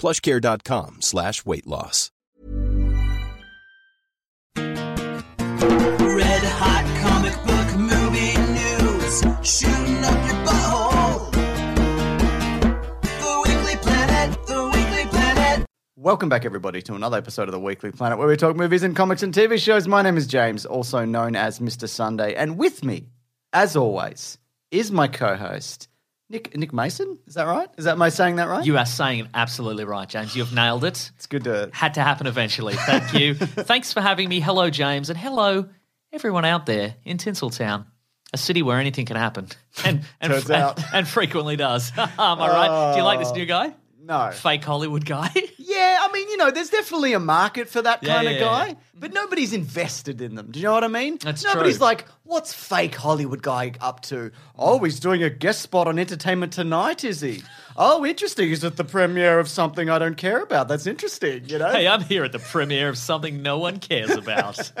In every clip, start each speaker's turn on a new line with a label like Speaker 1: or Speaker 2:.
Speaker 1: plushcare.com slash weight loss.
Speaker 2: Red hot comic book movie news, shooting up your butthole. The Weekly Planet, The Weekly Planet.
Speaker 3: Welcome back, everybody, to another episode of the Weekly Planet where we talk movies and comics and TV shows. My name is James, also known as Mr. Sunday. And with me, as always, is my co host, Nick Nick Mason. Is that right? Is that my saying that right?
Speaker 4: You are saying it absolutely right, James. You've nailed it.
Speaker 3: it's good to.
Speaker 4: Had to happen eventually. Thank you. Thanks for having me. Hello, James, and hello everyone out there in Tinseltown, a city where anything can happen, and and
Speaker 3: Turns out.
Speaker 4: and, frequently does. Am I right? Do you like this new guy?
Speaker 3: No.
Speaker 4: Fake Hollywood guy.
Speaker 3: Yeah, I mean, you know, there's definitely a market for that
Speaker 4: Yeah,
Speaker 3: kind of
Speaker 4: yeah,
Speaker 3: guy,
Speaker 4: yeah.
Speaker 3: but nobody's invested in them. Do you know what I mean?
Speaker 4: That's
Speaker 3: Nobody's
Speaker 4: true.
Speaker 3: like, what's fake Hollywood guy up to? Oh, he's doing a guest spot on Entertainment Tonight, is he? Oh, interesting. He's at the premiere of something I don't care about. That's interesting, you know?
Speaker 4: hey, I'm here at the premiere of something no one cares about.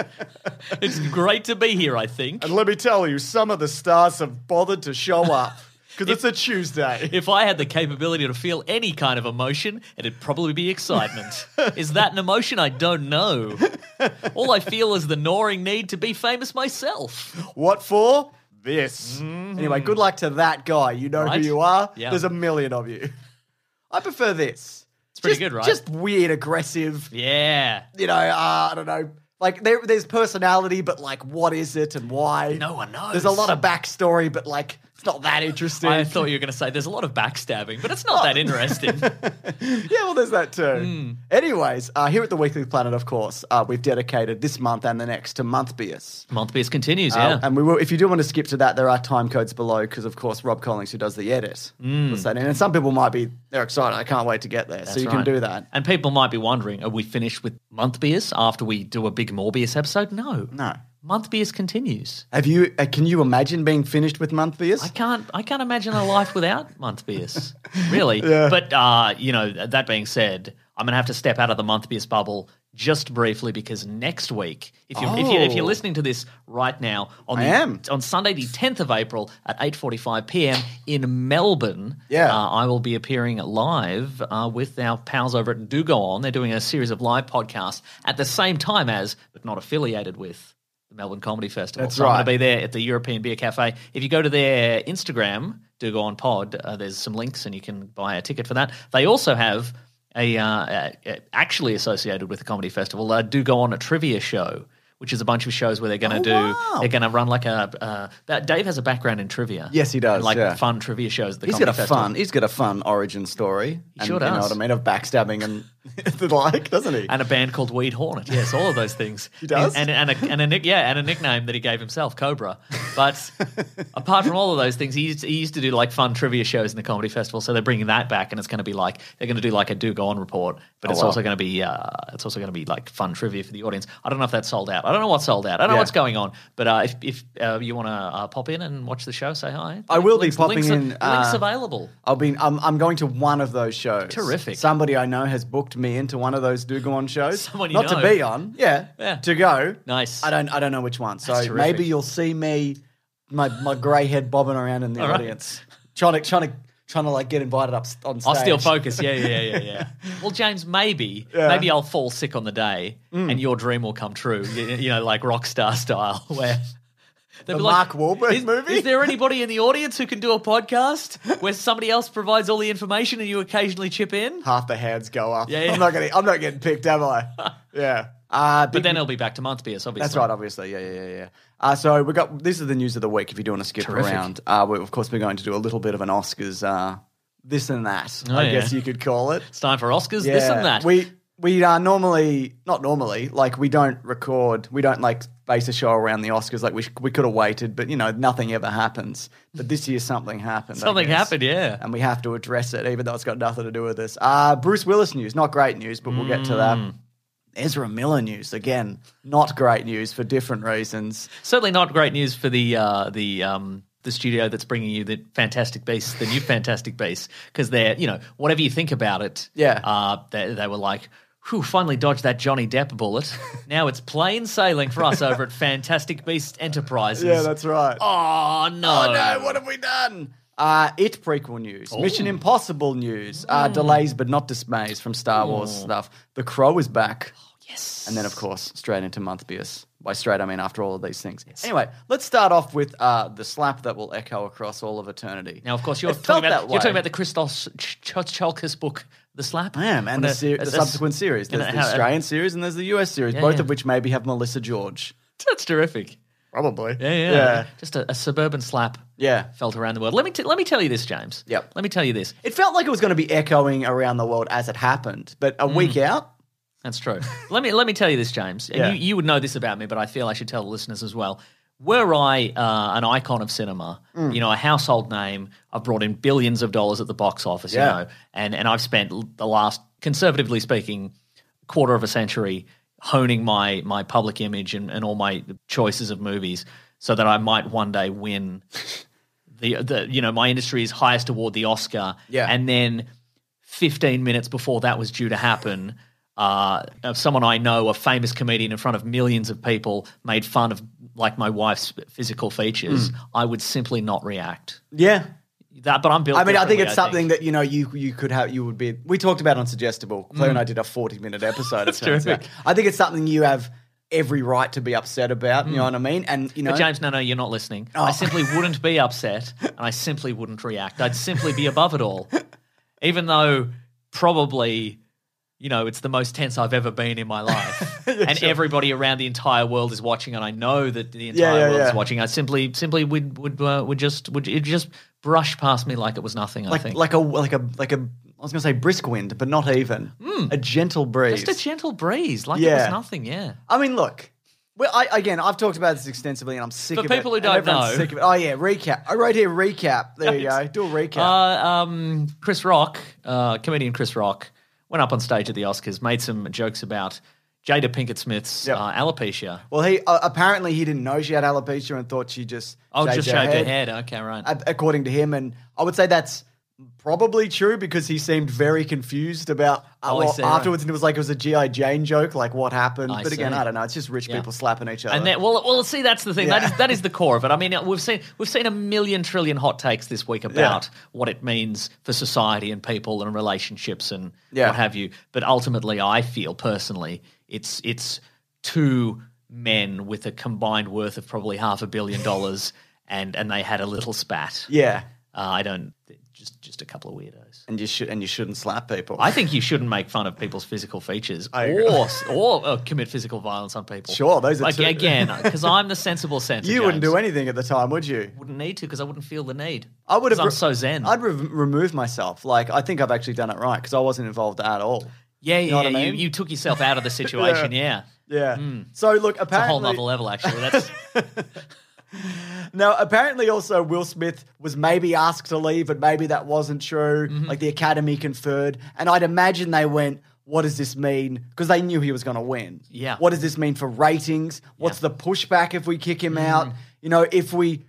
Speaker 4: it's great to be here. I think.
Speaker 3: And let me tell you, some of the stars have bothered to show up because it's a Tuesday.
Speaker 4: If I had the capability to feel any kind of emotion, it'd probably be excitement. is that an emotion? I don't know. All I feel is the gnawing need to be famous myself.
Speaker 3: What for? This. Anyway, good luck to that guy. You know
Speaker 4: Right?
Speaker 3: who you are.
Speaker 4: Yeah.
Speaker 3: There's a million of you. I prefer this. It's
Speaker 4: pretty good, right?
Speaker 3: Just weird, aggressive.
Speaker 4: Yeah.
Speaker 3: You know, uh, I don't know. Like there, there's personality, but like, what is it and why?
Speaker 4: No one knows.
Speaker 3: There's a lot of backstory, but like, it's not that interesting.
Speaker 4: I thought you were going to say there's a lot of backstabbing, but it's not
Speaker 3: Oh.
Speaker 4: that interesting.
Speaker 3: yeah, well, there's that too.
Speaker 4: Hmm.
Speaker 3: Anyways, uh, here at the Weekly Planet, of course, uh, we've dedicated this month and the next to month beers.
Speaker 4: Monthbeast continues,
Speaker 3: Uh,
Speaker 4: yeah.
Speaker 3: and we will, if you do want to skip to that, there are time codes below because, of course, Rob Collings, who does the edit,
Speaker 4: Mm.
Speaker 3: puts that in. And some people might be, they're excited. I can't wait to get there. so you can
Speaker 4: right.
Speaker 3: do that.
Speaker 4: and people might be wondering, are we finished with Monthbeers after we do a big Morbius episode? No.
Speaker 3: No.
Speaker 4: Monthbeers continues.
Speaker 3: Have you, uh, can you imagine being finished with month beers?
Speaker 4: I can't. I can't imagine a life without month beers. Really. But uh, you know, that being said, I'm gonna have to step out of the month beers bubble just briefly because next week, if you're if, you, if
Speaker 3: Oh.
Speaker 4: you're listening to this right now on
Speaker 3: I
Speaker 4: the,
Speaker 3: am.
Speaker 4: on Sunday the 10th of April at 8:45 p.m. in Melbourne,
Speaker 3: Yeah.
Speaker 4: uh, I will be appearing live uh, with our pals over at Do Go On. They're doing a series of live podcasts at the same time as, but not affiliated with. The Melbourne Comedy Festival.
Speaker 3: That's
Speaker 4: so I'm going
Speaker 3: right.
Speaker 4: to be there at the European Beer Cafe. If you go to their Instagram, do go on pod. Uh, there's some links, and you can buy a ticket for that. They also have a uh, uh, uh, actually associated with the comedy festival. Uh, do go on a trivia show, which is a bunch of shows where they're going to
Speaker 3: Oh,
Speaker 4: do. They're going to run like a. Uh, that Dave has a background in trivia.
Speaker 3: Yes, he does,
Speaker 4: And, like
Speaker 3: yeah.
Speaker 4: fun trivia shows. At the
Speaker 3: He's
Speaker 4: comedy
Speaker 3: got a
Speaker 4: festival.
Speaker 3: fun, he's got a fun origin story. and,
Speaker 4: sure
Speaker 3: You know
Speaker 4: does.
Speaker 3: what I mean? Of backstabbing and the like, doesn't he?
Speaker 4: and a band called Weed Hornet. Yes, all of those things. he
Speaker 3: does?
Speaker 4: and, and, a, and a nick, yeah, and a nickname that he gave himself, Cobra. But apart from all of those things, he used, he used to do like fun trivia shows in the comedy festival. So they're bringing that back, and it's going to be like they're going to do like a do go on report, but it's
Speaker 3: Oh, wow.
Speaker 4: also going to be uh, it's also going to be like fun trivia for the audience. I don't know if that's sold out. I don't know what's sold out. I don't
Speaker 3: Yeah.
Speaker 4: know what's going on. But uh, if if uh, you want to uh, pop in and watch the show, say hi.
Speaker 3: I will be
Speaker 4: Links-
Speaker 3: popping
Speaker 4: links are-
Speaker 3: in,
Speaker 4: links
Speaker 3: uh,
Speaker 4: available.
Speaker 3: I'll be. I'm, I'm going to one of those shows.
Speaker 4: Terrific.
Speaker 3: Somebody I know has booked me into one of those do go on shows.
Speaker 4: Someone you
Speaker 3: Not to
Speaker 4: know.
Speaker 3: be on. Yeah.
Speaker 4: Yeah.
Speaker 3: To go.
Speaker 4: Nice.
Speaker 3: I don't. I don't know which one. So
Speaker 4: That's terrific.
Speaker 3: maybe you'll see me, my my grey head bobbing around in the
Speaker 4: All right.
Speaker 3: audience, trying to trying to trying to like get invited up s- on stage.
Speaker 4: I'll still focus. Yeah, yeah, yeah, yeah. well, James, maybe, maybe I'll fall sick on the day,
Speaker 3: Mm.
Speaker 4: and your dream will come true. You, you know, like rock star style, where they'll
Speaker 3: The
Speaker 4: be
Speaker 3: Mark Wahlberg
Speaker 4: is,
Speaker 3: movie?
Speaker 4: Is there anybody in the audience who can do a podcast where somebody else provides all the information and you occasionally chip in?
Speaker 3: Half the hands go up.
Speaker 4: Yeah, yeah.
Speaker 3: I'm not getting. I'm not getting picked, am I? Yeah. Uh,
Speaker 4: But then it'll be back to Montbius, obviously.
Speaker 3: That's right, obviously. Yeah, yeah, yeah, yeah. Uh, so we got this is the news of the week. If you do want to skip
Speaker 4: Terrific.
Speaker 3: around, uh, we, of course we're going to do a little bit of an Oscars, uh, this and that.
Speaker 4: Oh,
Speaker 3: I
Speaker 4: yeah.
Speaker 3: guess you could call it.
Speaker 4: It's time for Oscars, this and that.
Speaker 3: We we are normally not normally like we don't record. We don't like base a show around the Oscars. Like we sh- we could have waited, but you know nothing ever happens. But this year something happened. I
Speaker 4: Something
Speaker 3: guess.
Speaker 4: happened, yeah.
Speaker 3: And we have to address it, even though it's got nothing to do with this. Uh, Bruce Willis news, not great news, but we'll get to
Speaker 4: Mm.
Speaker 3: that. Ezra Miller news, again, not great news for different reasons.
Speaker 4: Certainly not great news for the uh, the um, the studio that's bringing you the Fantastic Beasts, the new Fantastic Beasts, because they're you know whatever you think about it,
Speaker 3: Yeah.
Speaker 4: Uh, they, they were like, "Whew, finally dodged that Johnny Depp bullet. now it's plain sailing for us over at Fantastic Beasts Enterprises."
Speaker 3: right. Oh,
Speaker 4: Oh no! Oh.
Speaker 3: no, what have we done? Uh, it prequel news, Mission Impossible news, uh,
Speaker 4: Hmm.
Speaker 3: delays but not dismays from Star Wars stuff. The Crow is back.
Speaker 4: Oh, Yes.
Speaker 3: And then, of course, straight into Monthbius. By straight, I mean after all of these things. Anyway, let's start off with uh, the slap that will echo across all of eternity.
Speaker 4: Now, of course, you're
Speaker 3: It
Speaker 4: talking
Speaker 3: felt
Speaker 4: about
Speaker 3: that way.
Speaker 4: you're talking about the Christos Ch- Ch- Chalkis book, The Slap.
Speaker 3: I am, and
Speaker 4: What
Speaker 3: the,
Speaker 4: a-
Speaker 3: ser- the
Speaker 4: that's-
Speaker 3: subsequent series.
Speaker 4: and
Speaker 3: There's the
Speaker 4: how-
Speaker 3: Australian series and there's the US series,
Speaker 4: Yeah,
Speaker 3: both
Speaker 4: yeah.
Speaker 3: of which maybe have Melissa George.
Speaker 4: That's terrific.
Speaker 3: Probably.
Speaker 4: Yeah, yeah.
Speaker 3: Yeah.
Speaker 4: Just a, a suburban slap
Speaker 3: Yeah.
Speaker 4: felt around the world. Let me t- let me tell you this, James.
Speaker 3: Yep.
Speaker 4: Let me tell you this.
Speaker 3: It felt like it was going to be echoing around the world as it happened, but a week
Speaker 4: Mm.
Speaker 3: out,
Speaker 4: That's true. let me let me tell you this, James. And
Speaker 3: Yeah.
Speaker 4: you, you would know this about me, but I feel I should tell the listeners as well. Were I uh, an icon of cinema,
Speaker 3: Mm.
Speaker 4: you know, a household name, I've brought in billions of dollars at the box office,
Speaker 3: Yeah.
Speaker 4: you know, and and I've spent l- the last, conservatively speaking, quarter of a century honing my my public image and, and all my choices of movies, so that I might one day win the the you know my industry's highest award, the Oscar,
Speaker 3: Yeah.
Speaker 4: and then 15 minutes before that was due to happen, uh, of someone I know, a famous comedian in front of millions of people, made fun of like my wife's physical
Speaker 3: Hmm.
Speaker 4: features, I would simply not react.
Speaker 3: yeah.
Speaker 4: That, but I'm built.
Speaker 3: I mean, I think
Speaker 4: differently,
Speaker 3: it's something that you know you you could have you would be. We talked about on suggestible. Claire and I did a forty-minute episode. That's
Speaker 4: Mm. terrific.
Speaker 3: I think it's something you have every right to be upset about.
Speaker 4: Mm.
Speaker 3: You know what I mean? And you know,
Speaker 4: But James, no, no, you're not listening.
Speaker 3: Oh.
Speaker 4: I simply wouldn't be upset, and I simply wouldn't react. I'd simply be above it all, even though probably, you know, it's the most tense I've ever been in my life, and everybody around the entire world is watching, and I know that the entire
Speaker 3: yeah,
Speaker 4: world
Speaker 3: yeah.
Speaker 4: is watching. I simply, simply would would uh, would just would it just brush past me like it was nothing. I
Speaker 3: like
Speaker 4: think
Speaker 3: like a like a like a I was going to say brisk wind, but not even a gentle breeze.
Speaker 4: Mm. just a gentle breeze, like it
Speaker 3: Yeah.
Speaker 4: was nothing. Yeah,
Speaker 3: I mean, look. Well, I, again, I've talked about this extensively, and I'm sick
Speaker 4: For
Speaker 3: of it.
Speaker 4: people who
Speaker 3: and
Speaker 4: don't
Speaker 3: everyone's
Speaker 4: know.
Speaker 3: Sick of it. Oh yeah, recap. I wrote here recap. There you go. Do a recap.
Speaker 4: Uh, um, Chris Rock, uh, comedian Chris Rock, went up on stage at the Oscars, made some jokes about Jada Pinkett Smith's
Speaker 3: Yep.
Speaker 4: uh, alopecia.
Speaker 3: well, he uh, apparently he didn't know she had alopecia and thought she just
Speaker 4: Oh,
Speaker 3: shaved
Speaker 4: just
Speaker 3: her
Speaker 4: shaved
Speaker 3: head,
Speaker 4: her head. Okay, right.
Speaker 3: a- according to him. And I would say that's probably true because he seemed very confused about. Uh,
Speaker 4: Oh, I
Speaker 3: well,
Speaker 4: see, right.
Speaker 3: afterwards, and it was like it was a GI Jane joke. Like what happened?
Speaker 4: I
Speaker 3: but again,
Speaker 4: see.
Speaker 3: I don't know. It's just rich
Speaker 4: Yeah.
Speaker 3: people slapping each other.
Speaker 4: and that, well, well, see, that's the thing. That
Speaker 3: Yeah.
Speaker 4: is that is the core of it. I mean, we've seen we've seen a million trillion hot takes this week about what it means for society and people and relationships and
Speaker 3: Yeah.
Speaker 4: what have you. But ultimately, I feel personally, it's it's two men with a combined worth of probably half a billion dollars, and and they had a little spat.
Speaker 3: yeah,
Speaker 4: Uh, I don't. Just just a couple of weirdos.
Speaker 3: and you should and you shouldn't slap people.
Speaker 4: I think you shouldn't make fun of people's physical features
Speaker 3: agree.
Speaker 4: or or uh, commit physical violence on people.
Speaker 3: Sure, those are
Speaker 4: like
Speaker 3: two-
Speaker 4: again because I'm the sensible centre.
Speaker 3: you wouldn't
Speaker 4: James.
Speaker 3: do anything at the time, would you?
Speaker 4: Wouldn't need to because I wouldn't feel the need.
Speaker 3: I would have.
Speaker 4: 'Cause I'm
Speaker 3: re-
Speaker 4: so zen.
Speaker 3: I'd re- remove myself. Like I think I've actually done it right because I wasn't involved at all.
Speaker 4: yeah, yeah.
Speaker 3: know what I
Speaker 4: yeah,
Speaker 3: mean?
Speaker 4: You, you took yourself out of the situation. yeah.
Speaker 3: Yeah. So look,
Speaker 4: Hmm. It's a
Speaker 3: apparently,
Speaker 4: whole other level, actually. That's
Speaker 3: now apparently also Will Smith was maybe asked to leave, but maybe that wasn't true.
Speaker 4: Mm-hmm.
Speaker 3: Like the Academy conferred, and I'd imagine they went. What does this mean? Because they knew he was going to win.
Speaker 4: Yeah.
Speaker 3: What does this mean for ratings? What's the pushback if we kick him
Speaker 4: Mm-hmm.
Speaker 3: out? You know, if we,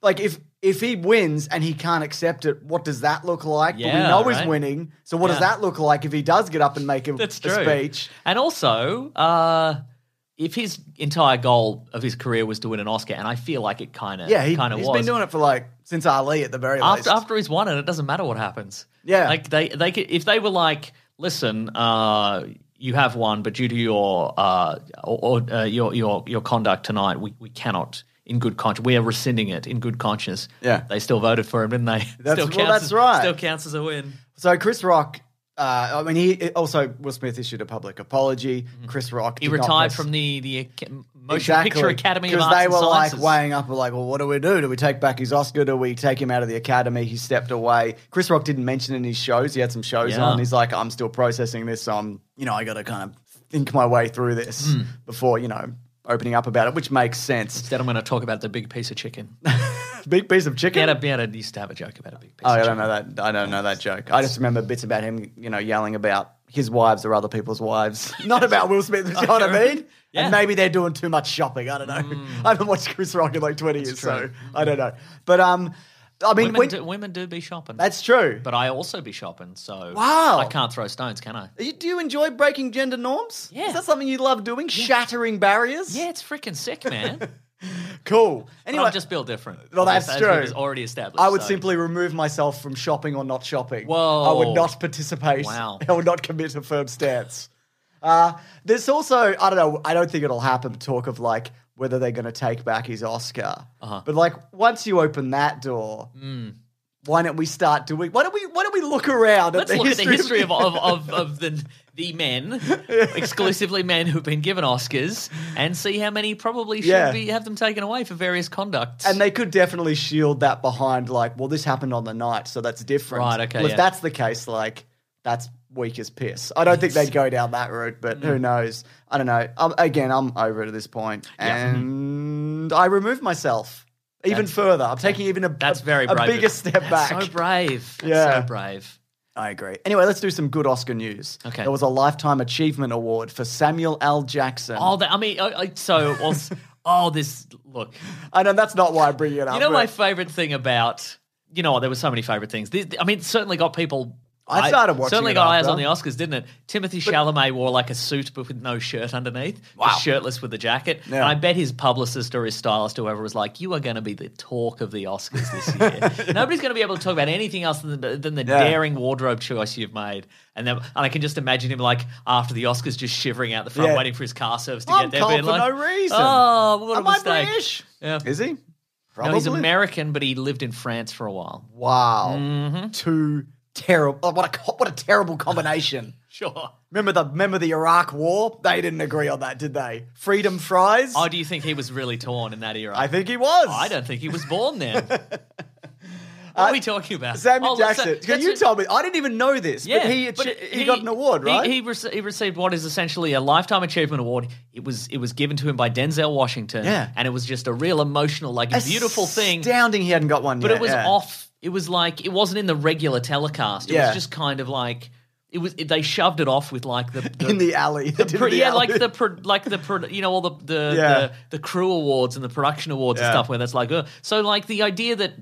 Speaker 3: like, if if he wins and he can't accept it, what does that look like? but we
Speaker 4: Yeah,
Speaker 3: know he's
Speaker 4: right.
Speaker 3: winning. So what does
Speaker 4: Yeah.
Speaker 3: that look like if he does get up and make a,
Speaker 4: That's
Speaker 3: a
Speaker 4: true.
Speaker 3: speech?
Speaker 4: And also, uh, if his entire goal of his career was to win an Oscar, and I feel like it kind of
Speaker 3: Yeah, he,
Speaker 4: kind of
Speaker 3: he's
Speaker 4: was.
Speaker 3: been doing it for like since Ali at the very least.
Speaker 4: after after he's won it, it doesn't matter what happens.
Speaker 3: Yeah.
Speaker 4: like they they could, if they were like, listen, uh, you have won, but due to your uh or, or uh, your your your conduct tonight, we we cannot. In good conscience, we are rescinding it in good conscience.
Speaker 3: Yeah.
Speaker 4: they still voted for him, didn't they?
Speaker 3: That's-
Speaker 4: still
Speaker 3: well,
Speaker 4: counts
Speaker 3: that's
Speaker 4: as,
Speaker 3: right.
Speaker 4: Still counts as a win.
Speaker 3: So Chris Rock Uh, I mean, he also Will Smith issued a public apology. Chris Rock
Speaker 4: Mm-hmm. He
Speaker 3: did not
Speaker 4: retired
Speaker 3: press-
Speaker 4: from the the Ac- Motion Picture Academy of
Speaker 3: because
Speaker 4: Arts
Speaker 3: they
Speaker 4: and
Speaker 3: were
Speaker 4: Sciences.
Speaker 3: like weighing up, like, well, what do we do? Do we take back his Oscar? Do we take him out of the Academy? He stepped away. Chris Rock didn't mention it in his shows. He had some shows
Speaker 4: Yeah.
Speaker 3: on. He's like, I'm still processing this. So I'm, you know, I got to kind of think my way through this
Speaker 4: Hmm.
Speaker 3: before, you know, opening up about it, which makes sense.
Speaker 4: Instead, I'm going to talk about the big piece of chicken.
Speaker 3: Big piece of chicken.
Speaker 4: Beata, Beata used to have a joke about a big piece
Speaker 3: Oh,
Speaker 4: of
Speaker 3: I
Speaker 4: chicken.
Speaker 3: don't know that. I don't know that joke. I just remember bits about him, you know, yelling about his wives or other people's wives, not about Will Smith. You know what I mean?
Speaker 4: Yeah. Mm.
Speaker 3: And maybe they're doing too much shopping. I don't know. I haven't watched Chris Rock in like twenty years, so I don't know. But um, I mean,
Speaker 4: Women,
Speaker 3: when-
Speaker 4: do, women do be shopping.
Speaker 3: that's true.
Speaker 4: but I also be shopping, so
Speaker 3: Wow.
Speaker 4: I can't throw stones, can I?
Speaker 3: You- do you enjoy breaking gender norms?
Speaker 4: Yeah.
Speaker 3: Is that something you love doing? Shattering barriers?
Speaker 4: Yeah, it's freaking sick, man.
Speaker 3: Cool.
Speaker 4: anyway,
Speaker 3: Anyway,
Speaker 4: I'm just built different.
Speaker 3: Well, that's
Speaker 4: As- as
Speaker 3: true.
Speaker 4: we've already established.
Speaker 3: I would
Speaker 4: so-
Speaker 3: simply remove myself from shopping or not shopping.
Speaker 4: Whoa.
Speaker 3: I would not participate.
Speaker 4: Wow.
Speaker 3: I would not commit a firm stance. Uh, there's also, I don't know, I don't think it'll happen, but talk of like whether they're going to take back his Oscar.
Speaker 4: Uh-huh.
Speaker 3: But like once you open that door,
Speaker 4: Hmm.
Speaker 3: why don't we start doing, why don't we, why don't we look around
Speaker 4: Let's
Speaker 3: at the
Speaker 4: look at
Speaker 3: history
Speaker 4: the history of, of, of, of the, the men, exclusively men who've been given Oscars, and see how many probably should
Speaker 3: Yeah.
Speaker 4: be have them taken away for various conducts.
Speaker 3: And they could definitely shield that behind, like, well, this happened on the night, so that's different.
Speaker 4: Right, okay,
Speaker 3: Well,
Speaker 4: yeah.
Speaker 3: if that's the case, like, that's weak as piss. I don't think they'd go down that route, but
Speaker 4: Mm.
Speaker 3: who knows? I don't know. Um, again, I'm over it at this point,
Speaker 4: Mm-hmm.
Speaker 3: and I remove myself even further. I'm taking even a
Speaker 4: that's
Speaker 3: a-
Speaker 4: very
Speaker 3: a
Speaker 4: brave. of
Speaker 3: bigger
Speaker 4: you.
Speaker 3: step
Speaker 4: That's
Speaker 3: back.
Speaker 4: So brave. That's
Speaker 3: Yeah.
Speaker 4: So brave.
Speaker 3: I agree. Anyway, let's do some good Oscar news.
Speaker 4: Okay.
Speaker 3: there was a lifetime achievement award for Samuel L. Jackson.
Speaker 4: Oh, that, I mean, I, I, so well, s- oh, this look.
Speaker 3: I know that's not why I bring it up.
Speaker 4: You know
Speaker 3: but
Speaker 4: my favorite thing about you know what? There were so many favorite things. This, I mean, it certainly got people.
Speaker 3: I started watching
Speaker 4: Certainly
Speaker 3: it
Speaker 4: got eyes
Speaker 3: after.
Speaker 4: on the Oscars, didn't it? Timothy Chalamet wore like a suit, but with no shirt underneath. Wow. shirtless with a jacket.
Speaker 3: Yeah.
Speaker 4: And I bet his publicist or his stylist, whoever, was like, "You are going to be the talk of the Oscars this year. Nobody's going to be able to talk about anything else than the, than the
Speaker 3: Yeah.
Speaker 4: daring wardrobe choice you've made." And then, and I can just imagine him like after the Oscars, just shivering out the front,
Speaker 3: Yeah.
Speaker 4: waiting for his car service to
Speaker 3: I'm
Speaker 4: get there,
Speaker 3: cold
Speaker 4: being
Speaker 3: for
Speaker 4: like,
Speaker 3: no reason.
Speaker 4: "Oh, what a
Speaker 3: Am I
Speaker 4: mistake!"
Speaker 3: British?
Speaker 4: Yeah.
Speaker 3: Is he? Probably.
Speaker 4: No, he's American, but he lived in France for a while.
Speaker 3: Wow.
Speaker 4: Mm-hmm.
Speaker 3: Two terrible. Oh, what a co- what a terrible combination.
Speaker 4: Sure.
Speaker 3: remember the remember the Iraq War? They didn't agree on that, did they? Freedom fries.
Speaker 4: Oh, do you think he was really torn in that era?
Speaker 3: I think he was.
Speaker 4: I don't think he was born then. what are we talking about?
Speaker 3: Samuel
Speaker 4: Oh, let's-
Speaker 3: Jackson. Uh, Can
Speaker 4: let's-
Speaker 3: you tell me? I didn't even know this.
Speaker 4: Yeah,
Speaker 3: but he
Speaker 4: but
Speaker 3: achi- he,
Speaker 4: he-
Speaker 3: got an award,
Speaker 4: he-
Speaker 3: right?
Speaker 4: He, rece- he received what is essentially a lifetime achievement award. It was it was given to him by Denzel Washington.
Speaker 3: Yeah.
Speaker 4: and it was just a real emotional, like a beautiful thing.
Speaker 3: Astounding. He hadn't got one
Speaker 4: but
Speaker 3: yet.
Speaker 4: it was
Speaker 3: yeah.
Speaker 4: off. It was like it wasn't in the regular telecast. It
Speaker 3: Yeah.
Speaker 4: was just kind of like it was. It, they shoved it off with like the, the
Speaker 3: in the alley. They did it in
Speaker 4: Pro-
Speaker 3: the
Speaker 4: yeah,
Speaker 3: alley.
Speaker 4: like the pro- like the pro- you know all the the,
Speaker 3: Yeah.
Speaker 4: the the crew awards and the production awards and
Speaker 3: Yeah.
Speaker 4: stuff where that's like uh, so like the idea that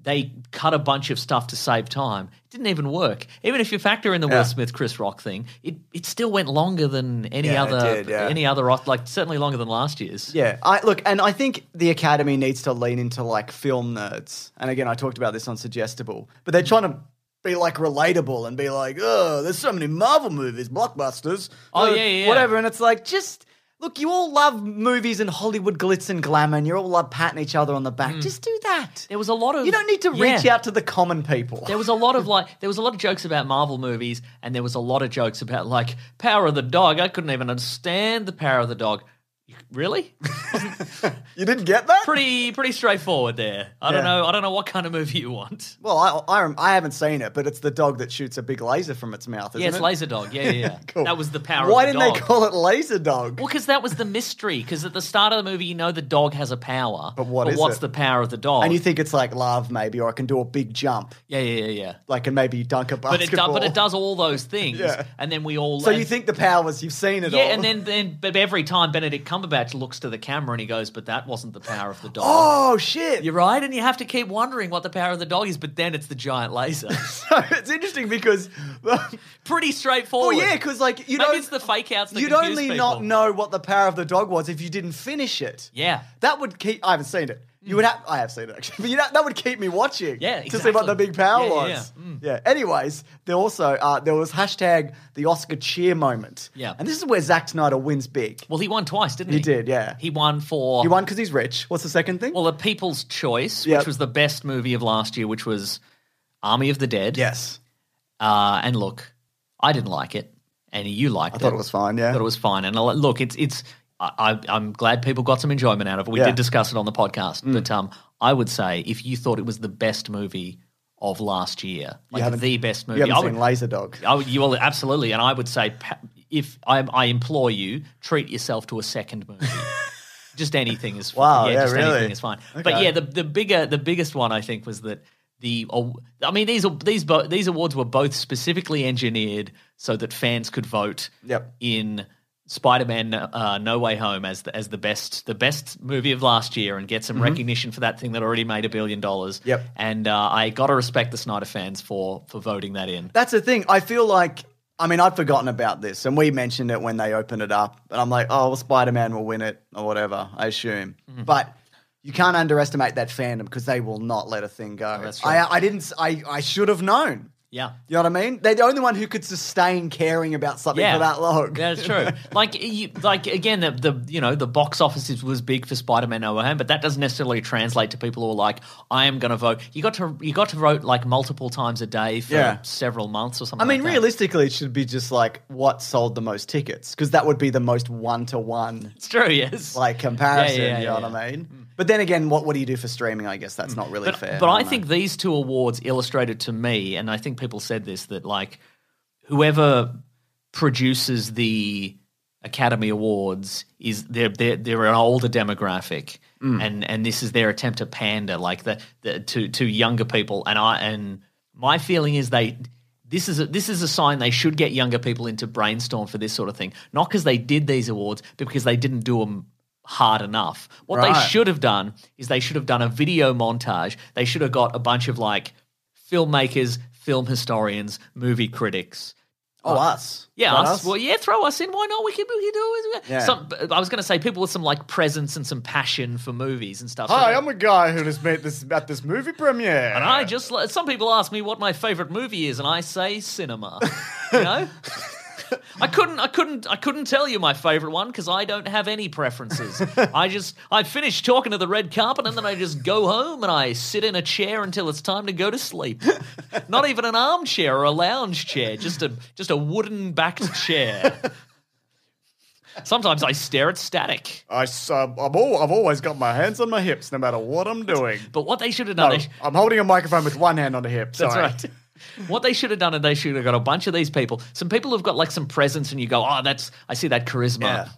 Speaker 4: they cut a bunch of stuff to save time didn't even work. Even if you factor in the
Speaker 3: Yeah.
Speaker 4: Will Smith Chris Rock thing, it it still went longer than any
Speaker 3: Yeah, it
Speaker 4: other
Speaker 3: did, yeah.
Speaker 4: any other Os- like certainly longer than last year's.
Speaker 3: Yeah, I look, and I think the Academy needs to lean into like film nerds. And again, I talked about this on Suggestible, but they're trying to be like relatable and be like, oh, there's so many Marvel movies, blockbusters,
Speaker 4: Oh,
Speaker 3: uh,
Speaker 4: yeah, yeah, yeah.
Speaker 3: whatever. And it's like, just look, you all love movies and Hollywood glitz and glamour, and you all love patting each other on the back. Just do that.
Speaker 4: Mm. There was a lot of
Speaker 3: You don't need to reach
Speaker 4: Yeah.
Speaker 3: out to the common people.
Speaker 4: There was a lot of like there was a lot of jokes about Marvel movies and there was a lot of jokes about like Power of the Dog. I couldn't even understand the Power of the Dog. Really?
Speaker 3: you didn't get that?
Speaker 4: pretty pretty straightforward there. I don't
Speaker 3: Yeah.
Speaker 4: know. I don't know what kind of movie you want.
Speaker 3: well, I, I, I haven't seen it, but it's the dog that shoots a big laser from its mouth. Isn't
Speaker 4: yeah, it's
Speaker 3: it?
Speaker 4: Laser Dog. Yeah, yeah. yeah.
Speaker 3: Cool.
Speaker 4: That was the power.
Speaker 3: Why
Speaker 4: of the
Speaker 3: didn't
Speaker 4: dog.
Speaker 3: they call it Laser Dog?
Speaker 4: Well, because that was the mystery. Because at the start of the movie, you know the dog has a power.
Speaker 3: But what is
Speaker 4: what's
Speaker 3: it?
Speaker 4: the power of the dog?
Speaker 3: And you think it's like love, maybe, or I can do a big jump,
Speaker 4: yeah, yeah, yeah, yeah.
Speaker 3: like and maybe dunk a
Speaker 4: But it, do,
Speaker 3: basketball.
Speaker 4: but it does all those things.
Speaker 3: Yeah.
Speaker 4: And then we all.
Speaker 3: So you
Speaker 4: and-
Speaker 3: think the powers? You've seen it
Speaker 4: Yeah,
Speaker 3: all.
Speaker 4: and then, then but every time Benedict Cumberbatch looks to the camera and he goes, but that wasn't the power of the dog.
Speaker 3: oh shit!
Speaker 4: You're right, and you have to keep wondering what the power of the dog is, but then it's the giant laser.
Speaker 3: So it's interesting because,
Speaker 4: Pretty
Speaker 3: oh
Speaker 4: straightforward.
Speaker 3: yeah, because like you
Speaker 4: Maybe
Speaker 3: don't.
Speaker 4: it's the fake outs that
Speaker 3: You'd
Speaker 4: confuse
Speaker 3: only
Speaker 4: people.
Speaker 3: not know what the power of the dog was if you didn't finish it.
Speaker 4: Yeah. Hmm.
Speaker 3: That would keep. I haven't seen it. You would have. I have seen it actually, but you know, that would keep me watching.
Speaker 4: Yeah,
Speaker 3: to see what
Speaker 4: exactly.
Speaker 3: the big power
Speaker 4: Yeah, yeah, Hmm.
Speaker 3: was. Yeah. Anyways, there also uh, there was hashtag the Oscar cheer moment.
Speaker 4: Yeah.
Speaker 3: And this is where Zack Snyder wins big.
Speaker 4: Well, he won twice, didn't he?
Speaker 3: He did, yeah.
Speaker 4: He won for
Speaker 3: He won because he's rich. What's the second thing?
Speaker 4: well, the People's Choice,
Speaker 3: Yep.
Speaker 4: which was the best movie of last year, which was Army of the Dead.
Speaker 3: yes.
Speaker 4: Uh, and look, I didn't like it, and you liked
Speaker 3: I
Speaker 4: it.
Speaker 3: thought it was fine, yeah.
Speaker 4: thought it was fine. And I'll- look, it's it's. I, I- I'm glad people got some enjoyment out of it. We
Speaker 3: Yeah. Mm.
Speaker 4: did discuss it on the podcast, but um, I would say if you thought it was the best movie of last year, like
Speaker 3: haven't-
Speaker 4: the best movie,
Speaker 3: You
Speaker 4: I
Speaker 3: haven't
Speaker 4: would,
Speaker 3: seen Laser Dog.
Speaker 4: I would, you will absolutely, and I would say, pa- if I, I implore you, treat yourself to a second movie. just anything is fine.
Speaker 3: Wow, yeah,
Speaker 4: just
Speaker 3: really?
Speaker 4: anything is fine. But
Speaker 3: Okay.
Speaker 4: yeah, the the bigger the biggest one I think was that the aw- I mean these are- these bo- these awards were both specifically engineered so that fans could vote
Speaker 3: Yep.
Speaker 4: in Spider-Man uh, No Way Home as the, as the best the best movie of last year and get some recognition for that thing that already made a billion dollars.
Speaker 3: Mm-hmm. Yep.
Speaker 4: And uh, I got to respect the Snyder fans for for voting that in.
Speaker 3: That's the thing. I feel like I mean I'd forgotten about this, and we mentioned it when they opened it up. And I'm like, oh, well, Spider Man will win it or whatever. I assume, but you can't underestimate that fandom because they will not let a thing go.
Speaker 4: that's true.
Speaker 3: I, I didn't. s- I I should have known.
Speaker 4: Yeah.
Speaker 3: You know what I mean? They're the only one who could sustain caring about something for that long.
Speaker 4: That's true. like, you, like again, the, the you know the box office is, was big for Spider Man No Way Home, but that doesn't necessarily translate to people who are like, I am going to vote. You got to you got to vote like multiple times a day for
Speaker 3: Yeah.
Speaker 4: several months or
Speaker 3: I
Speaker 4: something.
Speaker 3: mean,
Speaker 4: like that.
Speaker 3: realistically, it should be just like what sold the most tickets because that would be the most one to one
Speaker 4: it's true. Yes,
Speaker 3: like comparison.
Speaker 4: Yeah, yeah,
Speaker 3: you
Speaker 4: yeah, Mm.
Speaker 3: know what I mean? But then again, what what do you do for streaming? I guess that's not really
Speaker 4: but,
Speaker 3: fair.
Speaker 4: But I
Speaker 3: don't know.
Speaker 4: think these two awards illustrated to me, and I think people said this that like whoever produces the Academy Awards is they're they're, they're an older demographic,
Speaker 3: Mm.
Speaker 4: and and this is their attempt to pander like the, the to to younger people. And I and my feeling is they. This is a, this is a sign they should get younger people into brainstorm for this sort of thing. Not because they did these awards, but because they didn't do them hard enough. What they
Speaker 3: Right.
Speaker 4: should should have done is they should have done a video montage. They should have got a bunch of like filmmakers, film historians, movie critics.
Speaker 3: oh us
Speaker 4: Yeah,
Speaker 3: Not
Speaker 4: us. Well, yeah, throw us in. Why not? We can, we can do it.
Speaker 3: Yeah.
Speaker 4: Some, I was going to say people with some like presence and some passion for movies and stuff. So
Speaker 3: Hi,
Speaker 4: they-
Speaker 3: I'm a guy who just met this at this movie premiere.
Speaker 4: and I just like- some people ask me what my favorite movie is, and I say cinema. you know, I couldn't, I couldn't, I couldn't tell you my favorite one because I don't have any preferences. I just, I finish talking to the red carpet, and then I just go home and I sit in a chair until it's time to go to sleep. Not even an armchair or a lounge chair, just a just a wooden backed chair. Sometimes I stare at static.
Speaker 3: I, am all, I've always got my hands on my hips, no matter what I'm doing.
Speaker 4: But what they should have done, they sh-
Speaker 3: I'm holding a microphone with one hand on the hip.
Speaker 4: That's right. What they should have done is they should have got a bunch of these people. Some people have got like some presence, and you go, "Oh, that's I see that charisma."
Speaker 3: Yeah.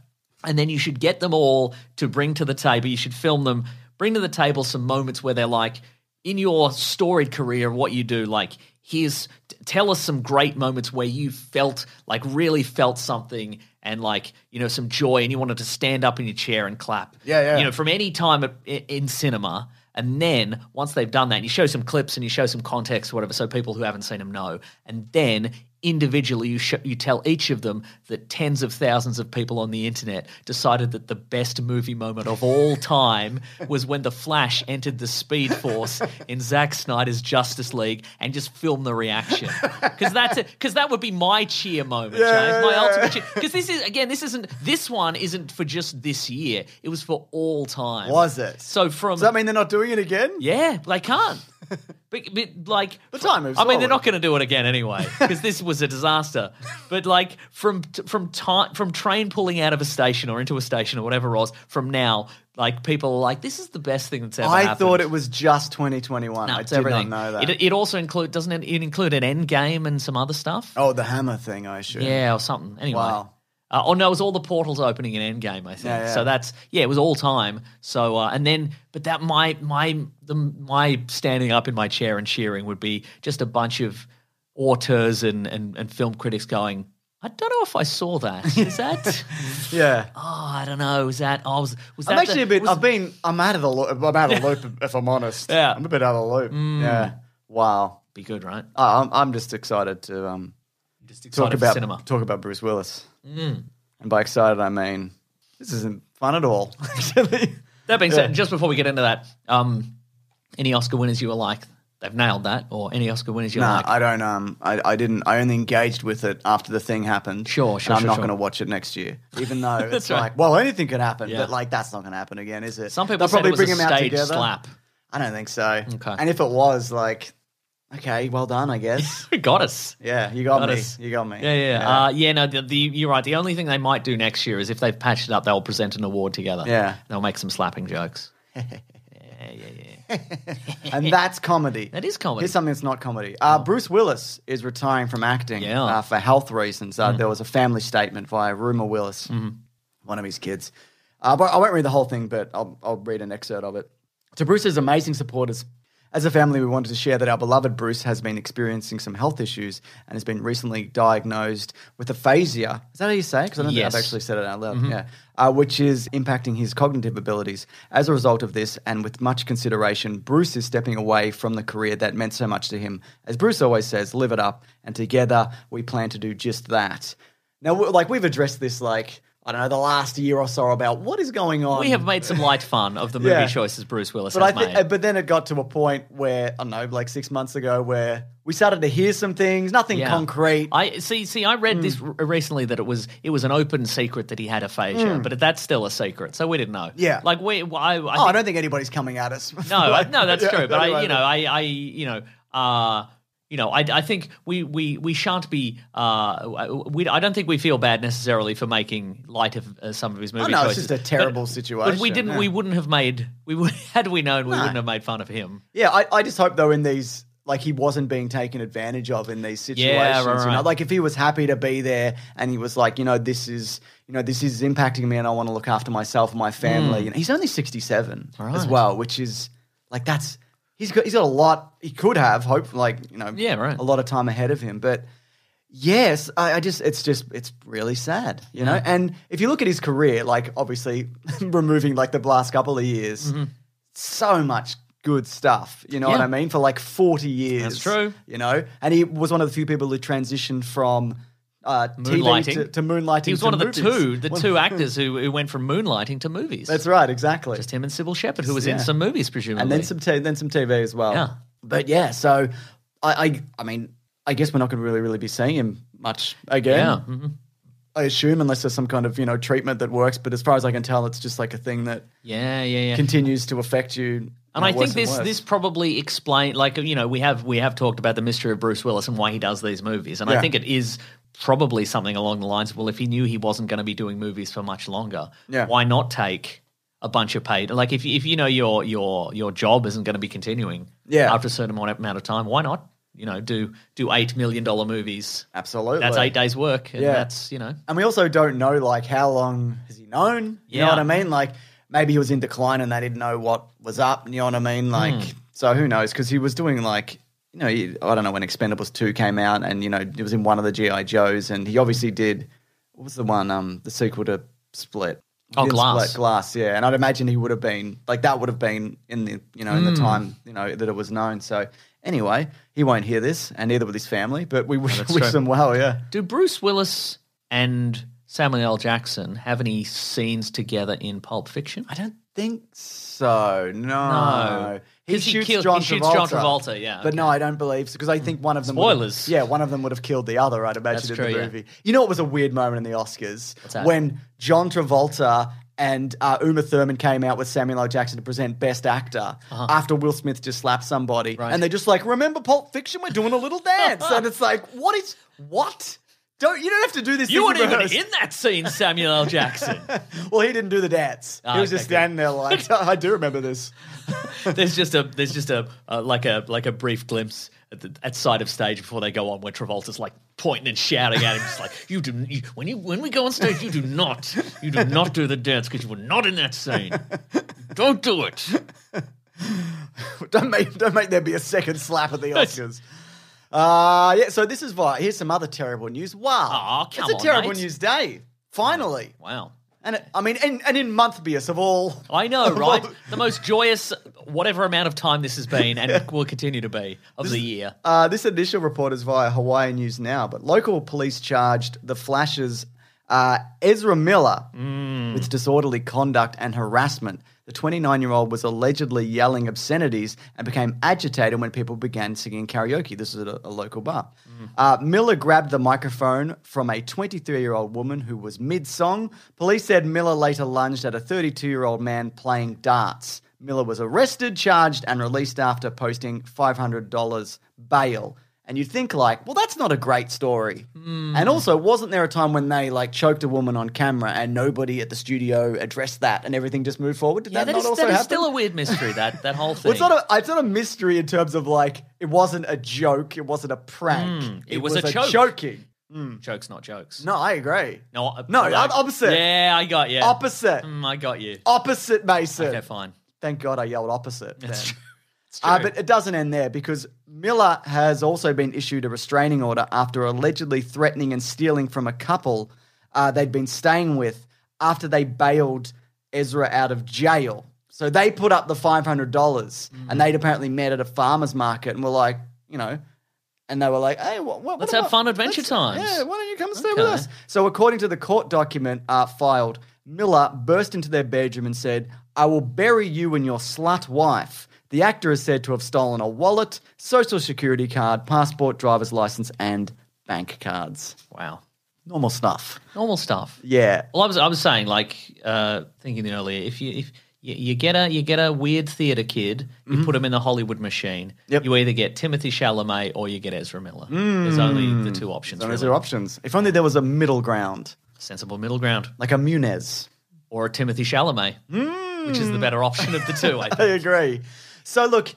Speaker 4: And then you should get them all to bring to the table. You should film them, bring to the table some moments where they're like, in your storied career, what you do, like, here's t- tell us some great moments where you felt like really felt something and like you know some joy and you wanted to stand up in your chair and clap
Speaker 3: Yeah, yeah.
Speaker 4: you know from any time at, i- in cinema. And then once they've done that, and you show some clips and you show some context, whatever, so people who haven't seen them know. And then individually, you show, you tell each of them that tens of thousands of people on the internet decided that the best movie moment of all time was when the Flash entered the Speed Force in Zack Snyder's Justice League, and just film the reaction because that's because that would be my cheer moment, James, my ultimate cheer. Because this is again, this isn't this one isn't for just this year; it was for all time.
Speaker 3: Was it?
Speaker 4: So from
Speaker 3: Does that mean they're not doing it again?
Speaker 4: yeah, they can't. but, but like
Speaker 3: The time moves
Speaker 4: I mean,
Speaker 3: forward.
Speaker 4: they're not going to do it again anyway because this was a disaster. But like from from time from train pulling out of a station or into a station or whatever it was from now, like people are like, this is the best thing that's ever.
Speaker 3: I
Speaker 4: happened.
Speaker 3: thought it was just 2021.
Speaker 4: No,
Speaker 3: I
Speaker 4: it's
Speaker 3: did
Speaker 4: everything.
Speaker 3: not know that.
Speaker 4: It, it also include doesn't it, it include an end game and some other stuff?
Speaker 3: oh, the hammer thing, I assume.
Speaker 4: Yeah, or something. Anyway.
Speaker 3: Wow.
Speaker 4: Uh, oh no, it was all the portals opening in Endgame, I think.
Speaker 3: Yeah, yeah.
Speaker 4: So that's yeah, it was all time. So uh, and then, but that my my the, my standing up in my chair and cheering would be just a bunch of auteurs and and, and film critics going, I don't know if I saw that. Is that?
Speaker 3: Yeah.
Speaker 4: oh, I don't know. Was that? Oh, was was that?
Speaker 3: I'm actually
Speaker 4: the-
Speaker 3: a bit.
Speaker 4: was-
Speaker 3: I've been. I'm out of the loop. I'm out of the loop. If I'm honest.
Speaker 4: Yeah. Mm.
Speaker 3: I'm a bit out of the loop. Yeah. Wow.
Speaker 4: be good, right?
Speaker 3: I, Uh, I'm. I'm just excited to um
Speaker 4: Just
Speaker 3: talk
Speaker 4: excited for
Speaker 3: about
Speaker 4: cinema. Mm.
Speaker 3: talk about Bruce Willis. And by excited, I mean this isn't fun at all. Actually.
Speaker 4: That being said, just before we get into that, um, any Oscar winners you were like, they've nailed that, or any Oscar winners you were
Speaker 3: No,
Speaker 4: like,
Speaker 3: I don't. Um, I, I didn't. I only engaged with it after the thing happened.
Speaker 4: Sure, sure,
Speaker 3: And I'm
Speaker 4: sure,
Speaker 3: not
Speaker 4: sure.
Speaker 3: going to watch it next year, even though it's
Speaker 4: right.
Speaker 3: like, well, anything could happen,
Speaker 4: Yeah.
Speaker 3: but like that's not going to happen again, is it?
Speaker 4: some people
Speaker 3: They'll
Speaker 4: said
Speaker 3: probably
Speaker 4: it was
Speaker 3: bring
Speaker 4: a
Speaker 3: him out
Speaker 4: stage
Speaker 3: together.
Speaker 4: slap.
Speaker 3: I don't think so.
Speaker 4: Okay.
Speaker 3: And if it was, like, Okay, well done, I guess.
Speaker 4: Got us.
Speaker 3: yeah, you got,
Speaker 4: Got
Speaker 3: me.
Speaker 4: us.
Speaker 3: You got me.
Speaker 4: Yeah, yeah, yeah. Uh, yeah no, the, the, you're right. The only thing they might do next year is if they've patched it up, they'll present an award together.
Speaker 3: Yeah.
Speaker 4: They'll make some slapping jokes. yeah, yeah, yeah.
Speaker 3: and that's comedy.
Speaker 4: That is comedy. Oh.
Speaker 3: Here's something that's not comedy. Uh, Bruce Willis is retiring from acting
Speaker 4: Yeah. Mm-hmm.
Speaker 3: uh, for health reasons. Uh, There was a family statement via Rumor Willis, one of his kids. Uh, but I won't read the whole thing, but I'll, I'll read an excerpt of it. To Bruce's amazing supporters, as a family, we wanted to share that our beloved Bruce has been experiencing some health issues and has been recently diagnosed with aphasia. Is that how you say? Because I don't think
Speaker 4: Yes.
Speaker 3: I've actually said it out loud.
Speaker 4: Mm-hmm.
Speaker 3: Yeah, uh, which is impacting his cognitive abilities. As a result of this, and with much consideration, Bruce is stepping away from the career that meant so much to him. As Bruce always says, "Live it up," and together we plan to do just that. Now, we- like we've addressed this, like I don't know, the last year or so about what is going on.
Speaker 4: We have made some light fun of the movie
Speaker 3: Um, Yeah.
Speaker 4: choices Bruce Willis
Speaker 3: But I
Speaker 4: has
Speaker 3: think,
Speaker 4: made.
Speaker 3: but then it got to a point where I don't know, like six months ago, where we started to hear some things, nothing
Speaker 4: Yeah.
Speaker 3: concrete.
Speaker 4: I see. See, I read this
Speaker 3: Hmm.
Speaker 4: r- recently that it was it was an open secret that he had aphasia, but that's still a secret, so we didn't know.
Speaker 3: Hmm. Yeah.
Speaker 4: like we. I, I
Speaker 3: oh, I
Speaker 4: think-
Speaker 3: don't think anybody's coming at us.
Speaker 4: No,
Speaker 3: Like,
Speaker 4: I- no, that's
Speaker 3: yeah,
Speaker 4: true. But I,
Speaker 3: anyway,
Speaker 4: you know, I, I, you know, uh, you know, I, I think we, we, we shan't be. Uh, we, I don't think we feel bad necessarily for making light of uh, some of his movie
Speaker 3: Oh, no, it's
Speaker 4: choices.
Speaker 3: just a terrible
Speaker 4: but,
Speaker 3: situation,
Speaker 4: But we didn't.
Speaker 3: yeah.
Speaker 4: We wouldn't have made. We would, had we known, we wouldn't have made fun of him.
Speaker 3: Yeah, I, I just hope though in these like he wasn't being taken advantage of in these situations.
Speaker 4: Yeah, right,
Speaker 3: You know,
Speaker 4: right.
Speaker 3: like if he was happy to be there and he was like, you know, this is you know, this is impacting me and I want to look after myself and my family. And he's only sixty seven as
Speaker 4: Hmm. Right.
Speaker 3: well, which is like that's he's got he's got a lot he could have, hope like, you know,
Speaker 4: Yeah, right.
Speaker 3: a lot of time ahead of him. But Yes, I, I just it's just it's really sad, you
Speaker 4: Mm-hmm.
Speaker 3: know. And if you look at his career, like obviously removing like the last couple of years, so much good stuff. You know what
Speaker 4: Mm-hmm. Yeah.
Speaker 3: I mean? For like forty years,
Speaker 4: That's true.
Speaker 3: You know, and he was one of the few people who transitioned from uh, TV
Speaker 4: Moonlighting.
Speaker 3: to, to moonlighting.
Speaker 4: He was
Speaker 3: to
Speaker 4: one of the
Speaker 3: movies.
Speaker 4: two, the two actors who, who went from moonlighting to movies.
Speaker 3: That's right, exactly.
Speaker 4: Just him and Sybil Shepherd, who was
Speaker 3: Yeah.
Speaker 4: in some movies, presumably.
Speaker 3: and then some t- then some TV as well.
Speaker 4: Yeah.
Speaker 3: But yeah, so I I, I mean I guess we're not going to really really be seeing him much again.
Speaker 4: yeah. mhm.
Speaker 3: I assume, unless there's some kind of you know treatment that works. But as far as I can tell, it's just like a thing that
Speaker 4: yeah, yeah, yeah.
Speaker 3: continues to affect you. you
Speaker 4: And
Speaker 3: know,
Speaker 4: I
Speaker 3: worse
Speaker 4: think this
Speaker 3: worse.
Speaker 4: this probably explain like you know we have we have talked about the mystery of Bruce Willis and why he does these movies, and
Speaker 3: Yeah.
Speaker 4: I think it is probably something along the lines of well, if he knew he wasn't going to be doing movies for much longer,
Speaker 3: Yeah.
Speaker 4: why not take a bunch of paid like if if you know your your your job isn't going to be continuing
Speaker 3: Yeah.
Speaker 4: after a certain amount amount of time, why not you know do do eight million dollar movies?
Speaker 3: absolutely
Speaker 4: That's eight days work, and
Speaker 3: Yeah.
Speaker 4: that's you know
Speaker 3: And we also don't know like how long has he known. You know
Speaker 4: Yeah.
Speaker 3: what I mean? Like maybe he was in decline and they didn't know what was up. You know what I mean? Like
Speaker 4: Hmm.
Speaker 3: so who knows? Because he was doing like. You know, he, I don't know when Expendables two came out, and you know it was in one of the GI Joes, and he obviously did. What was the one? Um, the sequel to Split.
Speaker 4: Oh,
Speaker 3: Didn't
Speaker 4: Glass.
Speaker 3: Split, glass, yeah. And I'd imagine he would have been like that would have been in the you know in
Speaker 4: Hmm.
Speaker 3: the time you know that it was known. So anyway, he won't hear this, and neither will his family. But we wish,
Speaker 4: Oh, that's
Speaker 3: wish
Speaker 4: true.
Speaker 3: them well. Yeah,
Speaker 4: Do Bruce Willis and Samuel L. Jackson have any scenes together in Pulp Fiction?
Speaker 3: I don't think so. No,
Speaker 4: No. 'Cause he killed- he shoots John Travolta, yeah,
Speaker 3: but no, I don't believe so because I think one of them would have-
Speaker 4: Spoilers.
Speaker 3: yeah, one of them would have killed the other. I'd imagine
Speaker 4: That's
Speaker 3: in
Speaker 4: true,
Speaker 3: the
Speaker 4: yeah.
Speaker 3: movie. You know, it was a weird moment in the Oscars
Speaker 4: that?
Speaker 3: when John Travolta. And uh, Uma Thurman came out with Samuel L. Jackson to present Best Actor after Will Smith just slapped somebody,
Speaker 4: Uh-huh. Right.
Speaker 3: and they're just like, "Remember Pulp Fiction? We're doing a little dance." and it's like, "What is what? Don't you don't have to do this?"
Speaker 4: You
Speaker 3: thing
Speaker 4: weren't even
Speaker 3: rehearsed."
Speaker 4: in that scene, Samuel L. Jackson.
Speaker 3: Well, he didn't do the dance.
Speaker 4: Ah,
Speaker 3: he was
Speaker 4: okay,
Speaker 3: just
Speaker 4: good.
Speaker 3: standing there like, I do remember this.
Speaker 4: there's just a there's just a uh, like a like a brief glimpse at, the, at side of stage before they go on, where Travolta's like pointing and shouting at him, just like you do you, when you when we go on stage, you do not you do not do the dance because you were not in that scene. Don't do it.
Speaker 3: don't make don't make there be a second slap at the Oscars. Uh, yeah, so this is why. Here's some other terrible news. Wow.
Speaker 4: Aw, Oh, come
Speaker 3: it's a
Speaker 4: on,
Speaker 3: terrible
Speaker 4: mate.
Speaker 3: news day. Finally.
Speaker 4: Wow.
Speaker 3: And it, I mean, and, and in month beers of all.
Speaker 4: I know, right? The most joyous, whatever amount of time this has been and will continue to be of the year.
Speaker 3: Uh, this initial report is via Hawaii News Now, but local police charged the Flash's uh, Ezra Miller
Speaker 4: Mm.
Speaker 3: with disorderly conduct and harassment. The 29 year old was allegedly yelling obscenities and became agitated when people began singing karaoke. This was at a, a local bar. Uh, Miller grabbed the microphone from a 23 year old woman who was mid song. Police said Miller later lunged at a 32 year old man playing darts. Miller was arrested, charged, and released after posting $500 bail. And you think like, well, that's not a great story.
Speaker 4: Hmm.
Speaker 3: And also, wasn't there a time when they like choked a woman on camera and nobody at the studio addressed that and everything just moved forward? Did
Speaker 4: Yeah,
Speaker 3: that,
Speaker 4: that
Speaker 3: not
Speaker 4: is,
Speaker 3: also
Speaker 4: that is
Speaker 3: happen?
Speaker 4: still a weird mystery. That that whole thing.
Speaker 3: Well, it's not a it's not a mystery in terms of like it wasn't a joke, it wasn't a prank.
Speaker 4: it was a joke.
Speaker 3: joking.
Speaker 4: jokes, not jokes.
Speaker 3: No, I agree.
Speaker 4: no, I-
Speaker 3: no,
Speaker 4: like-
Speaker 3: I'm opposite.
Speaker 4: Yeah, I got you.
Speaker 3: Opposite.
Speaker 4: Mm, I got you.
Speaker 3: Opposite Mason.
Speaker 4: Okay, fine.
Speaker 3: Thank God I yelled opposite.
Speaker 4: That's
Speaker 3: then.
Speaker 4: true.
Speaker 3: Uh, but it doesn't end there because Miller has also been issued a restraining order after allegedly threatening and stealing from a couple uh, they'd been staying with after they bailed Ezra out of jail. So they put up the $500 dollars
Speaker 4: Mm.
Speaker 3: and they'd apparently met at a farmer's market and were like, you know, and they were like, hey, what, what,
Speaker 4: Let's
Speaker 3: what
Speaker 4: have
Speaker 3: about-
Speaker 4: fun adventure times.
Speaker 3: Yeah, why don't you come and stay
Speaker 4: Okay.
Speaker 3: with us? So, according to the court document uh, filed, Miller burst into their bedroom and said, I will bury you and your slut wife. The actor is said to have stolen a wallet, social security card, passport, driver's license, and bank cards.
Speaker 4: Wow.
Speaker 3: Normal stuff.
Speaker 4: Normal stuff.
Speaker 3: Yeah.
Speaker 4: Well, I was I was saying like uh, thinking earlier, if you if you, you get a you get a weird theater kid, you put him in the Hollywood machine.
Speaker 3: Mm-hmm. Yep.
Speaker 4: You either get Timothy Chalamet or you get Ezra Miller. There's only
Speaker 3: Mm.
Speaker 4: the two options.
Speaker 3: Those
Speaker 4: really.
Speaker 3: are options. If only there was a middle ground,
Speaker 4: Sensible middle ground
Speaker 3: like a Munez.
Speaker 4: or a Timothy Chalamet, which
Speaker 3: Mm.
Speaker 4: is the better option of the two. I
Speaker 3: I
Speaker 4: think.
Speaker 3: agree. So look,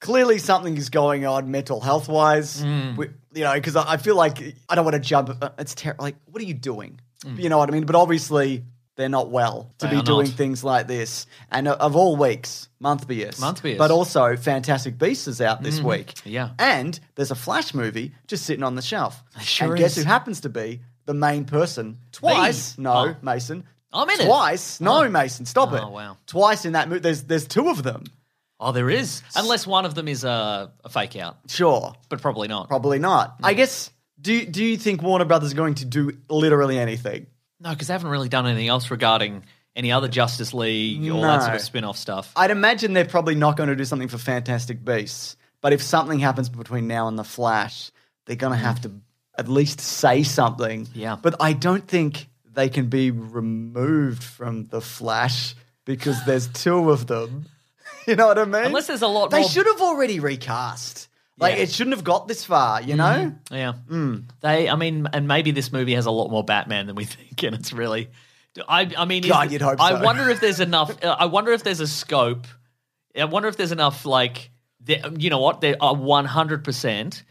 Speaker 3: clearly something is going on mental health wise.
Speaker 4: Mm.
Speaker 3: We- You know, because I I feel like I don't want to jump. uh, It's ter- like, what are you doing? You know what I mean? But obviously, they're not well to
Speaker 4: Mm. They
Speaker 3: be
Speaker 4: are
Speaker 3: doing
Speaker 4: not.
Speaker 3: things like this. And uh, of all weeks, Month Beast.
Speaker 4: Month Beast.
Speaker 3: But also, Fantastic Beasts is out this week.
Speaker 4: Yeah.
Speaker 3: And there's a Flash movie just sitting on the shelf.
Speaker 4: sure
Speaker 3: and guess
Speaker 4: is.
Speaker 3: who happens to be the main person? Twice. No,
Speaker 4: Oh.
Speaker 3: Mason.
Speaker 4: I'm in it.
Speaker 3: Twice. No, Mason. Stop it.
Speaker 4: Oh, wow.
Speaker 3: Twice in that movie. There's, there's two of them.
Speaker 4: Oh, there is. Unless one of them is a, a fake out,
Speaker 3: Sure,
Speaker 4: but probably not.
Speaker 3: probably not.
Speaker 4: Mm.
Speaker 3: I guess. Do do you think Warner Brothers is going to do literally anything?
Speaker 4: No, because they haven't really done anything else regarding any other Justice League or that sort
Speaker 3: No.
Speaker 4: of spin off stuff.
Speaker 3: I'd imagine they're probably not going to do something for Fantastic Beasts. But if something happens between now and the Flash, they're going to have to at least say something.
Speaker 4: Mm. Yeah.
Speaker 3: But I don't think they can be removed from the Flash because there's two of them. You know what I mean?
Speaker 4: Unless there's a lot
Speaker 3: they
Speaker 4: more-
Speaker 3: should have already recast. Like
Speaker 4: Yeah. Mm-hmm.
Speaker 3: it shouldn't have got this far. You know.
Speaker 4: Yeah.
Speaker 3: Hmm.
Speaker 4: They, I mean, and maybe this movie has a lot more Batman than we think, and it's really. I, I mean, is
Speaker 3: God,
Speaker 4: the-
Speaker 3: you'd hope
Speaker 4: I
Speaker 3: so.
Speaker 4: wonder if there's enough. uh, I wonder if there's a scope. I wonder if there's enough. Like, there, you know what? There are one hundred percent.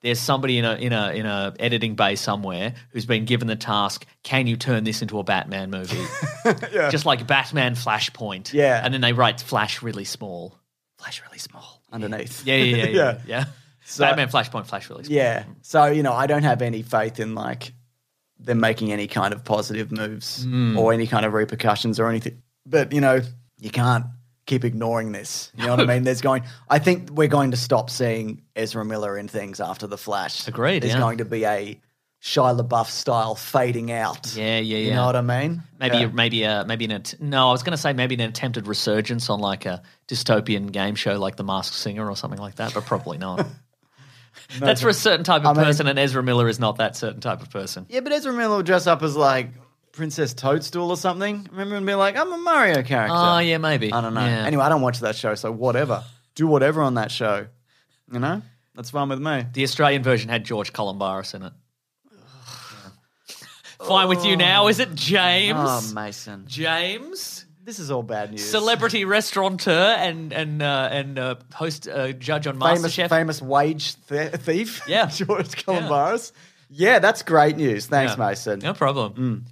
Speaker 4: There's somebody in a in a in a editing bay somewhere who's been given the task. Can you turn this into a Batman movie? Just like Batman Flashpoint.
Speaker 3: Yeah.
Speaker 4: And then they write Flash really small. Flash really small.
Speaker 3: Underneath.
Speaker 4: Yeah, yeah, yeah, yeah.
Speaker 3: Yeah.
Speaker 4: yeah. Batman Flashpoint Flash really small.
Speaker 3: Yeah. So, you know, I don't have any faith in like them making any kind of positive moves
Speaker 4: Mm.
Speaker 3: or any kind of repercussions or anything. But, you know, you can't keep ignoring this. You know what I mean? There's going I think we're going to stop seeing Ezra Miller in things after the Flash.
Speaker 4: Agreed,
Speaker 3: There's
Speaker 4: yeah.
Speaker 3: going to be a Shia LaBeouf style fading out.
Speaker 4: Yeah,
Speaker 3: You
Speaker 4: yeah, yeah.
Speaker 3: know what I mean?
Speaker 4: Maybe,
Speaker 3: Yeah.
Speaker 4: maybe, uh, maybe an att- no. I was going to say maybe an attempted resurgence on like a dystopian game show, like The Masked Singer or something like that, but probably not. That's for a certain type of
Speaker 3: I mean-
Speaker 4: person, and Ezra Miller is not that certain type of person.
Speaker 3: Yeah, but Ezra Miller will dress up as like Princess Toadstool or something. Remember and be like, I'm a Mario character.
Speaker 4: Oh yeah, maybe.
Speaker 3: I don't know.
Speaker 4: Yeah.
Speaker 3: Anyway, I don't watch that show, so whatever. Do whatever on that show. You know? That's fine with me.
Speaker 4: the Australian version had George Columbaris in it. Yeah. Fine with you now, is it, James?
Speaker 3: Oh, Mason.
Speaker 4: James,
Speaker 3: This is all bad news.
Speaker 4: celebrity restaurateur and and uh, and uh, host uh, judge on
Speaker 3: famous,
Speaker 4: MasterChef.
Speaker 3: famous wage th- thief.
Speaker 4: Yeah.
Speaker 3: George Columbaris. Yeah. that's great news. Thanks,
Speaker 4: Yeah.
Speaker 3: Mason.
Speaker 4: No problem.
Speaker 3: Mm.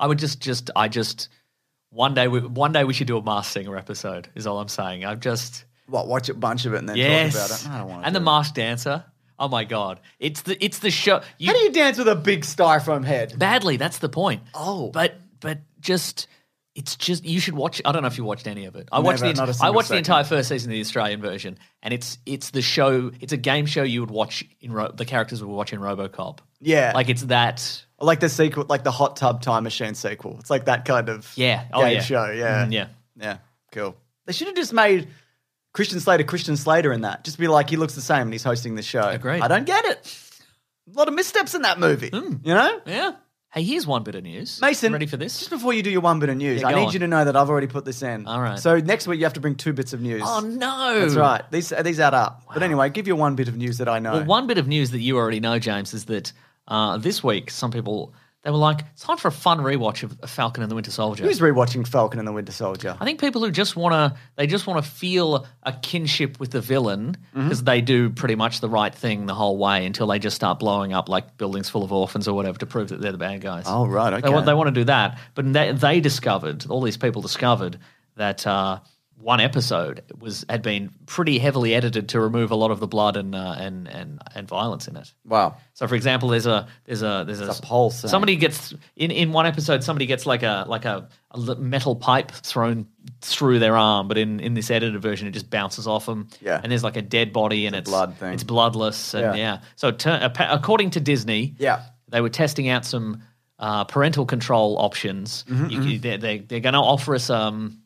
Speaker 4: I would just, just, I just, one day, we, one day we should do a Masked Singer episode. Is all I'm saying. I've just,
Speaker 3: What, watch a bunch of it and then
Speaker 4: yes,
Speaker 3: talk about it? I don't want to.
Speaker 4: and the Masked Dancer. Oh my god, it's the, it's the show. You,
Speaker 3: How do you dance with a big styrofoam head?
Speaker 4: badly? That's the point.
Speaker 3: Oh.
Speaker 4: but, but just. It's just you should watch. I don't know if you watched any of it. I watched
Speaker 3: Never,
Speaker 4: the
Speaker 3: not a
Speaker 4: I
Speaker 3: single
Speaker 4: watched the
Speaker 3: second.
Speaker 4: entire first season of the Australian version, and it's it's the show. It's a game show you would watch in Ro- the characters would watch in RoboCop.
Speaker 3: Yeah.
Speaker 4: like it's that
Speaker 3: Like the sequel, like the Hot Tub Time Machine sequel. It's like that kind of
Speaker 4: Yeah.
Speaker 3: game
Speaker 4: Oh, yeah.
Speaker 3: show. Yeah.
Speaker 4: Mm, yeah.
Speaker 3: Yeah. Cool. They should have just made Christian Slater Christian Slater in that. Just be like, he looks the same and he's hosting the show.
Speaker 4: Agreed.
Speaker 3: I don't get it. A lot of missteps in that movie. You know?
Speaker 4: Yeah. Hey, here's one bit of news.
Speaker 3: Mason,
Speaker 4: ready for this?
Speaker 3: Just before you do your one bit of news,
Speaker 4: Yeah,
Speaker 3: I
Speaker 4: go
Speaker 3: need
Speaker 4: on.
Speaker 3: you to know that I've already put this in.
Speaker 4: All right.
Speaker 3: So next week you have to bring two bits of news.
Speaker 4: Oh no!
Speaker 3: That's right. These these add up. But anyway, give you one bit of news that I know.
Speaker 4: Well, one bit of news that you already know, James, is that uh, this week some people they were like, "It's time for a fun rewatch of Falcon and the Winter Soldier."
Speaker 3: Who's rewatching Falcon and the Winter Soldier?
Speaker 4: I think people who just want to they just want to feel a kinship with the villain
Speaker 3: Mm-hmm.
Speaker 4: because they do pretty much the right thing the whole way until they just start blowing up like buildings full of orphans or whatever to prove that they're the bad guys.
Speaker 3: Oh, right, okay.
Speaker 4: They want they want to do that, but they, they discovered all these people discovered that uh, one episode was had been pretty heavily edited to remove a lot of the blood and uh, and and and violence in it.
Speaker 3: Wow.
Speaker 4: So, for example, there's a there's a there's a,
Speaker 3: a pole thing.
Speaker 4: Somebody gets in in one episode. Somebody gets like a like a, a l- metal pipe thrown through their arm, but in in this edited version, it just bounces off them.
Speaker 3: Yeah.
Speaker 4: and there's like a dead body, and it's
Speaker 3: blood thing.
Speaker 4: It's bloodless, and yeah.
Speaker 3: Yeah.
Speaker 4: So, turn, appa- according to Disney,
Speaker 3: Yeah.
Speaker 4: they were testing out some uh, parental control options.
Speaker 3: Mm-hmm,
Speaker 4: You- you- they're they, they're going to offer us um,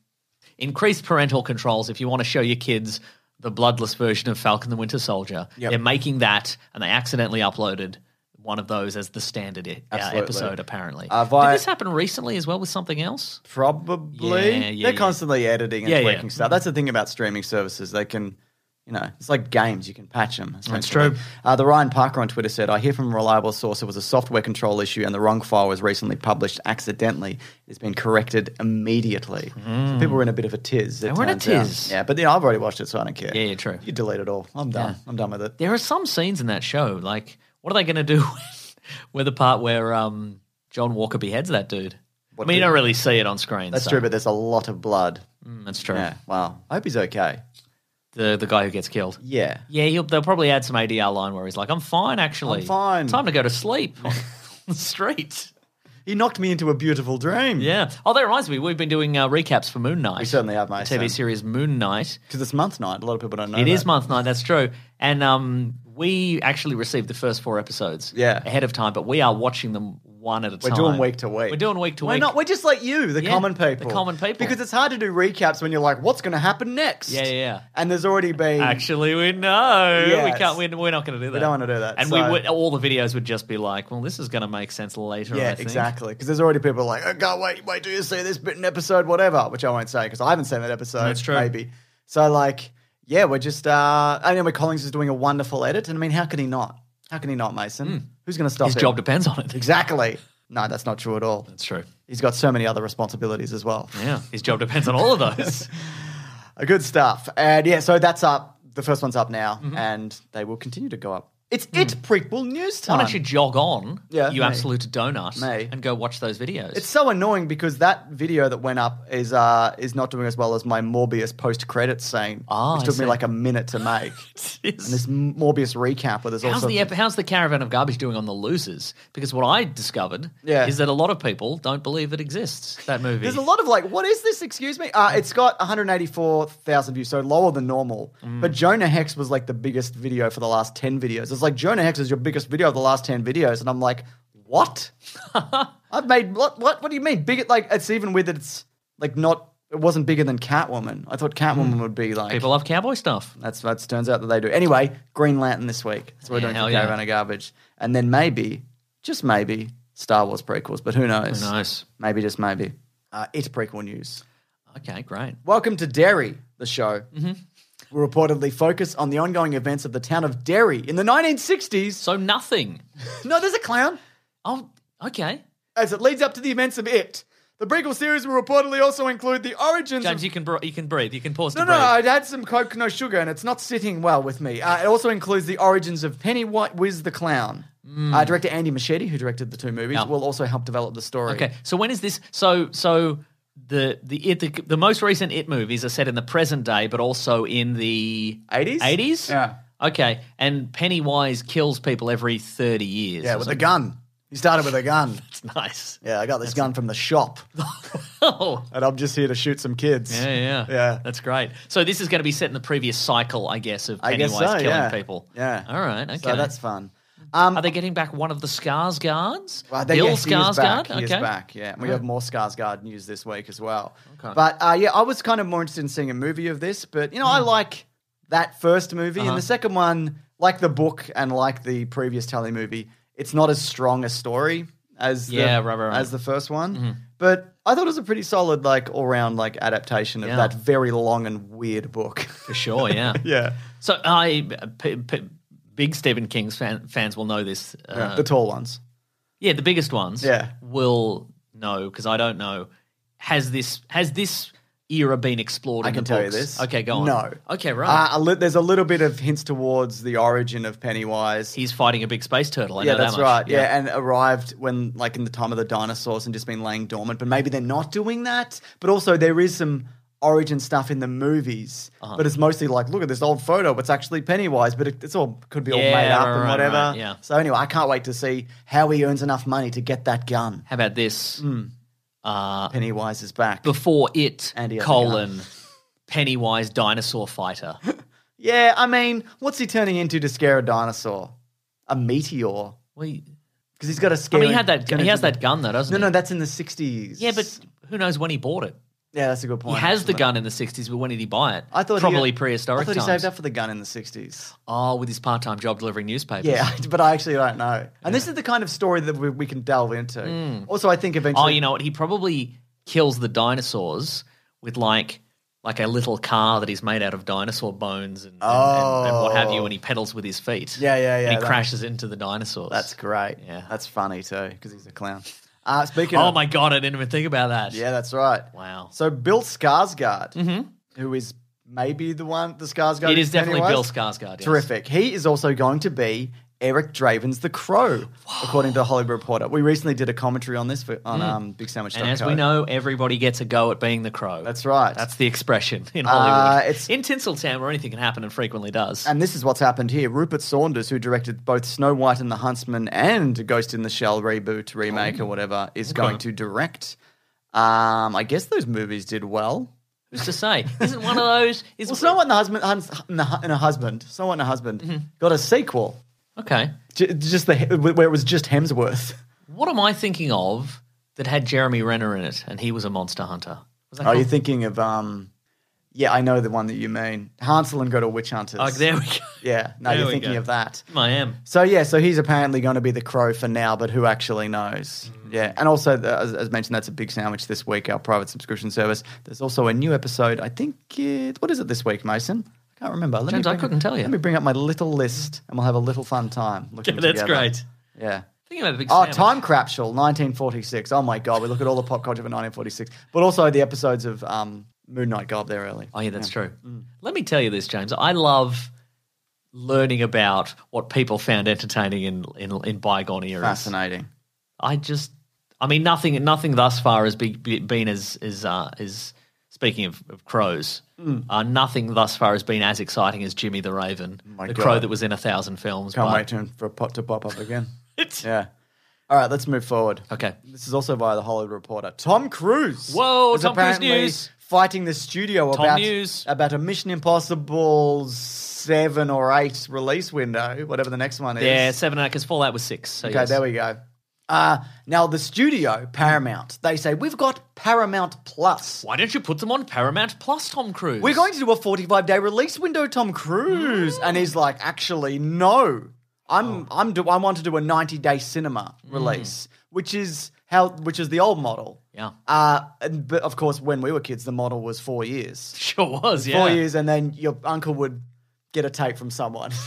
Speaker 4: increased parental controls if you want to show your kids the bloodless version of Falcon the Winter Soldier.
Speaker 3: Yep.
Speaker 4: They're making that, and they accidentally uploaded one of those as the standard e- uh,
Speaker 3: Absolutely.
Speaker 4: episode, apparently.
Speaker 3: Uh, via-
Speaker 4: Did this happen recently as well with something else?
Speaker 3: Probably.
Speaker 4: Yeah, yeah,
Speaker 3: They're
Speaker 4: yeah.
Speaker 3: constantly editing and
Speaker 4: Yeah,
Speaker 3: tweaking
Speaker 4: yeah.
Speaker 3: stuff. That's the thing about streaming services. They can, you know, it's like games. You can patch them. That's
Speaker 4: true.
Speaker 3: Uh, the Ryan Parker on Twitter said, I hear from a reliable source it was a software control issue and the wrong file was recently published accidentally. It's been corrected immediately. So people were in a bit of a tiz. They
Speaker 4: Hmm. were in a tiz.
Speaker 3: Yeah, but you know, I've already watched it, so I don't care.
Speaker 4: Yeah, yeah, true.
Speaker 3: You delete it all. I'm done. I'm done with it.
Speaker 4: There are some scenes in that show, like, what are they going to do with the part where um, John Walker beheads that dude? I mean, you don't really see it on screen.
Speaker 3: That's
Speaker 4: so-
Speaker 3: true, but there's a lot of blood.
Speaker 4: Mm, that's true.
Speaker 3: Yeah, wow. I hope he's okay.
Speaker 4: The, the guy who gets killed.
Speaker 3: Yeah.
Speaker 4: Yeah, he'll, they'll probably add some ADR line where he's like, "I'm fine, actually.
Speaker 3: I'm fine."
Speaker 4: Time to go to sleep on the street."
Speaker 3: He knocked me into a beautiful dream.
Speaker 4: Yeah. Oh, that reminds me. We've been doing uh, recaps for Moon Knight.
Speaker 3: We certainly have, mate.
Speaker 4: The TV series Moon Knight.
Speaker 3: Because it's month night. A lot of people don't know.
Speaker 4: It is
Speaker 3: that.
Speaker 4: month night. That's true. And um, we actually received the first four episodes.
Speaker 3: Yeah.
Speaker 4: Ahead of time, but we are watching them one at a
Speaker 3: We're
Speaker 4: time.
Speaker 3: doing week to week.
Speaker 4: We're doing week to
Speaker 3: We're
Speaker 4: week.
Speaker 3: not. We're just like you, the
Speaker 4: Yeah,
Speaker 3: common
Speaker 4: the
Speaker 3: people.
Speaker 4: common people.
Speaker 3: Because it's hard to do recaps when you're like, what's going to happen next?
Speaker 4: Yeah, yeah, yeah.
Speaker 3: And there's already been.
Speaker 4: Actually, we know we
Speaker 3: Yes.
Speaker 4: can't. We're, we're not going to do that.
Speaker 3: don't wanna do that,
Speaker 4: And
Speaker 3: so-
Speaker 4: we would, all the videos would just be like, "Well, this is going to make sense later." I
Speaker 3: Yeah,
Speaker 4: think.
Speaker 3: exactly. Because there's already people like, I can't wait. Wait, do you see this bit in episode whatever? Which I won't say because I haven't seen that episode.
Speaker 4: That's true.
Speaker 3: Maybe. So like, yeah, we're just. uh Anyway, Collins is doing a wonderful edit, and I mean, how can he not? How can he not, Mason? Who's going to stop
Speaker 4: Hmm. His
Speaker 3: him?
Speaker 4: job depends on it.
Speaker 3: Exactly. No, that's not true at all.
Speaker 4: That's true.
Speaker 3: He's got so many other responsibilities as well.
Speaker 4: Yeah, his job depends on all of those.
Speaker 3: Uh, Good stuff. And yeah, so that's up. The first one's up now,
Speaker 4: Mm-hmm.
Speaker 3: and they will continue to go up. It's it prequel news
Speaker 4: Hmm. Why
Speaker 3: time.
Speaker 4: don't you jog on,
Speaker 3: Yeah,
Speaker 4: you
Speaker 3: may.
Speaker 4: absolute donut,
Speaker 3: May.
Speaker 4: and go watch those videos?
Speaker 3: It's so annoying because that video that went up is uh is not doing as well as my Morbius post credits scene,
Speaker 4: Ah,
Speaker 3: which
Speaker 4: I
Speaker 3: took me
Speaker 4: see.
Speaker 3: like a minute to make.
Speaker 4: It's-
Speaker 3: and this Morbius recap where there's
Speaker 4: how's
Speaker 3: also
Speaker 4: the ep- how's the caravan of garbage doing on the losers? Because what I discovered
Speaker 3: Yeah.
Speaker 4: is that a lot of people don't believe it exists. That movie.
Speaker 3: There's a lot of like, what is this? Excuse me. Uh, it's got 184,000 views, so lower than normal.
Speaker 4: Mm.
Speaker 3: But Jonah Hex was like the biggest video for the last 10 videos. It's like Jonah Hex is your biggest video of the last 10 videos, and I'm like, what? I've made what? What? What do you mean? Big? Like it's even with it's like not. It wasn't bigger than Catwoman. I thought Catwoman would be like.
Speaker 4: Mm. people love cowboy stuff.
Speaker 3: That's that turns out that they do. Anyway, Green Lantern this week. That's what we're
Speaker 4: Yeah,
Speaker 3: doing
Speaker 4: hell
Speaker 3: for
Speaker 4: yeah.
Speaker 3: Caravan of Garbage, and then maybe, just maybe, Star Wars prequels. But who knows?
Speaker 4: Nice.
Speaker 3: Maybe just maybe. Uh, it prequel news.
Speaker 4: Okay, great.
Speaker 3: Welcome to Derry, the show.
Speaker 4: Mm-hmm.
Speaker 3: Will reportedly focus on the ongoing events of the town of Derry in the 1960s.
Speaker 4: So nothing.
Speaker 3: No, there's a clown.
Speaker 4: Oh, okay.
Speaker 3: As it leads up to the events of it. The prequel series will reportedly also include the origins of
Speaker 4: James, you can br- you can breathe. You can pause
Speaker 3: No,
Speaker 4: to
Speaker 3: no,
Speaker 4: breathe.
Speaker 3: I'd had some Coke, no sugar, and it's not sitting well with me. Uh, it also includes the origins of Pennywise Wiz the Clown. Uh, director Andy Machete, who directed the two movies,
Speaker 4: Mm. Yeah.
Speaker 3: will also help develop the story.
Speaker 4: Okay. So when is this? So so the the it the, the most recent it movies are set in the present day, but also in the
Speaker 3: 80s?
Speaker 4: Eighties.
Speaker 3: Yeah.
Speaker 4: Okay. And Pennywise kills people every thirty years.
Speaker 3: Yeah,
Speaker 4: or
Speaker 3: with a
Speaker 4: something.
Speaker 3: gun. He started with a gun.
Speaker 4: Nice.
Speaker 3: Yeah, I got this gun from the shop,
Speaker 4: Oh.
Speaker 3: and I'm just here to shoot some kids.
Speaker 4: Yeah, yeah,
Speaker 3: Yeah.
Speaker 4: That's great. So this is going to be set in the previous cycle, I guess, of
Speaker 3: I
Speaker 4: Pennywise
Speaker 3: guess so,
Speaker 4: killing
Speaker 3: yeah.
Speaker 4: people.
Speaker 3: Yeah.
Speaker 4: All right. Okay.
Speaker 3: So that's fun. Um,
Speaker 4: Are they getting back one of the Scars guards?
Speaker 3: Well, I think,
Speaker 4: Bill
Speaker 3: yes, he is back.
Speaker 4: Skarsgård?
Speaker 3: He is
Speaker 4: okay.
Speaker 3: back. Yeah, we have more Skarsgård news this week as well.
Speaker 4: Okay.
Speaker 3: But uh, yeah, I was kind of more interested in seeing a movie of this. But you know, I
Speaker 4: Hmm.
Speaker 3: like that first movie
Speaker 4: Uh-huh.
Speaker 3: and the second one, like the book and like the previous Tully movie. It's not as strong a story. as
Speaker 4: Yeah,
Speaker 3: the,
Speaker 4: right, right, Mm-hmm. right.
Speaker 3: as the first one. But I thought it was a pretty solid like all round like adaptation of
Speaker 4: Yeah.
Speaker 3: that very long and weird book.
Speaker 4: for sure. Yeah.
Speaker 3: yeah.
Speaker 4: So I, p- p- big Stephen King's fan, fans will know this. Uh,
Speaker 3: Yeah, the tall ones.
Speaker 4: Yeah, the biggest ones.
Speaker 3: Yeah.
Speaker 4: will know because I don't know. Has this has this era been explored?
Speaker 3: I
Speaker 4: in
Speaker 3: can
Speaker 4: the
Speaker 3: tell you
Speaker 4: books?
Speaker 3: this.
Speaker 4: Okay, go on.
Speaker 3: No.
Speaker 4: Okay, right.
Speaker 3: Uh, a li- there's a little bit of hints towards the origin of Pennywise.
Speaker 4: He's fighting a big space turtle. I
Speaker 3: yeah,
Speaker 4: know that
Speaker 3: that's
Speaker 4: much.
Speaker 3: right. Yeah. and arrived when like in the time of the dinosaurs and just been laying dormant. But maybe they're not doing that. But also there is some origin stuff in the movies.
Speaker 4: Uh-huh.
Speaker 3: But it's mostly like, look at this old photo. It's actually Pennywise, but it, it's all could be all
Speaker 4: Yeah,
Speaker 3: made up
Speaker 4: right,
Speaker 3: and
Speaker 4: right,
Speaker 3: whatever.
Speaker 4: right, yeah.
Speaker 3: So anyway, I can't wait to see how he earns enough money to get that gun.
Speaker 4: How about this?
Speaker 3: Mm.
Speaker 4: Uh,
Speaker 3: Pennywise is back.
Speaker 4: before it,
Speaker 3: And he has a
Speaker 4: colon, Pennywise dinosaur fighter.
Speaker 3: yeah, I mean, what's he turning into to scare a dinosaur? A meteor.
Speaker 4: well, he,
Speaker 3: Because he's got a
Speaker 4: I
Speaker 3: scare.
Speaker 4: mean, he had that.
Speaker 3: turn
Speaker 4: He has
Speaker 3: into-
Speaker 4: that gun though, doesn't
Speaker 3: No,
Speaker 4: he?
Speaker 3: no, that's in the '60s.
Speaker 4: yeah, but who knows when he bought it?
Speaker 3: yeah, that's a good
Speaker 4: He
Speaker 3: point.
Speaker 4: has the
Speaker 3: actually.
Speaker 4: gun in the '60s, but when did he buy it?
Speaker 3: I thought he-
Speaker 4: probably prehistoric
Speaker 3: I thought
Speaker 4: times.
Speaker 3: he saved up for the gun in the '60s.
Speaker 4: Oh, with his part-time job delivering newspapers.
Speaker 3: Yeah, but I actually don't know. And this is the kind of story that we, we can delve into. Also, I think eventually.
Speaker 4: Oh, you know what? He probably kills the dinosaurs with like like a little car that he's made out of dinosaur bones and, and- and, and, what have you,
Speaker 3: Oh.
Speaker 4: and he pedals with his feet.
Speaker 3: Yeah, yeah, yeah,
Speaker 4: And he
Speaker 3: that-
Speaker 4: crashes into the dinosaurs.
Speaker 3: that's great.
Speaker 4: Yeah.
Speaker 3: that's funny too because he's a clown. Uh, speaking.
Speaker 4: oh
Speaker 3: of,
Speaker 4: my god, I didn't even think about that.
Speaker 3: Yeah, that's right.
Speaker 4: Wow. Mm-hmm.
Speaker 3: So Bill Skarsgård, who is maybe the one the Skarsgård.
Speaker 4: It
Speaker 3: who's
Speaker 4: is definitely Bill
Speaker 3: Pennywise.
Speaker 4: Skarsgård. yes.
Speaker 3: Terrific. He is also going to be Eric Draven's The Crow, according to the Hollywood Reporter. We recently did a commentary on this for, on um, Big Sandwich.
Speaker 4: Hmm. And as we know, everybody gets a go at being the crow.
Speaker 3: that's right. Uh,
Speaker 4: That's the expression in Hollywood.
Speaker 3: it's-
Speaker 4: in Tinseltown, where anything can happen and frequently does.
Speaker 3: and this is what's happened here. Rupert Saunders, who directed both Snow White and the Huntsman and Ghost in the Shell reboot, remake, or whatever, is going to direct. Um, I guess those movies did well.
Speaker 4: Who's to say? Isn't one of those? Is
Speaker 3: Well, Snow White and the Husband, Huns- and the Hu- and a Husband, Snow White and a Husband
Speaker 4: Mm-hmm.
Speaker 3: got a sequel.
Speaker 4: okay.
Speaker 3: J- just the where it was just Hemsworth.
Speaker 4: What am I thinking of that had Jeremy Renner in it and he was a monster hunter? Was that
Speaker 3: Are Oh, you
Speaker 4: called-
Speaker 3: thinking of um? Yeah, I know the one that you mean. Hansel and Go to Witch Hunters.
Speaker 4: Oh, there we go.
Speaker 3: yeah, no,
Speaker 4: there
Speaker 3: you're
Speaker 4: we
Speaker 3: thinking
Speaker 4: go.
Speaker 3: of that.
Speaker 4: I am.
Speaker 3: So yeah, so he's apparently going to be the crow for now, but who actually knows?
Speaker 4: Mm.
Speaker 3: Yeah, and also the- as, as mentioned, that's a big sandwich this week. Our private subscription service. There's also a new episode. I think it. What is it this week, Mason? I can't remember. Let
Speaker 4: James, I
Speaker 3: bring
Speaker 4: couldn't tell you.
Speaker 3: Let me bring up my little list, and we'll have a little fun time. Looking
Speaker 4: That's
Speaker 3: together.
Speaker 4: great.
Speaker 3: Yeah.
Speaker 4: Thinking about a big
Speaker 3: Oh,
Speaker 4: sandwich.
Speaker 3: Time Capsule, 1946. Oh my God, we look at all the pop culture for 1946, but also the episodes of um, Moon Knight go up there early.
Speaker 4: Oh, yeah, that's true.
Speaker 3: Mm.
Speaker 4: Let me tell you this, James. I love learning about what people found entertaining in, in, in bygone eras.
Speaker 3: Fascinating.
Speaker 4: I just, I mean, nothing, nothing thus far has be, be- been as as uh, as speaking of, of crows,
Speaker 3: Mm.
Speaker 4: uh, nothing thus far has been as exciting as Jimmy the Raven,
Speaker 3: my
Speaker 4: the
Speaker 3: God.
Speaker 4: crow that was in a thousand films.
Speaker 3: Can't
Speaker 4: but-
Speaker 3: wait to, for a pot to pop up again. yeah. All right, let's move forward.
Speaker 4: Okay.
Speaker 3: This is also via the Hollywood Reporter. Tom Cruise.
Speaker 4: Whoa,
Speaker 3: is
Speaker 4: Tom Cruise
Speaker 3: apparently
Speaker 4: news.
Speaker 3: Fighting the studio about
Speaker 4: news.
Speaker 3: about a Mission Impossible seven or eight release window, whatever the next one is.
Speaker 4: Yeah, seven and eight, because Fallout was six. So
Speaker 3: Okay,
Speaker 4: yes.
Speaker 3: there we go. Uh, now the studio Paramount. They say we've got Paramount Plus.
Speaker 4: Why don't you put them on Paramount Plus, Tom Cruise?
Speaker 3: We're going to do a 45 day release window, Tom Cruise. And he's like, actually, no.
Speaker 4: Oh.
Speaker 3: I'm I'm do I want to do a 90 day cinema
Speaker 4: Mm.
Speaker 3: release, which is how which is the old model.
Speaker 4: Yeah.
Speaker 3: Uh, and, but of course, when we were kids, the model was four years.
Speaker 4: Sure was, yeah.
Speaker 3: Four years, and then your uncle would get a tape from someone.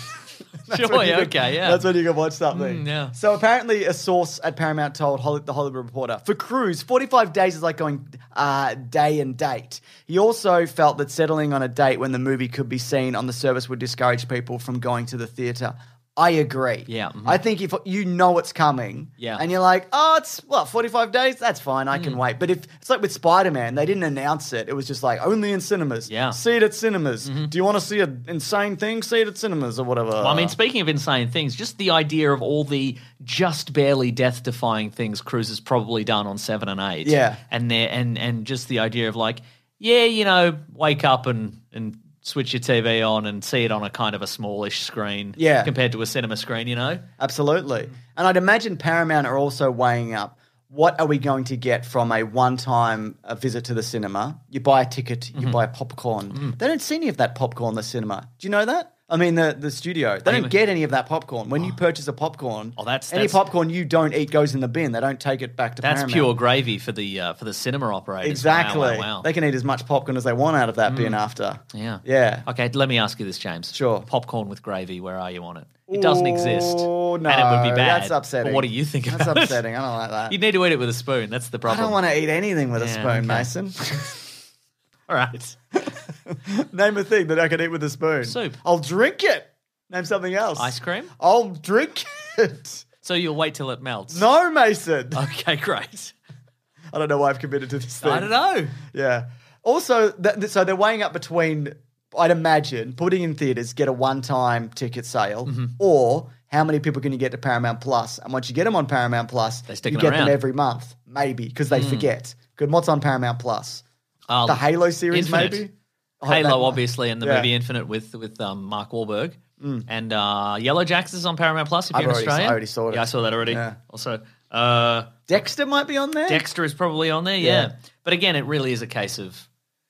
Speaker 3: That's
Speaker 4: Sure,
Speaker 3: when you
Speaker 4: yeah,
Speaker 3: could-
Speaker 4: okay, yeah.
Speaker 3: That's when you could watch something.
Speaker 4: Mm, yeah.
Speaker 3: So apparently, a source at Paramount told Holly, the Hollywood Reporter for Cruise, 45 days is like going uh, day and date. He also felt that settling on a date when the movie could be seen on the service would discourage people from going to the theater. I agree.
Speaker 4: Yeah, mhm.
Speaker 3: I think if you know it's coming,
Speaker 4: Yeah. Mm.
Speaker 3: and you're like, oh, it's what 45 days. That's fine. I can wait. But if it's like with Spider Man, they didn't announce it. It was just like only in cinemas.
Speaker 4: Yeah. Mm-hmm.
Speaker 3: See it at cinemas. Do you want to see an insane thing? See it at cinemas or whatever.
Speaker 4: Well, I mean, speaking of insane things, just the idea of all the just barely death defying things Cruise has probably done on seven and eight.
Speaker 3: Yeah.
Speaker 4: And there and and just the idea of like, yeah, you know, wake up and and switch your TV on and see it on a kind of a smallish screen.
Speaker 3: Yeah.
Speaker 4: Compared to a cinema screen, you know? Mm.
Speaker 3: Absolutely. And I'd imagine Paramount are also weighing up what are we going to get from a one-time uh visit to the
Speaker 4: Mm-hmm. Mm.
Speaker 3: cinema? You buy a ticket, you buy popcorn. They don't see any of that popcorn in the cinema. Do you know that? I mean the the studio. They
Speaker 4: mean-
Speaker 3: don't get any of that popcorn. When you purchase a popcorn,
Speaker 4: Oh, that's-
Speaker 3: any
Speaker 4: that's-
Speaker 3: popcorn you don't eat goes in the bin. They don't take it back to
Speaker 4: That's
Speaker 3: Paramount.
Speaker 4: pure gravy for the uh, for the cinema operators. Wow,
Speaker 3: Exactly.
Speaker 4: Wow, wow. Mm.
Speaker 3: They can eat as much popcorn as they want out of that bin after.
Speaker 4: yeah.
Speaker 3: Yeah.
Speaker 4: Okay, let me ask you this, James.
Speaker 3: Sure.
Speaker 4: Popcorn with gravy. Where are you on it? It doesn't exist.
Speaker 3: Oh, no,
Speaker 4: and it would be bad.
Speaker 3: That's upsetting.
Speaker 4: But what do you think about
Speaker 3: That's
Speaker 4: it?
Speaker 3: upsetting. I don't like that.
Speaker 4: You need to eat it with a spoon. That's the
Speaker 3: I
Speaker 4: problem.
Speaker 3: don't want to eat anything with a
Speaker 4: Yeah,
Speaker 3: spoon,
Speaker 4: okay.
Speaker 3: Mason.
Speaker 4: All right.
Speaker 3: Name a thing that I can eat with a spoon.
Speaker 4: Soup.
Speaker 3: I'll drink it. Name something else.
Speaker 4: Ice cream.
Speaker 3: I'll drink it.
Speaker 4: So you'll wait till it melts.
Speaker 3: No, Mason.
Speaker 4: Okay, great.
Speaker 3: I don't know why I've committed to this thing.
Speaker 4: Uh, I don't know.
Speaker 3: Yeah. Also, th- th- so they're weighing up between, I'd imagine, putting in theaters, get a one time ticket sale,
Speaker 4: Mm-hmm.
Speaker 3: or how many people can you get to Paramount Plus? And once you get them on Paramount Plus, you
Speaker 4: stick
Speaker 3: get
Speaker 4: 'em around. Hmm.
Speaker 3: them every month, maybe, because they forget. Good, what's on Paramount Plus?
Speaker 4: Uh,
Speaker 3: The Halo series,
Speaker 4: Infinite.
Speaker 3: maybe? Oh,
Speaker 4: Halo,
Speaker 3: that-
Speaker 4: obviously, and the
Speaker 3: Yeah. Mm.
Speaker 4: movie Infinite with with um, Mark Wahlberg. And uh, Yellow Jacks is on Paramount Plus if
Speaker 3: I've
Speaker 4: you're in
Speaker 3: already-
Speaker 4: Australia.
Speaker 3: I already saw it.
Speaker 4: Yeah, I saw that already.
Speaker 3: Yeah.
Speaker 4: Also, uh,
Speaker 3: Dexter might be on there?
Speaker 4: Dexter is probably on there. Yeah. But again, it really is a case of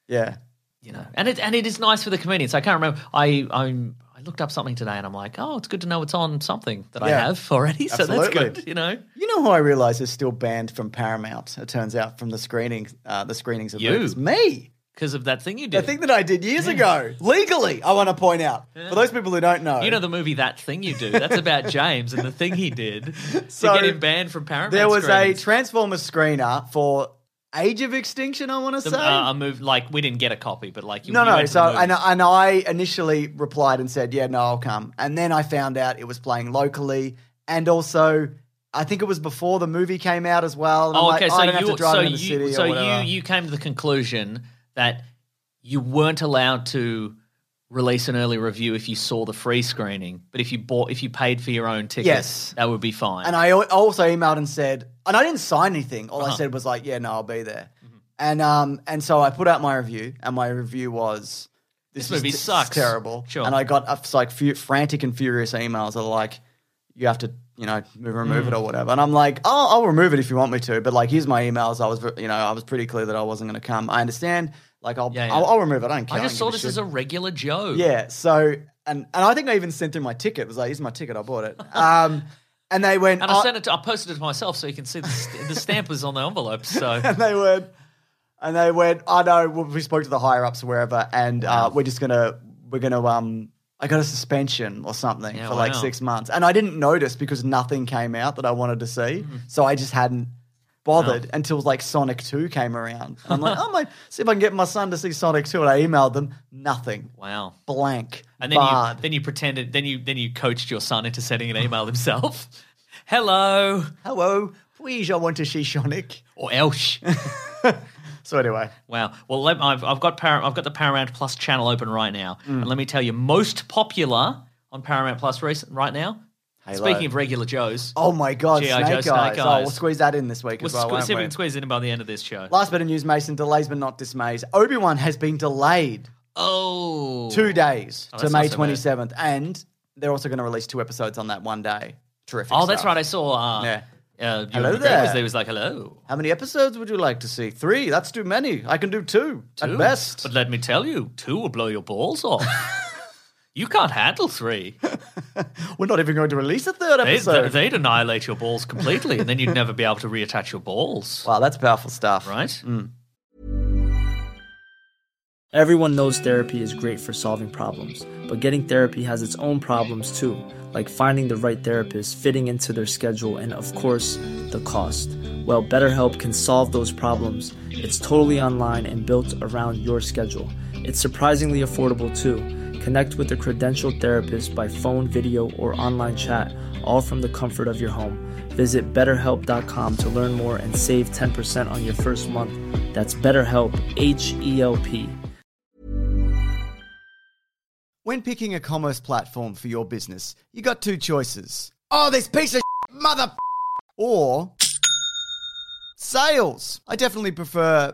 Speaker 3: yeah.
Speaker 4: you know, and it and it is nice for the comedians. I can't remember. I I'm. I looked up something today, and I'm like, oh, it's good to know it's on something that I
Speaker 3: Yeah.
Speaker 4: have already. So
Speaker 3: Absolutely.
Speaker 4: that's good, you know.
Speaker 3: You know who I realise is still banned from Paramount, it turns out, from the screenings, uh, the screenings of
Speaker 4: You.
Speaker 3: movies? Me.
Speaker 4: Because of that thing you
Speaker 3: The
Speaker 4: did.
Speaker 3: thing that I did years ago, legally, I want to point out. For those people who don't know,
Speaker 4: you know the movie That Thing You Do. That's about James and the thing he did
Speaker 3: So,
Speaker 4: to get him banned from Paramount.
Speaker 3: there was
Speaker 4: screenings.
Speaker 3: a Transformers screener for Age of Extinction, I want to
Speaker 4: The-
Speaker 3: say.
Speaker 4: uh, a move like we didn't get a copy, but like you,
Speaker 3: no,
Speaker 4: you
Speaker 3: no.
Speaker 4: went to
Speaker 3: So,
Speaker 4: the movies.
Speaker 3: and, and I initially replied and said, yeah, no, I'll come. And then I found out it was playing locally. And also, I think it was before the movie came out as well. And I'm
Speaker 4: Oh,
Speaker 3: like,
Speaker 4: okay.
Speaker 3: I
Speaker 4: So
Speaker 3: don't have to
Speaker 4: you,
Speaker 3: drive
Speaker 4: so
Speaker 3: into the city
Speaker 4: you,
Speaker 3: or
Speaker 4: so
Speaker 3: whatever.
Speaker 4: you, you came to the conclusion that you weren't allowed to release an early review if you saw the free screening, but if you bought, if you paid for your own ticket,
Speaker 3: Yes.
Speaker 4: that would be fine.
Speaker 3: And I al- also emailed and said, and I didn't sign anything. All
Speaker 4: Uh-huh.
Speaker 3: I said was like, yeah, no, I'll be there.
Speaker 4: Mm-hmm.
Speaker 3: And um, and so I put out my review, and my review was, this,
Speaker 4: movie
Speaker 3: is t-
Speaker 4: sucks."
Speaker 3: terrible.
Speaker 4: Sure.
Speaker 3: And I got uh, like fu- frantic and furious emails that are like, you have to, you know, move, remove it
Speaker 4: Mm.
Speaker 3: or whatever. And I'm like, oh, I'll remove it if you want me to, but like, here's my emails. I was, ver- you know, I was pretty clear that I wasn't going to come. I understand. Like, I'll,
Speaker 4: Yeah, yeah.
Speaker 3: I'll, I'll remove it. I don't care.
Speaker 4: I just
Speaker 3: don't
Speaker 4: saw
Speaker 3: give
Speaker 4: this as a regular Joe.
Speaker 3: yeah. So and and I think I even sent through my ticket. It was like, here's my ticket. I bought it. Um, and they went.
Speaker 4: And I
Speaker 3: "Oh,"
Speaker 4: sent it. To, I posted it to myself, so you can see the, st- the stamp was on the envelope. So
Speaker 3: and they went. And they went. I know. we- We spoke to the higher ups, wherever, and uh, we're just gonna we're gonna um. I got a suspension or something
Speaker 4: Yeah,
Speaker 3: for like
Speaker 4: wow.
Speaker 3: six months, and I didn't notice because nothing came out that I wanted to see,
Speaker 4: Mm-hmm.
Speaker 3: so I just hadn't bothered until like Sonic Two came around. And I'm like, oh my, see if I can get my son to see Sonic Two, and I emailed them nothing,
Speaker 4: wow.
Speaker 3: blank,
Speaker 4: And then
Speaker 3: barred.
Speaker 4: you, then you pretended. Then you then you coached your son into sending an email himself. Hello
Speaker 3: Hello, please, I want to see Sonic.
Speaker 4: or else.
Speaker 3: So anyway,
Speaker 4: Wow. Well, let, I've, I've got Param- I've got the Paramount Plus channel open right now,
Speaker 3: Mm.
Speaker 4: and let me tell you, most popular on Paramount Plus recent right now. Speaking of regular Joes,
Speaker 3: oh my god,
Speaker 4: G.I.
Speaker 3: Snake,
Speaker 4: Joe, Snake
Speaker 3: Eyes. Oh,
Speaker 4: Eyes.
Speaker 3: we'll squeeze that in this week
Speaker 4: we'll
Speaker 3: as well,
Speaker 4: sque-
Speaker 3: won't
Speaker 4: see if we
Speaker 3: we?
Speaker 4: can squeeze it in by the end of this show.
Speaker 3: Last bit of news, Mason. Delays but not dismays. Obi Wan has been delayed
Speaker 4: oh,
Speaker 3: two days
Speaker 4: Oh,
Speaker 3: to
Speaker 4: that's
Speaker 3: May
Speaker 4: not so bad.
Speaker 3: twenty seventh, and they're also going to release two episodes on that one day. Terrific.
Speaker 4: Oh, that's
Speaker 3: stuff.
Speaker 4: right. I saw. Uh,
Speaker 3: Yeah.
Speaker 4: Uh,
Speaker 3: Hello
Speaker 4: hello
Speaker 3: there.
Speaker 4: there. He was like, hello.
Speaker 3: How many episodes would you like to see? Three. That's too many. I can do two, at
Speaker 4: Two.
Speaker 3: best.
Speaker 4: But let me tell you, two will blow your balls off. you can't handle three.
Speaker 3: We're not even going to release a third
Speaker 4: They,
Speaker 3: episode.
Speaker 4: would annihilate your balls completely, and then you'd never be able to reattach your balls.
Speaker 3: wow, Mm. that's powerful stuff.
Speaker 4: Right?
Speaker 5: Everyone knows therapy is great for solving problems, but getting therapy has its own problems too, like finding the right therapist, fitting into their schedule, and of course, the cost. Well, BetterHelp can solve those problems. It's totally online and built around your schedule. It's surprisingly affordable too. Connect with a credentialed therapist by phone, video, or online chat, all from the comfort of your home. Visit betterhelp.com to learn more and save 10% on your first month. That's BetterHelp, H E L P.
Speaker 3: When picking a commerce platform for your business, you got two choices. Oh, this piece of shit, mother f- or sales. I definitely prefer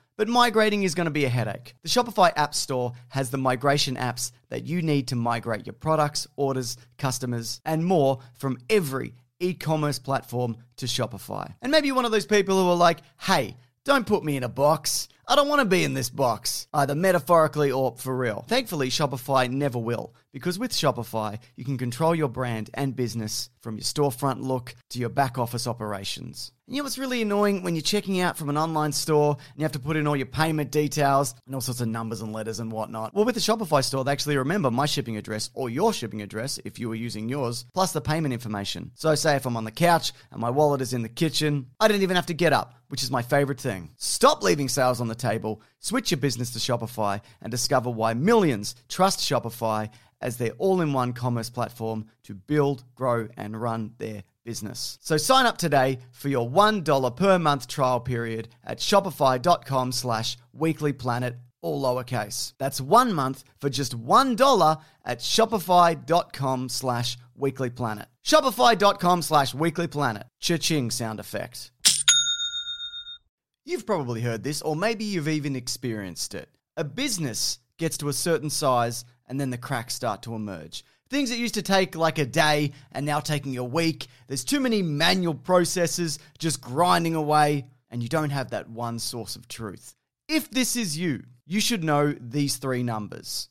Speaker 3: But migrating is going to be a headache. The Shopify App Store has the migration apps that you need to migrate your products, orders, customers, and more from every e commerce platform to Shopify. And maybe you're one of those people who are like, hey, don't put me in a box. I don't want to be in this box, either metaphorically or for real. Thankfully, Shopify never will, because with Shopify, you can control your brand and business from your storefront look to your back office operations. And you know what's really annoying when you're checking out from an online store and you have to put in all your payment details and all sorts of numbers and letters and whatnot? Well, with the Shopify store, they actually remember my shipping address or your shipping address if you were using yours, plus the payment information. So, say if I'm on the couch and my wallet is in the kitchen, I don't even have to get up, which is my favorite thing. Stop leaving sales on the table, switch your business to Shopify, and discover why millions trust Shopify as their all in one commerce platform to build, grow, and run their business. So sign up today for your $1 per month trial period at shopify.com slash weeklyplanet, all lowercase. That's one month for just $1 at shopify.com slash weeklyplanet. Shopify.com slash weeklyplanet. Cha-ching sound effect. You've probably heard this, or maybe you've even experienced it. A business gets to a certain size, and then the cracks start to emerge. Things that used to take like a day and now taking a week. There's too many manual processes just grinding away, and you don't have that one source of truth. If this is you, you should know these three numbers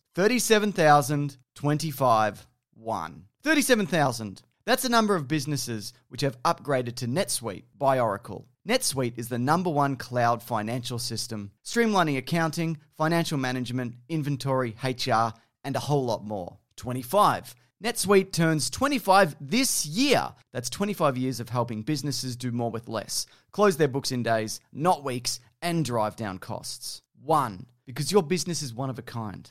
Speaker 3: 37,025, 1. 37,000. That's the number of businesses which have upgraded to NetSuite by Oracle. NetSuite is the number one cloud financial system, streamlining accounting, financial management, inventory, HR, and a whole lot more. 25. NetSuite turns 25 this year. That's 25 years of helping businesses do more with less, close their books in days, not weeks, and drive down costs. 1. Because your business is one of a kind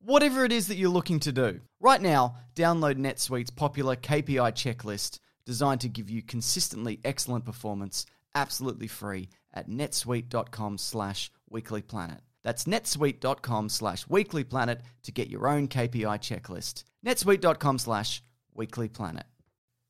Speaker 3: whatever it is that you're looking to do. Right now, download NetSuite's popular KPI checklist designed to give you consistently excellent performance absolutely free at netsuite.com slash weeklyplanet. That's netsuite.com slash weeklyplanet to get your own KPI checklist. netsuite.com slash weeklyplanet.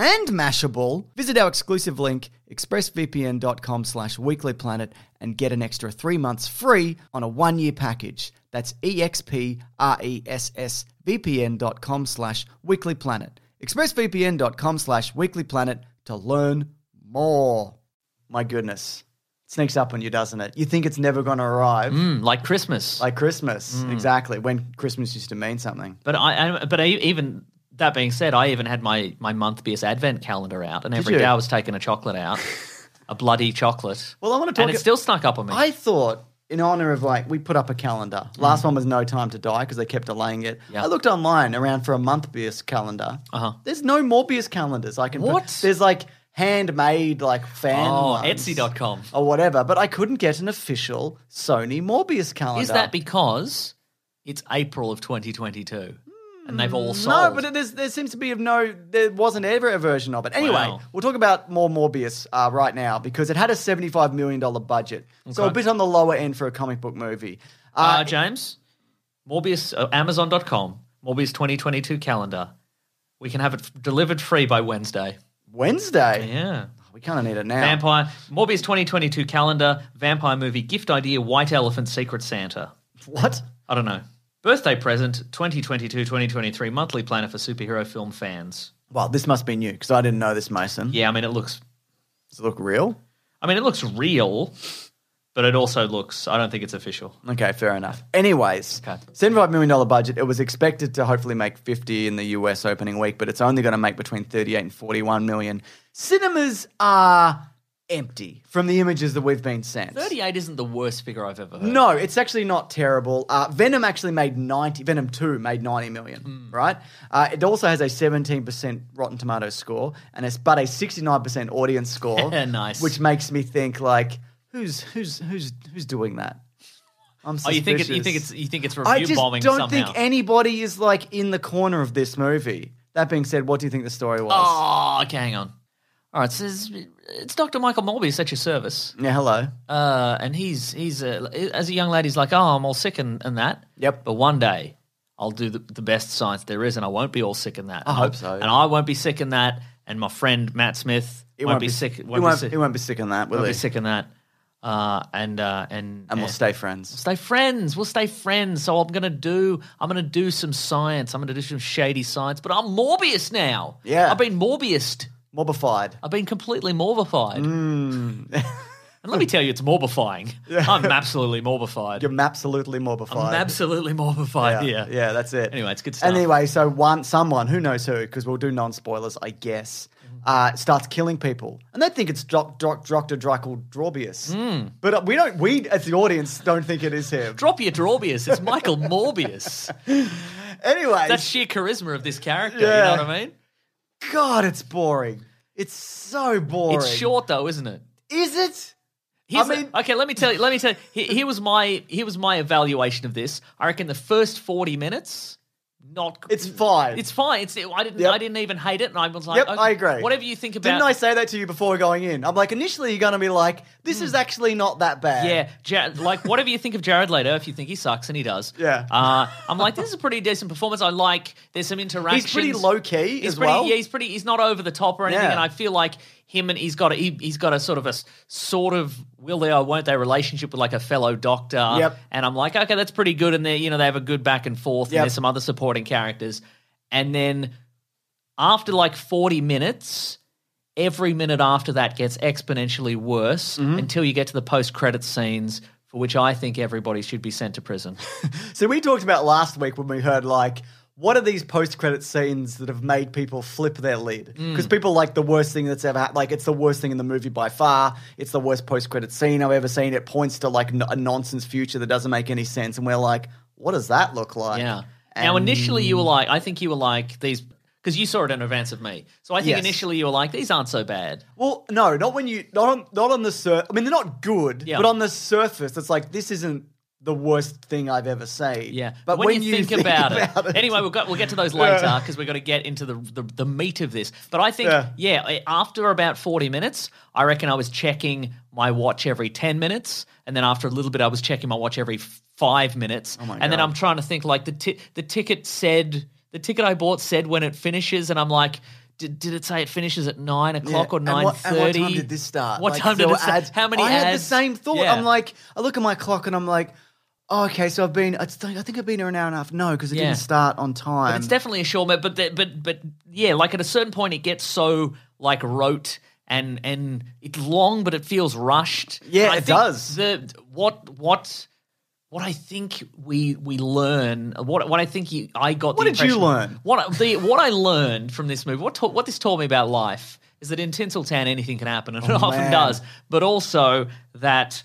Speaker 3: and Mashable, visit our exclusive link, expressvpn.com slash weeklyplanet, and get an extra three months free on a one-year package. That's E expressvpn.com slash weeklyplanet. expressvpn.com slash weeklyplanet to learn more. My goodness. Sneaks up on you, doesn't it? You think it's never going to arrive.
Speaker 4: Mm, like Christmas.
Speaker 3: Like Christmas, exactly, when Christmas used to mean something.
Speaker 4: But I, I but I even that being said, I even had my my month beers advent calendar out, and every
Speaker 3: you?
Speaker 4: day I was taking a chocolate out. a bloody chocolate.
Speaker 3: Well, I want to talk.
Speaker 4: and it still snuck up on me.
Speaker 3: I thought, in honor of like, we put up a calendar. Last one was No Time to Die because they kept delaying it.
Speaker 4: Mm. Yeah.
Speaker 3: I looked online around for a Morbius calendar.
Speaker 4: Uh-huh.
Speaker 3: There's no Morbius calendars I can. put-
Speaker 4: What?
Speaker 3: There's like handmade like fan.
Speaker 4: oh,
Speaker 3: ones
Speaker 4: Etsy.com.
Speaker 3: Or whatever, but I couldn't get an official Sony Morbius calendar.
Speaker 4: Is that because it's April of 2022 and they've all sold?
Speaker 3: Hmm, No, but it is, there seems to be of no. There wasn't ever a version of it. Anyway,
Speaker 4: Wow.
Speaker 3: we'll talk about more Morbius uh, right now because it had a seventy-five million dollar budget, so a bit on the lower end for a comic book movie.
Speaker 4: uh, James, Morbius, uh, Amazon.com, Morbius 2022 calendar. We can have it f- delivered free by Wednesday.
Speaker 3: Wednesday,
Speaker 4: Yeah.
Speaker 3: we kind of need it now.
Speaker 4: Vampire, Morbius 2022 calendar, vampire movie, gift idea, white elephant, secret Santa.
Speaker 3: What?
Speaker 4: I don't know. Birthday present 2022 2023 monthly planner for superhero film fans.
Speaker 3: Well, this must be new because I didn't know this, Mason.
Speaker 4: Yeah, I mean, it looks
Speaker 3: Does it look real?
Speaker 4: I mean, it looks real, but it also looks. I don't think it's official.
Speaker 3: Okay, fair enough. Anyways,
Speaker 4: Okay.
Speaker 3: seventy-five million dollar budget. It was expected to hopefully make fifty in the US opening week, but it's only going to make between thirty-eight and forty-one million. Cinemas are empty from the images that we've been sent.
Speaker 4: Thirty-eight isn't the worst figure I've ever heard.
Speaker 3: No, it's actually not terrible. Uh, Venom actually made 90, Venom 2 made 90 million,
Speaker 4: Hmm.
Speaker 3: right? Uh, it also has a 17% Rotten Tomatoes score and it's but a 69% audience score.
Speaker 4: Yeah, nice.
Speaker 3: Which makes me think like who's who's who's who's doing that? I'm
Speaker 4: Oh, you
Speaker 3: suspicious.
Speaker 4: think it, you think it's you think it's review
Speaker 3: I just
Speaker 4: bombing
Speaker 3: don't
Speaker 4: somehow?
Speaker 3: think anybody is like in the corner of this movie. That being said, what do you think the story was?
Speaker 4: oh, okay, hang on. All right, so it's, it's Dr. Michael Morbius at your service,
Speaker 3: Yeah, hello.
Speaker 4: uh, and he's he's uh, as a young lady, he's like, oh, I'm all sick and, and that.
Speaker 3: Yep.
Speaker 4: But one day, I'll do the, the best science there is, and I won't be all sick in that. I
Speaker 3: hope so.
Speaker 4: And I won't be sick in that. And my friend Matt Smith
Speaker 3: It
Speaker 4: won't, be sick.
Speaker 3: It
Speaker 4: Won't, be
Speaker 3: won't,
Speaker 4: sick.
Speaker 3: it won't be sick on that, will it?
Speaker 4: won't be sick in that. Uh, and uh, and
Speaker 3: And we'll
Speaker 4: and-
Speaker 3: stay friends.
Speaker 4: Stay friends. We'll stay friends. So I'm gonna do. I'm gonna do some science. I'm gonna do some shady science. But I'm Morbius now.
Speaker 3: Yeah.
Speaker 4: I've been Morbiused.
Speaker 3: Morbified.
Speaker 4: I've been completely morbified.
Speaker 3: Hmm.
Speaker 4: and let me tell you, it's morbifying. I'm absolutely morbified.
Speaker 3: You're absolutely morbified.
Speaker 4: I'm absolutely morbified. Yeah.
Speaker 3: Yeah, that's it.
Speaker 4: Anyway, it's good stuff.
Speaker 3: Anyway, so one someone who knows who, because we'll do non spoilers, I guess,
Speaker 4: Mm-hmm.
Speaker 3: uh, starts killing people, and they think it's Doc, Doc, Doctor Draco Drobius,
Speaker 4: Hmm.
Speaker 3: but uh, we don't. We as the audience don't think it is him.
Speaker 4: Drop your Drobius. It's Michael Morbius.
Speaker 3: anyway,
Speaker 4: That's sheer charisma of this character.
Speaker 3: Yeah.
Speaker 4: You know what I mean?
Speaker 3: God, it's boring. It's so boring.
Speaker 4: It's short though, isn't it?
Speaker 3: Is it?
Speaker 4: Here's
Speaker 3: I mean-
Speaker 4: a- okay, let me tell you. Let me tell you. Here, here was my here was my evaluation of this. I reckon the first forty minutes, not
Speaker 3: It's fine.
Speaker 4: It's fine. It's I didn't
Speaker 3: Yep.
Speaker 4: I didn't even hate it, and I was like,
Speaker 3: Yep,
Speaker 4: okay,
Speaker 3: I agree.
Speaker 4: Whatever you think about,
Speaker 3: Didn't I say that to you before going in? I'm like, initially you're going to be like, this is actually not that bad.
Speaker 4: Hmm. yeah, Jar like whatever you think of Jared Leto, if you think he sucks and he does,
Speaker 3: Yeah.
Speaker 4: Uh, I'm like, this is a pretty decent performance. I like. There's some interaction.
Speaker 3: He's pretty low key
Speaker 4: He's
Speaker 3: as
Speaker 4: pretty.
Speaker 3: well.
Speaker 4: Yeah, he's pretty. He's not over the top or anything.
Speaker 3: Yeah.
Speaker 4: And I feel like him and he's got a he, he's got a sort of a s- sort of will they or won't they relationship with like a fellow doctor.
Speaker 3: Yep.
Speaker 4: And I'm like, okay, that's pretty good. And they you know they have a good back and forth.
Speaker 3: Yep.
Speaker 4: And there's some other supporting characters. And then after like 40 minutes. Every minute after that gets exponentially worse
Speaker 3: Mm-hmm.
Speaker 4: until you get to the post credits scenes, for which I think everybody should be sent to prison.
Speaker 3: So we talked about last week when we heard like, what are these post-credit scenes that have made people flip their lid? Because people like the worst thing that's ever happened. Like it's the worst thing in the movie by far. It's the worst post-credit scene I've ever seen. It points to like n- a nonsense future that doesn't make any sense, and we're like, what does that look like?
Speaker 4: Yeah.
Speaker 3: And
Speaker 4: now, initially, you were like, I think you were like these because you saw it in advance of me. So I think
Speaker 3: Yes.
Speaker 4: initially you were like, these aren't so bad.
Speaker 3: well, no, not when you not on not on the sur. I mean, they're not good,
Speaker 4: Yeah.
Speaker 3: but on the surface, it's like this isn't the worst thing I've ever seen.
Speaker 4: Yeah,
Speaker 3: but when, you think, about, it,
Speaker 4: anyway, we'll, got, we'll get to those later because we've got to get into the, the the meat of this. But I think,
Speaker 3: Yeah.
Speaker 4: yeah. I- after about forty minutes, I reckon I was checking my watch every ten minutes, and then after a little bit, I was checking my watch every f- five minutes,
Speaker 3: Oh
Speaker 4: and then I'm trying to think like the ti- the ticket said the ticket I bought said when it finishes, and I'm like. Did, did it say it finishes at nine o'clock or
Speaker 3: And
Speaker 4: nine
Speaker 3: what- and
Speaker 4: thirty?
Speaker 3: What time did this start?
Speaker 4: What
Speaker 3: Like,
Speaker 4: time
Speaker 3: there
Speaker 4: did
Speaker 3: were
Speaker 4: it start?
Speaker 3: ads-
Speaker 4: How many
Speaker 3: I
Speaker 4: ads?
Speaker 3: had the same thought.
Speaker 4: Yeah.
Speaker 3: I'm like, I look at my clock and I'm like, oh, okay, so I've been. I think I think I've been here an hour and a half. No, because it
Speaker 4: Yeah.
Speaker 3: didn't start on
Speaker 4: But
Speaker 3: time.
Speaker 4: it's definitely a short but the, but but yeah, like at a certain point, it gets so like rote and and it's long, but it feels rushed.
Speaker 3: Yeah,
Speaker 4: And I
Speaker 3: it
Speaker 4: think
Speaker 3: does.
Speaker 4: The what what what I think we we learn what what I think you, I got.
Speaker 3: What
Speaker 4: the
Speaker 3: did you
Speaker 4: impression-
Speaker 3: learn?
Speaker 4: What I- the what I learned from this movie? What ta- what this taught me about life is that in Tinseltown anything can happen, and it
Speaker 3: Oh,
Speaker 4: often
Speaker 3: man.
Speaker 4: does. But also that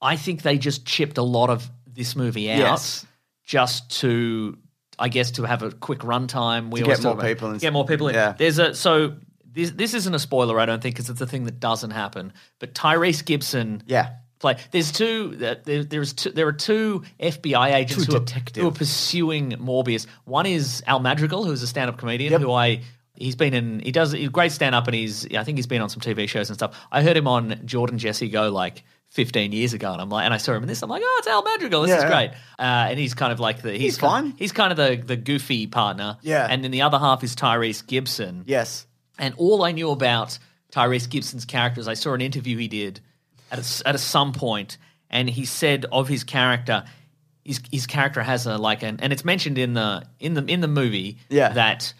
Speaker 4: I think they just chipped a lot of this movie out
Speaker 3: Yes.
Speaker 4: just to, I guess, to have a quick runtime. We
Speaker 3: To
Speaker 4: always
Speaker 3: get
Speaker 4: talk
Speaker 3: more
Speaker 4: about-
Speaker 3: people in.
Speaker 4: Get more people in.
Speaker 3: Yeah.
Speaker 4: There's a so. This, this isn't a spoiler, I don't think, because it's a thing that doesn't happen. But Tyrese Gibson,
Speaker 3: Yeah.
Speaker 4: play. There's two. uh, There, there's two, there are two FBI agents
Speaker 3: Two
Speaker 4: who,
Speaker 3: detective.
Speaker 4: Are, who are pursuing Morbius. One is Al Madrigal, who's a stand-up comedian
Speaker 3: Yep.
Speaker 4: who I. He's been in. He does he's a great stand-up, and he's. I think he's been on some TV shows and stuff. I heard him on Jordan Jesse Go like 15 years ago, and I'm like, and I saw him in this. I'm like, oh, it's Al Madrigal. This
Speaker 3: Yeah,
Speaker 4: is
Speaker 3: yeah.
Speaker 4: great. Uh, and he's kind of like the. He's,
Speaker 3: He's
Speaker 4: kind-
Speaker 3: fine.
Speaker 4: He's kind of the the goofy partner.
Speaker 3: Yeah.
Speaker 4: And then the other half is Tyrese Gibson.
Speaker 3: Yes.
Speaker 4: And all I knew about Tyrese Gibson's character is I saw an interview he did at a, at a some point, and he said of his character, his, his character has a like an, and it's mentioned in the in the in the movie
Speaker 3: Yeah.
Speaker 4: that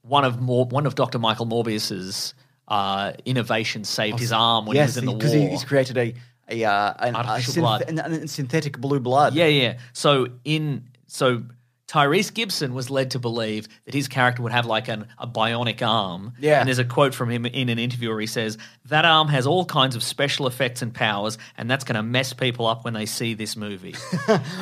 Speaker 4: one of more one of Dr. Michael Morbius's uh, innovations saved his arm when
Speaker 3: Oh, yes,
Speaker 4: he was in the
Speaker 3: because
Speaker 4: war.
Speaker 3: he, he's created a a, uh, an, a
Speaker 4: Artificial
Speaker 3: synth-
Speaker 4: blood.
Speaker 3: An, an synthetic blue blood.
Speaker 4: Yeah, yeah. So in so Tyrese Gibson was led to believe that his character would have like an, a bionic arm.
Speaker 3: Yeah.
Speaker 4: And there's a quote from him in an interview where he says, That arm has all kinds of special effects and powers, and that's going to mess people up when they see this movie.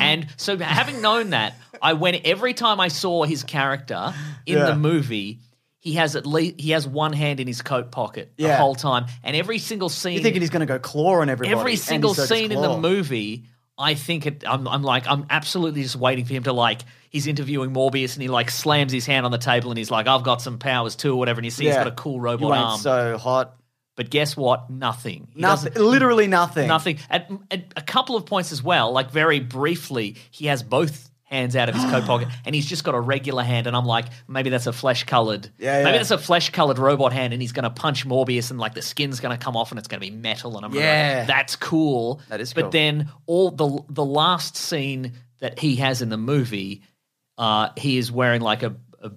Speaker 4: and so, having known that, I went every time I saw his character in
Speaker 3: Yeah.
Speaker 4: the movie. He has at least he has one hand in his coat pocket the
Speaker 3: Yeah.
Speaker 4: whole time, and every single scene
Speaker 3: You're thinking he's going to go claw on everybody. and
Speaker 4: every
Speaker 3: he
Speaker 4: single
Speaker 3: starts
Speaker 4: scene in the
Speaker 3: claw.
Speaker 4: movie i think it I'm, I'm like i'm absolutely just waiting for him to like he's interviewing morbius and he like slams his hand on the table and he's like i've got some powers too or whatever and you see he's
Speaker 3: Yeah.
Speaker 4: got a cool
Speaker 3: You
Speaker 4: robot
Speaker 3: ain't
Speaker 4: arm
Speaker 3: so hot.
Speaker 4: but guess what nothing He
Speaker 3: Nothing.
Speaker 4: doesn't-
Speaker 3: Literally nothing.
Speaker 4: nothing at, at a couple of points as well like very briefly he has both hands out of his coat pocket and he's just got a regular hand and i'm like maybe that's a flesh colored
Speaker 3: Yeah, yeah.
Speaker 4: maybe that's a flesh colored robot hand and he's going to punch morbius and like the skin's going to come off and it's going to be metal and i'm gonna be
Speaker 3: Yeah.
Speaker 4: like, that's cool
Speaker 3: That is cool.
Speaker 4: but then all the the last scene that he has in the movie uh he is wearing like a, a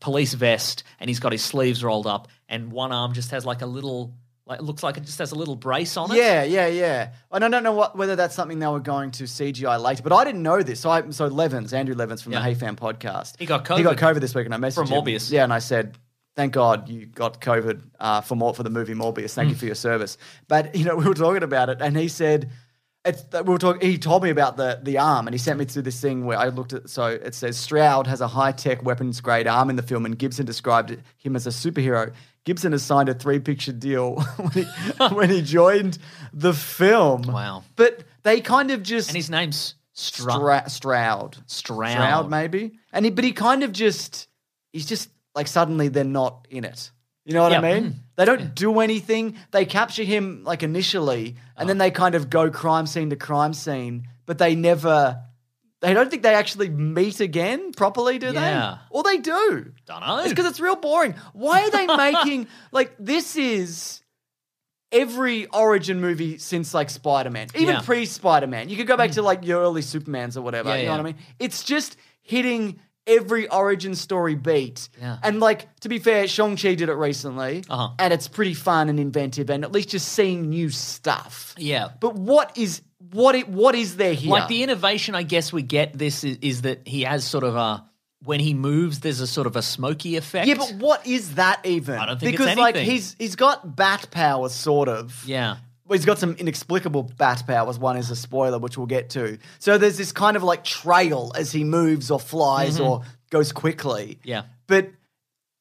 Speaker 4: police vest and he's got his sleeves rolled up and one arm just has like a little like it looks like it just has a little brace on it
Speaker 3: Yeah, yeah, yeah. And I don't know what, whether that's something they were going to CGI later, but I didn't know this. So, I, so Levins, Andrew Levins from
Speaker 4: Yeah.
Speaker 3: the Hey Fan podcast,
Speaker 4: He got
Speaker 3: He got
Speaker 4: COVID.
Speaker 3: COVID this week, and I messaged
Speaker 4: From
Speaker 3: him.
Speaker 4: Morbius.
Speaker 3: Yeah, and I said, "Thank God you got COVID uh, for more for the movie Morbius. Thank you
Speaker 4: Hmm.
Speaker 3: for your service." But you know, we were talking about it, and he said. It's, that we were talking. He told me about the, the arm, and he sent me to this thing where I looked at. So it says Stroud has a high tech weapons grade arm in the film, and Gibson described him as a superhero. Gibson has signed a three picture deal when he, when he joined the film.
Speaker 4: Wow.
Speaker 3: But they kind of just
Speaker 4: and his name's Stra-
Speaker 3: Stra- Stroud.
Speaker 4: Stroud.
Speaker 3: Stroud, maybe. And he, but he kind of just, he's just like suddenly they're not in it. You know what I
Speaker 4: Yeah,
Speaker 3: mean?
Speaker 4: mm.
Speaker 3: They don't do anything. They capture him like initially, and
Speaker 4: Oh.
Speaker 3: then they kind of go crime scene to crime scene, but they never. They don't think they actually meet again properly, do
Speaker 4: Yeah.
Speaker 3: they? Or they do.
Speaker 4: Dunno.
Speaker 3: It's because it's real boring. Why are they making like this is every origin movie since like Spider Man, even
Speaker 4: Yeah. Mm.
Speaker 3: pre Spider Man. You could go back to like your early Supermans or whatever.
Speaker 4: Yeah,
Speaker 3: you know
Speaker 4: yeah.
Speaker 3: what I mean? It's just hitting every origin story beat.
Speaker 4: Yeah.
Speaker 3: And like to be fair, Shang Chi did it recently,
Speaker 4: Uh-huh.
Speaker 3: and it's pretty fun and inventive, and at least just seeing new stuff.
Speaker 4: Yeah.
Speaker 3: But what is what it what is there here?
Speaker 4: Like the innovation, I guess we get this is, is that he has sort of a when he moves, there's a sort of a smoky effect.
Speaker 3: Yeah, but what is that even?
Speaker 4: I don't think it's
Speaker 3: because like
Speaker 4: anything.
Speaker 3: he's he's got bat powers, sort of.
Speaker 4: yeah,
Speaker 3: Well, he's got some inexplicable bat powers. One is a spoiler, which we'll get to. So there's this kind of like trail as he moves or flies or goes quickly.
Speaker 4: Mm-hmm. yeah.
Speaker 3: But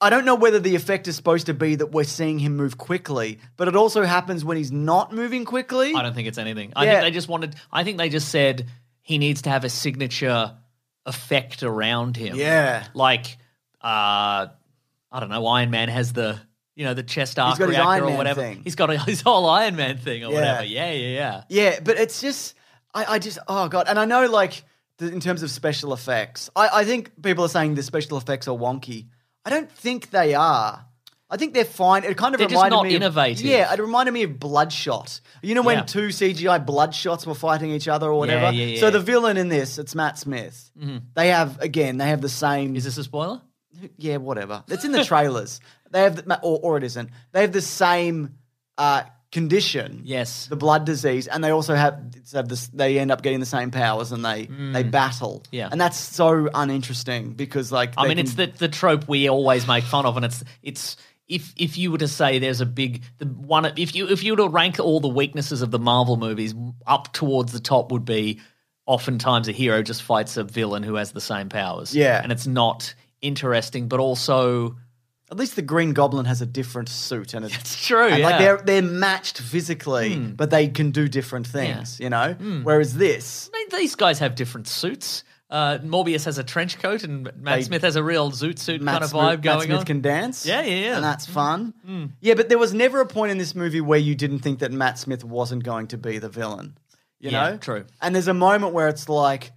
Speaker 3: I don't know whether the effect is supposed to be that we're seeing him move quickly, but it also happens when he's not moving quickly.
Speaker 4: I don't think it's anything. I
Speaker 3: Yeah.
Speaker 4: think they just wanted. I think they just said he needs to have a signature effect around him.
Speaker 3: Yeah.
Speaker 4: like uh, I don't know. Iron Man has the you know the chest arc
Speaker 3: got his
Speaker 4: reactor
Speaker 3: Iron
Speaker 4: or
Speaker 3: Man
Speaker 4: whatever.
Speaker 3: thing.
Speaker 4: He's got a, his whole Iron Man thing or
Speaker 3: Yeah.
Speaker 4: whatever. Yeah, yeah, yeah.
Speaker 3: Yeah, but it's just I, I just oh god, and I know like the, in terms of special effects, I, I think people are saying the special effects are wonky. I don't think they are. I think they're fine. It kind of
Speaker 4: They're just
Speaker 3: reminded
Speaker 4: not
Speaker 3: me of-
Speaker 4: innovative.
Speaker 3: yeah, it reminded me of Bloodshot. You know when
Speaker 4: Yeah.
Speaker 3: two CGI Bloodshots were fighting each other or whatever.
Speaker 4: yeah, yeah. Mm-hmm.
Speaker 3: So the villain in this, it's Matt Smith. They have again, they have the same.
Speaker 4: Is this a spoiler?
Speaker 3: Yeah, whatever. It's in the trailers. they have, the, or, or it isn't. They have the same uh, condition.
Speaker 4: Yes.
Speaker 3: the blood disease, and they also have, it's have this, they end up getting the same powers, and they they battle.
Speaker 4: Mm. Yeah.
Speaker 3: and that's so uninteresting because like
Speaker 4: I
Speaker 3: they can-
Speaker 4: mean, it's the the trope we always make fun of, and it's it's if if you were to say there's a big the one if you if you were to rank all the weaknesses of the Marvel movies up towards the top would be oftentimes a hero just fights a villain who has the same powers.
Speaker 3: Yeah.
Speaker 4: And it's not interesting, but also
Speaker 3: At least the Green Goblin has a different suit, and it's
Speaker 4: it's true.
Speaker 3: and like
Speaker 4: yeah. Mm.
Speaker 3: they're they're matched physically, but they can do different things, you know. Whereas this,
Speaker 4: I mean, these guys have different suits. Uh, Morbius has a trench coat, and Matt
Speaker 3: They-
Speaker 4: Smith has a real zoot suit
Speaker 3: Matt
Speaker 4: kind of
Speaker 3: Smith,
Speaker 4: vibe
Speaker 3: Matt
Speaker 4: going
Speaker 3: Smith
Speaker 4: on.
Speaker 3: can dance,
Speaker 4: Yeah, yeah, yeah. Mm.
Speaker 3: and that's fun. Yeah, but there was never a point in this movie where you didn't think that Matt Smith wasn't going to be the villain, you
Speaker 4: Yeah,
Speaker 3: know.
Speaker 4: true.
Speaker 3: And there's a moment where it's like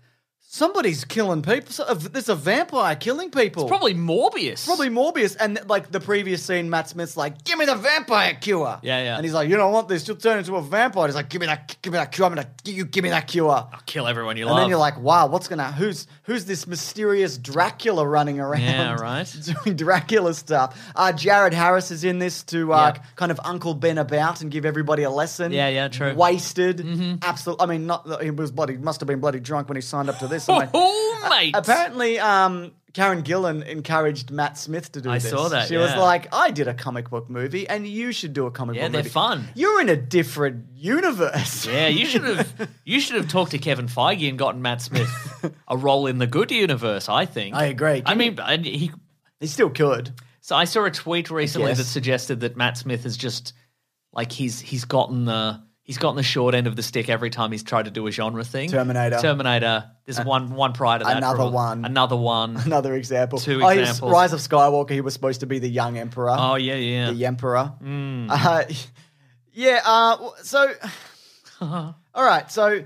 Speaker 3: somebody's killing people. So- uh, There's a vampire killing people.
Speaker 4: Probably Morbius.
Speaker 3: Probably Morbius, and like the previous scene, Matt Smith's like, "Give me the vampire cure."
Speaker 4: Yeah, yeah.
Speaker 3: And he's like, "You don't want this. You'll turn into a vampire." He's like, "Give me that. Give me that cure. I'm gonna. You give me that cure."
Speaker 4: kill everyone you
Speaker 3: And
Speaker 4: love.
Speaker 3: then you're like, "Wow, what's gonna? Who's who's this mysterious Dracula running around?
Speaker 4: Yeah, right.
Speaker 3: doing Dracula stuff." Uh, Jared Harris is in this to uh,
Speaker 4: Yeah.
Speaker 3: kind of Uncle Ben about and give everybody a lesson.
Speaker 4: Yeah, yeah, true. Mm-hmm.
Speaker 3: Wasted. Absolutely. I mean, not he was bloody. Must have been bloody drunk when he signed up to this. I mean,
Speaker 4: oh, mate.
Speaker 3: Apparently, um, Karen Gillan encouraged Matt Smith to do
Speaker 4: I
Speaker 3: this.
Speaker 4: saw that,
Speaker 3: She was
Speaker 4: yeah.
Speaker 3: like, "I did a comic book movie, and you should do a comic
Speaker 4: Yeah,
Speaker 3: book
Speaker 4: they're
Speaker 3: movie.
Speaker 4: fun.
Speaker 3: You're in a different universe.
Speaker 4: Yeah, you should have you should have talked to Kevin Feige and gotten Matt Smith a role in the good universe. I think.
Speaker 3: I agree.
Speaker 4: I mean, and he.
Speaker 3: he still could.
Speaker 4: So I saw a tweet recently
Speaker 3: guess.
Speaker 4: that suggested that Matt Smith is just like he's he's gotten the he's gotten the short end of the stick every time he's tried to do a genre thing.
Speaker 3: Terminator. Uh,
Speaker 4: Terminator. There's one one prior to that.
Speaker 3: another
Speaker 4: probably.
Speaker 3: one.
Speaker 4: Another one.
Speaker 3: Another example.
Speaker 4: Two
Speaker 3: Oh, he was-
Speaker 4: examples.
Speaker 3: Rise of Skywalker. He was supposed to be the young emperor.
Speaker 4: Oh yeah, yeah. Mm.
Speaker 3: the emperor. Uh, yeah. Uh, w- so, all right. So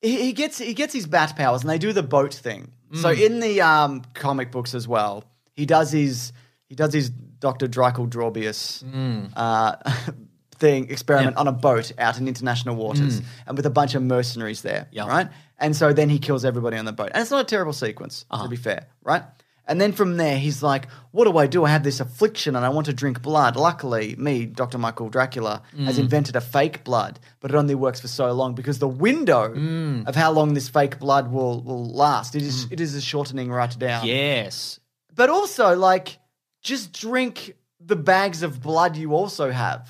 Speaker 3: he, he gets he gets his bat powers, and they do the boat thing. So
Speaker 4: Mm.
Speaker 3: in the um, comic books as well, he does his he does his Doctor Drykel Drawbius
Speaker 4: Mm.
Speaker 3: uh, thing experiment on a boat out in international waters, and with a bunch of mercenaries there.
Speaker 4: Mm. Yeah.
Speaker 3: Right. And so then he kills everybody on the boat, and it's not a terrible sequence
Speaker 4: Uh-huh.
Speaker 3: to be fair. Right. And then from there, he's like, What do I do? I have this affliction and I want to drink blood. Luckily, me, Dr. Michael Dracula, has invented a fake blood, but it only works for so long because the window of how long this fake blood will, will last, it is, it is a shortening right down.
Speaker 4: Yes.
Speaker 3: But also, like, just drink the bags of blood you also have.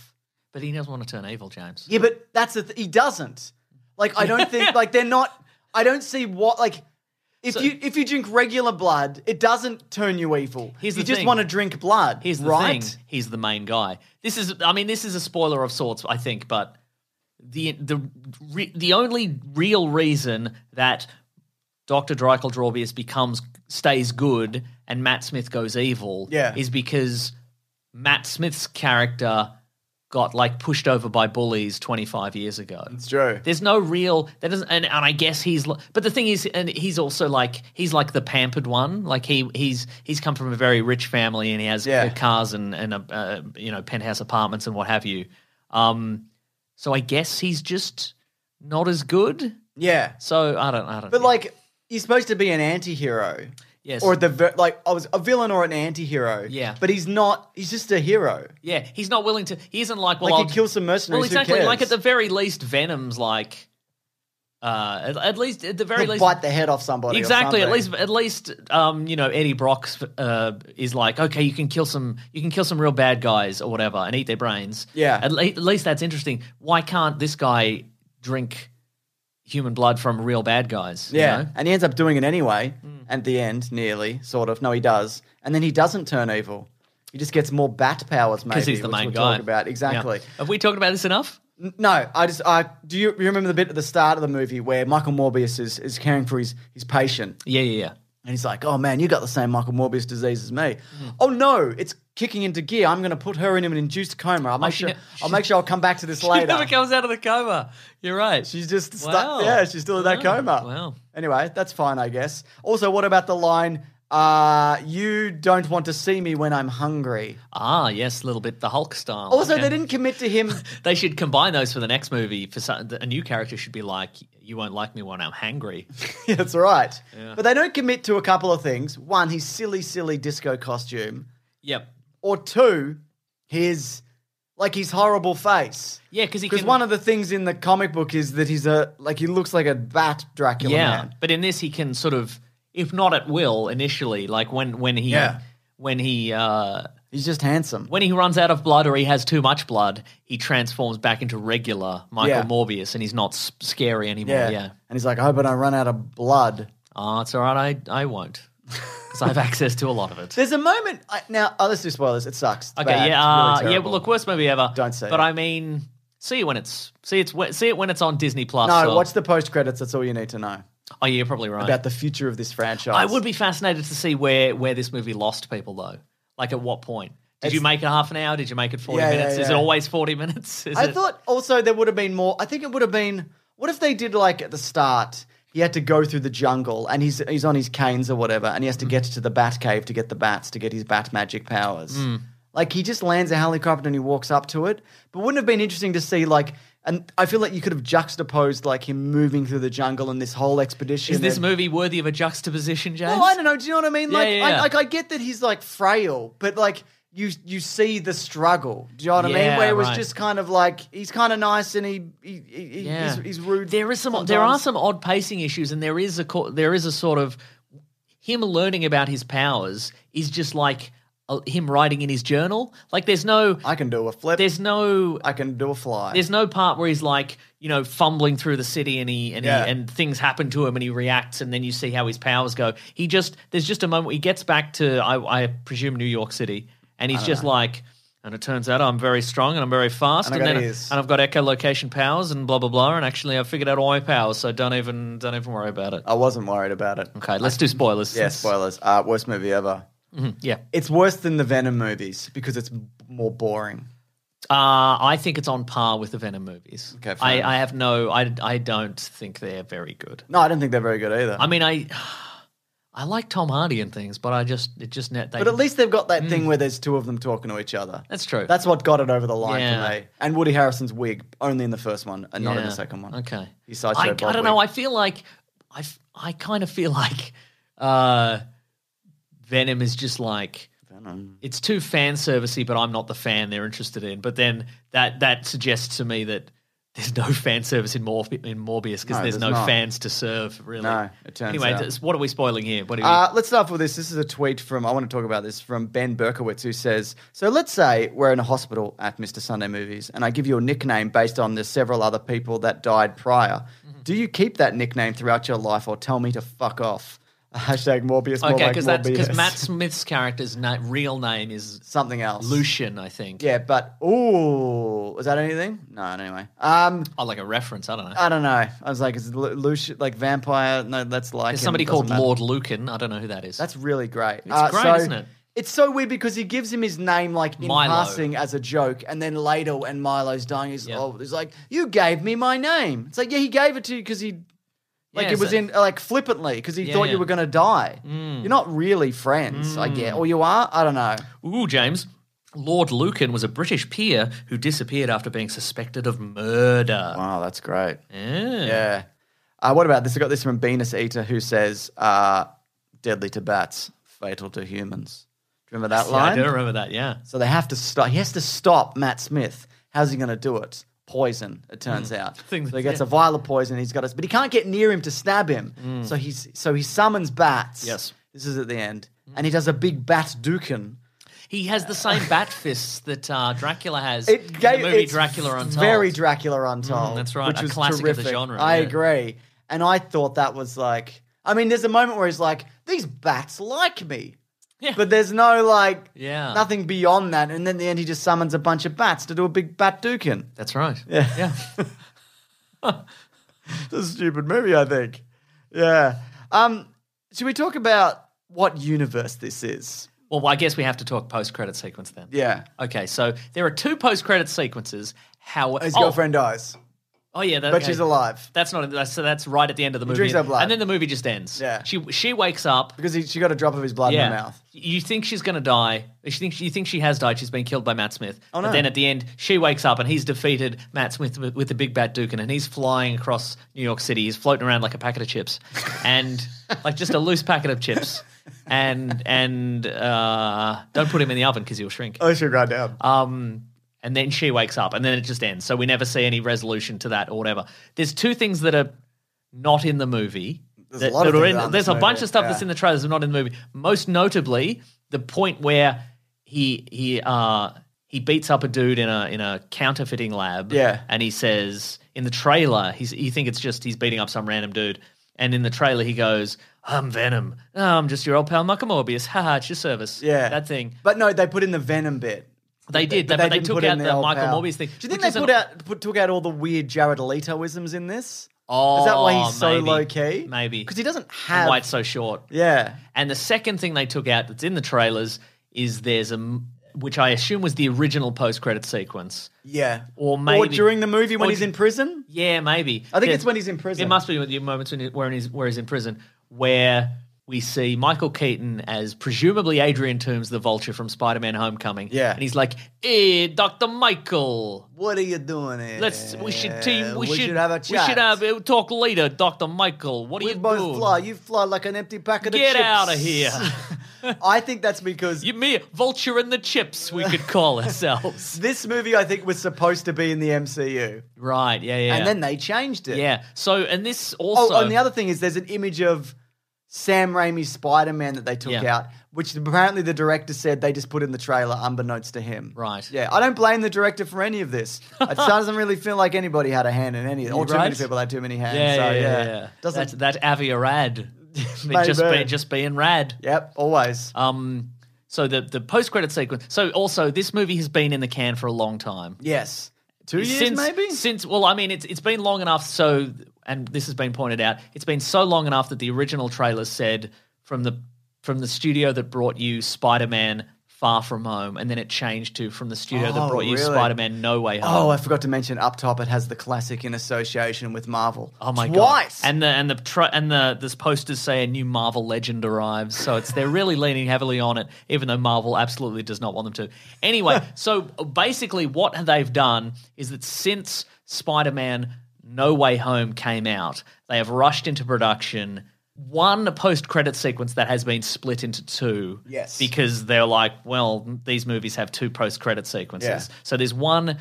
Speaker 4: But he doesn't want to turn evil, James.
Speaker 3: Yeah, but that's the th- he doesn't. Like I don't think like they're not. I don't see what like if
Speaker 4: So-
Speaker 3: you if you drink regular blood, it doesn't turn you evil.
Speaker 4: Here's
Speaker 3: you
Speaker 4: the
Speaker 3: just
Speaker 4: thing.
Speaker 3: want to drink blood.
Speaker 4: Here's the
Speaker 3: right?
Speaker 4: thing. He's the main guy. This is, I mean, this is a spoiler of sorts, I think, but the the re, the only real reason that Doctor Dreikel Drawbius becomes stays good and Matt Smith goes evil,
Speaker 3: Yeah.
Speaker 4: is because Matt Smith's character got like pushed over by bullies twenty five years ago.
Speaker 3: true.
Speaker 4: There's no real that doesn't, and, and I guess he's. li- But the thing is, and he's also like he's like the pampered one. Like he he's he's come from a very rich family, and he has
Speaker 3: Yeah.
Speaker 4: uh, cars and and a, uh, you know penthouse apartments and what have you. Um, so I guess he's just not as good.
Speaker 3: Yeah,
Speaker 4: So I don't I don't.
Speaker 3: but
Speaker 4: know.
Speaker 3: like you're supposed to be an anti-hero.
Speaker 4: yes,
Speaker 3: Or at the ver- like, I was a villain or an anti-hero.
Speaker 4: Yeah.
Speaker 3: but he's not. He's just a hero.
Speaker 4: yeah, he's not willing to. He isn't like well,
Speaker 3: Like,
Speaker 4: I'll,
Speaker 3: he kills some mercenaries,
Speaker 4: Well,
Speaker 3: who
Speaker 4: exactly. Like at
Speaker 3: cares?
Speaker 4: the very least, Venom's like. Uh, at, at least at the very
Speaker 3: He'll
Speaker 4: least,
Speaker 3: bite the head off somebody. or
Speaker 4: Exactly. At
Speaker 3: something.
Speaker 4: least, at least, um, you know, Eddie Brock's uh, is like, okay, you can kill some, you can kill some real bad guys or whatever, and eat their brains.
Speaker 3: Yeah.
Speaker 4: At, le- at least that's interesting. Why can't this guy drink human blood from real bad guys? you
Speaker 3: Yeah,
Speaker 4: know? Mm.
Speaker 3: and he ends up doing it anyway at the end, nearly, sort of. No, he does, and then he doesn't turn evil. He just gets more bat powers, maybe.
Speaker 4: Because he's the
Speaker 3: which
Speaker 4: main
Speaker 3: we'll
Speaker 4: guy.
Speaker 3: Talk about exactly.
Speaker 4: Yeah. Have we talked about this enough?
Speaker 3: N- No, I just I do. You, you remember the bit at the start of the movie where Michael Morbius is is caring for his his patient,
Speaker 4: Yeah, yeah, yeah.
Speaker 3: and he's like, "Oh man, you got the same Michael Morbius disease as me."
Speaker 4: Mm.
Speaker 3: Oh no, it's kicking into gear. I'm going to put her in an induced coma. I'll make
Speaker 4: she
Speaker 3: sure.
Speaker 4: ne-
Speaker 3: I'll make sure I'll come back to this
Speaker 4: He
Speaker 3: later.
Speaker 4: never comes out of the coma. You're right.
Speaker 3: She's just stuck.
Speaker 4: Wow.
Speaker 3: Yeah, she's still in that
Speaker 4: Wow.
Speaker 3: coma.
Speaker 4: Wow.
Speaker 3: Anyway, that's fine, I guess. Also, what about the line, uh, you don't want to see me when I'm hungry?
Speaker 4: ah, yes, a little bit the Hulk style.
Speaker 3: Also,
Speaker 4: Oh, Okay.
Speaker 3: they didn't commit to him.
Speaker 4: They should combine those for the next movie. For some, a new character should be like, "You won't like me when I'm hangry."
Speaker 3: Yeah, that's right. But they don't commit to a couple of things. One, his silly, silly disco costume.
Speaker 4: yep.
Speaker 3: Or two, his, like, his horrible face.
Speaker 4: Yeah, because he
Speaker 3: Because
Speaker 4: can.
Speaker 3: one of the things in the comic book is that he's a, like, he looks like a bat Dracula
Speaker 4: yeah,
Speaker 3: man.
Speaker 4: but in this he can sort of, if not at will initially, like when when he
Speaker 3: Yeah.
Speaker 4: when he uh,
Speaker 3: He's just handsome.
Speaker 4: When he runs out of blood or he has too much blood, he transforms back into regular Michael
Speaker 3: Yeah.
Speaker 4: Morbius, and he's not s- scary anymore.
Speaker 3: Yeah.
Speaker 4: Yeah.
Speaker 3: And he's like, I hope I don't run out of blood.
Speaker 4: Oh, it's all right. I I won't because I have access to a lot of it.
Speaker 3: There's a moment. I, now, oh, let's do spoilers. It sucks. It's
Speaker 4: Okay,
Speaker 3: bad.
Speaker 4: yeah,
Speaker 3: It's
Speaker 4: uh,
Speaker 3: really
Speaker 4: yeah.
Speaker 3: terrible.
Speaker 4: Look, worst movie ever.
Speaker 3: Don't say
Speaker 4: But
Speaker 3: that.
Speaker 4: I mean, see it when it's see it's whe- see it when it's on Disney Plus.
Speaker 3: No,
Speaker 4: or-
Speaker 3: watch the post credits. That's all you need to know
Speaker 4: Oh, yeah, you're probably right.
Speaker 3: about the future of this franchise.
Speaker 4: I would be fascinated to see where where this movie lost people though. Like at what point? Did you
Speaker 3: It's-
Speaker 4: make it half an hour? Did you make it forty
Speaker 3: Yeah, yeah,
Speaker 4: minutes? Is it
Speaker 3: yeah.
Speaker 4: always forty minutes? Is
Speaker 3: I
Speaker 4: it-
Speaker 3: thought also there would have been more. I think it would have been. What if they did like at the start? He had to go through the jungle, and he's he's on his canes or whatever, and he has to
Speaker 4: Mm.
Speaker 3: get to the bat cave to get the bats to get his bat magic powers.
Speaker 4: Mm.
Speaker 3: Like he just lands a helicopter and he walks up to it. But wouldn't it have been interesting to see like? And I feel like you could have juxtaposed like him moving through the jungle and this whole expedition.
Speaker 4: is this
Speaker 3: and-
Speaker 4: movie worthy of a juxtaposition, James?
Speaker 3: well, I don't know. Do you know what I mean?
Speaker 4: Yeah,
Speaker 3: Like,
Speaker 4: yeah,
Speaker 3: I,
Speaker 4: yeah.
Speaker 3: like I get that he's like frail, but like you you see the struggle. Do you know what I mean?
Speaker 4: Yeah,
Speaker 3: Where it was
Speaker 4: right.
Speaker 3: just kind of like he's kind of nice and he, he, he he-
Speaker 4: Yeah.
Speaker 3: he's, he's rude.
Speaker 4: There is some. There are
Speaker 3: sometimes.
Speaker 4: some odd pacing issues, and there is a co- there is a sort of him learning about his powers is just like uh, him writing in his journal. Like there's no
Speaker 3: I can do a flip.
Speaker 4: there's no
Speaker 3: I can do a fly.
Speaker 4: there's no part where he's like you know fumbling through the city and he and
Speaker 3: Yeah.
Speaker 4: he, and things happen to him and he reacts and then you see how his powers go he just there's just a moment where he gets back to i, I presume new york city and he's just like and it turns out I'm very strong and I'm very fast,
Speaker 3: And I
Speaker 4: and,
Speaker 3: got
Speaker 4: then
Speaker 3: ears."
Speaker 4: and I've got echolocation powers and blah blah blah. And actually, I've figured out all my powers, so don't even don't even worry about it.
Speaker 3: I wasn't worried about it.
Speaker 4: Okay, let's do spoilers.
Speaker 3: Oh.
Speaker 4: Mm,
Speaker 3: Yeah, spoilers. Uh, worst movie ever.
Speaker 4: Yeah,
Speaker 3: It's worse than the Venom movies because it's b- more boring.
Speaker 4: uh, I think it's on par with the Venom movies.
Speaker 3: Okay, fair
Speaker 4: I,
Speaker 3: enough.
Speaker 4: I have no, I, I don't think they're very good.
Speaker 3: No, I don't think they're very good either.
Speaker 4: I mean, I I like Tom Hardy and things, but I just it just net. They,
Speaker 3: but at least they've got that thing where there's two of them talking to each other.
Speaker 4: Mm. that's true.
Speaker 3: That's what got it over the line
Speaker 4: Yeah.
Speaker 3: for me. And Woody Harrison's wig only in the first one and not in the
Speaker 4: Yeah.
Speaker 3: second one.
Speaker 4: Okay.
Speaker 3: He's
Speaker 4: I,
Speaker 3: sideshow
Speaker 4: I
Speaker 3: Bob
Speaker 4: don't know. I
Speaker 3: wig.
Speaker 4: feel like I f- I kind of feel like uh, Venom is just like it's too fan servicey, but I'm not the fan they're interested in. But then that that suggests to me that. There's no fan service in, Morph- in Morbius because
Speaker 3: No,
Speaker 4: there's,
Speaker 3: there's
Speaker 4: no
Speaker 3: not.
Speaker 4: fans to serve, really.
Speaker 3: No, it turns
Speaker 4: anyway,
Speaker 3: out.
Speaker 4: this- what are we spoiling here? What are we,
Speaker 3: Uh, let's start off with this. This is a tweet from, I want to talk about this, from Ben Berkowitz, who says So let's say we're in a hospital at Mr. Sunday Movies, and I give you a nickname based on the several other people that died prior.
Speaker 4: Mm-hmm.
Speaker 3: Do you keep that nickname throughout your life or tell me to fuck off? Hashtag Morbius, more
Speaker 4: okay,
Speaker 3: like
Speaker 4: because
Speaker 3: Morbius.
Speaker 4: because Matt Smith's character's na- real name is
Speaker 3: Something else.
Speaker 4: Lucian, I think.
Speaker 3: Yeah, but, ooh, is that anything? No, anyway. Um,
Speaker 4: Oh, like a reference. I don't know.
Speaker 3: I don't know. I was like, is Lu- Lucian, like vampire? No, that's like.
Speaker 4: There's
Speaker 3: him.
Speaker 4: somebody
Speaker 3: Doesn't
Speaker 4: called
Speaker 3: matter.
Speaker 4: Lord Lucan. I don't know who that is.
Speaker 3: That's really great. It's
Speaker 4: great, isn't it?
Speaker 3: It's so weird because he gives him his name like in
Speaker 4: Milo.
Speaker 3: passing as a joke, and then later when Milo's dying, he's,
Speaker 4: Yeah.
Speaker 3: oh, he's like, "You gave me my name." It's like, yeah, he gave it to you because he, like,
Speaker 4: Yeah,
Speaker 3: it was
Speaker 4: so-
Speaker 3: in like flippantly because he
Speaker 4: Yeah,
Speaker 3: thought
Speaker 4: yeah. Mm.
Speaker 3: you were gonna die. You're not really friends, I guess, or you are. I don't know.
Speaker 4: Ooh, James. Lord Lucan was a British peer who disappeared after being suspected of murder.
Speaker 3: Wow, that's great.
Speaker 4: Yeah.
Speaker 3: Yeah. Uh, what about this? I got this from Venus Eater, who says, uh, "Deadly to bats, fatal to humans." Do you Remember that
Speaker 4: Yeah,
Speaker 3: line?
Speaker 4: I do remember that. Yeah.
Speaker 3: So they have to stop. He has to stop Matt Smith. How's he going to do it? Poison. It turns out.
Speaker 4: Hmm. Things-
Speaker 3: so he gets
Speaker 4: yeah.
Speaker 3: a vial of poison. He's got us, but he can't get near him to stab him. So he's so he summons bats.
Speaker 4: Hmm. Yes.
Speaker 3: This is at the end, and he does a big bat dukin.
Speaker 4: He has the same bat fists that uh, Dracula has
Speaker 3: It
Speaker 4: in
Speaker 3: gave
Speaker 4: the movie
Speaker 3: it's
Speaker 4: Dracula Untold.
Speaker 3: Very Dracula Untold.
Speaker 4: Mm, that's right,
Speaker 3: Which
Speaker 4: a
Speaker 3: was
Speaker 4: classic of the
Speaker 3: terrific.
Speaker 4: genre,
Speaker 3: I
Speaker 4: yeah.
Speaker 3: agree, and I thought that was like. I mean, there's a moment where he's like, "These bats like me,"
Speaker 4: Yeah.
Speaker 3: but there's no like,
Speaker 4: Yeah.
Speaker 3: nothing beyond that. And then at the end, he just summons a bunch of bats to do a big bat dukin.
Speaker 4: That's right.
Speaker 3: Yeah.
Speaker 4: Yeah.
Speaker 3: This is a stupid movie, I think. Yeah. Um, should we talk about what universe this is?
Speaker 4: Well, I guess we have to talk post-credit sequence then.
Speaker 3: Yeah.
Speaker 4: Okay, so there are two post-credit sequences. How
Speaker 3: His
Speaker 4: oh,
Speaker 3: girlfriend dies,
Speaker 4: Oh yeah, that,
Speaker 3: but
Speaker 4: okay.
Speaker 3: she's alive
Speaker 4: That's not that's, so. That's right at the end of the movie,
Speaker 3: drinks her blood.
Speaker 4: and then the movie just ends.
Speaker 3: Yeah.
Speaker 4: she she wakes up.
Speaker 3: because he, she got a drop of his blood
Speaker 4: yeah,
Speaker 3: in her mouth.
Speaker 4: you think she's gonna die. You think you think she has died. She's been killed by Matt Smith.
Speaker 3: Oh, no.
Speaker 4: But then at the end, she wakes up and he's defeated Matt Smith with, with the big bat Dukin, and he's flying across New York City. He's floating around like a packet of chips, and like just a loose packet of chips. And and uh, don't put him in the oven because he'll shrink.
Speaker 3: Oh, she got down.
Speaker 4: Um, and then she wakes up, and then it just ends. So we never see any resolution to that or whatever. There's two things that are not in the movie.
Speaker 3: There's a lot of
Speaker 4: that are
Speaker 3: things
Speaker 4: in-
Speaker 3: around
Speaker 4: there's
Speaker 3: this
Speaker 4: a bunch
Speaker 3: movie,
Speaker 4: of stuff
Speaker 3: yeah.
Speaker 4: that's in the trailers that's not in the movie. Most notably, the point where he he uh he beats up a dude in a in a counterfeiting lab.
Speaker 3: Yeah.
Speaker 4: and he says in the trailer, he's you think it's just he's beating up some random dude, and in the trailer he goes, "I'm Venom. Oh, I'm just your old pal Michael Morbius. Haha, it's your service.
Speaker 3: Yeah.
Speaker 4: that thing.
Speaker 3: But no, they put in the Venom bit.
Speaker 4: They did,
Speaker 3: but
Speaker 4: they- but they
Speaker 3: didn't
Speaker 4: took
Speaker 3: put in
Speaker 4: out the
Speaker 3: old
Speaker 4: Michael
Speaker 3: pal.
Speaker 4: Morbius thing,
Speaker 3: Do you think
Speaker 4: which
Speaker 3: they
Speaker 4: is an-
Speaker 3: put out put, took out all the weird Jared Letoisms in this?
Speaker 4: Oh,
Speaker 3: is that why he's so
Speaker 4: maybe.
Speaker 3: low key?
Speaker 4: Maybe
Speaker 3: because he doesn't
Speaker 4: And
Speaker 3: have.
Speaker 4: why it's so short.
Speaker 3: yeah,
Speaker 4: And the second thing they took out that's in the trailers is there's a m- which I assume was the original post credit sequence.
Speaker 3: yeah. or
Speaker 4: Or maybe-
Speaker 3: during the movie when
Speaker 4: or
Speaker 3: he's
Speaker 4: dur-
Speaker 3: in prison.
Speaker 4: Yeah, maybe.
Speaker 3: I think
Speaker 4: There-
Speaker 3: it's when he's in prison.
Speaker 4: It must be with the moments when he, where, he's, where he's in prison, where we see Michael Keaton as presumably Adrian Toomes, the Vulture from Spider-Man: Homecoming.
Speaker 3: Yeah.
Speaker 4: and he's like, "Eh, Doctor Michael."
Speaker 3: What are you doing here?
Speaker 4: Let's. We should team. We,
Speaker 3: Uh, should, have a chat.
Speaker 4: We should have a talk later, Doctor Michael. What are
Speaker 3: We
Speaker 4: you
Speaker 3: both
Speaker 4: doing?
Speaker 3: fly. You fly like an empty packet of
Speaker 4: Get
Speaker 3: chips.
Speaker 4: out of here.
Speaker 3: I think that's because
Speaker 4: you, me, Vulture and the Chips. We could call ourselves.
Speaker 3: this movie, I think, was supposed to be in the MCU,
Speaker 4: right. Yeah. Yeah.
Speaker 3: and then they changed it.
Speaker 4: yeah. So, and this also.
Speaker 3: Oh, and the other thing is, there's an image of Sam Raimi's Spider Man that they took
Speaker 4: Yeah.
Speaker 3: out, which apparently the director said they just put in the trailer, unbeknownst to him.
Speaker 4: Right.
Speaker 3: Yeah, I don't blame the director for any of this. It doesn't really feel like anybody had a hand in any. Or too many
Speaker 4: right.
Speaker 3: people had too many hands.
Speaker 4: yeah,
Speaker 3: so,
Speaker 4: yeah,
Speaker 3: yeah,
Speaker 4: yeah, yeah.
Speaker 3: Doesn't.
Speaker 4: That, that Avia Rad. It just,
Speaker 3: Maybe.
Speaker 4: be, just being rad.
Speaker 3: Yep, always.
Speaker 4: Um, so the the post credit sequence. So also, this movie has been in the can for a long time.
Speaker 3: yes. Two years,
Speaker 4: since,
Speaker 3: maybe.
Speaker 4: Since well, I mean, it's it's been long enough. So, and this has been pointed out, it's been so long enough that the original trailer said from the from the studio that brought you Spider Man Far From Home, and then it changed to from the studio
Speaker 3: Oh,
Speaker 4: that brought you
Speaker 3: really?
Speaker 4: Spider Man No Way Home.
Speaker 3: Oh, I forgot to mention up top it has the classic in association with Marvel.
Speaker 4: Oh my
Speaker 3: Twice.
Speaker 4: god! And the and the tra- and the this posters say a new Marvel legend arrives, so it's they're really leaning heavily on it, even though Marvel absolutely does not want them to. Anyway, so basically, what they've done is that since Spider-Man: No Way Home came out, they have rushed into production one post-credit sequence that has been split into two.
Speaker 3: Yes.
Speaker 4: because they're like, well, these movies have two post-credit sequences.
Speaker 3: Yeah.
Speaker 4: So there's one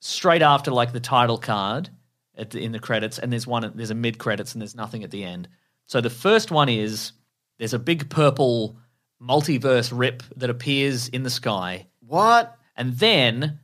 Speaker 4: straight after like the title card at the, in the credits, and there's one there's a mid credits, and there's nothing at the end. So the first one is there's a big purple multiverse rip that appears in the sky,
Speaker 3: what?
Speaker 4: and then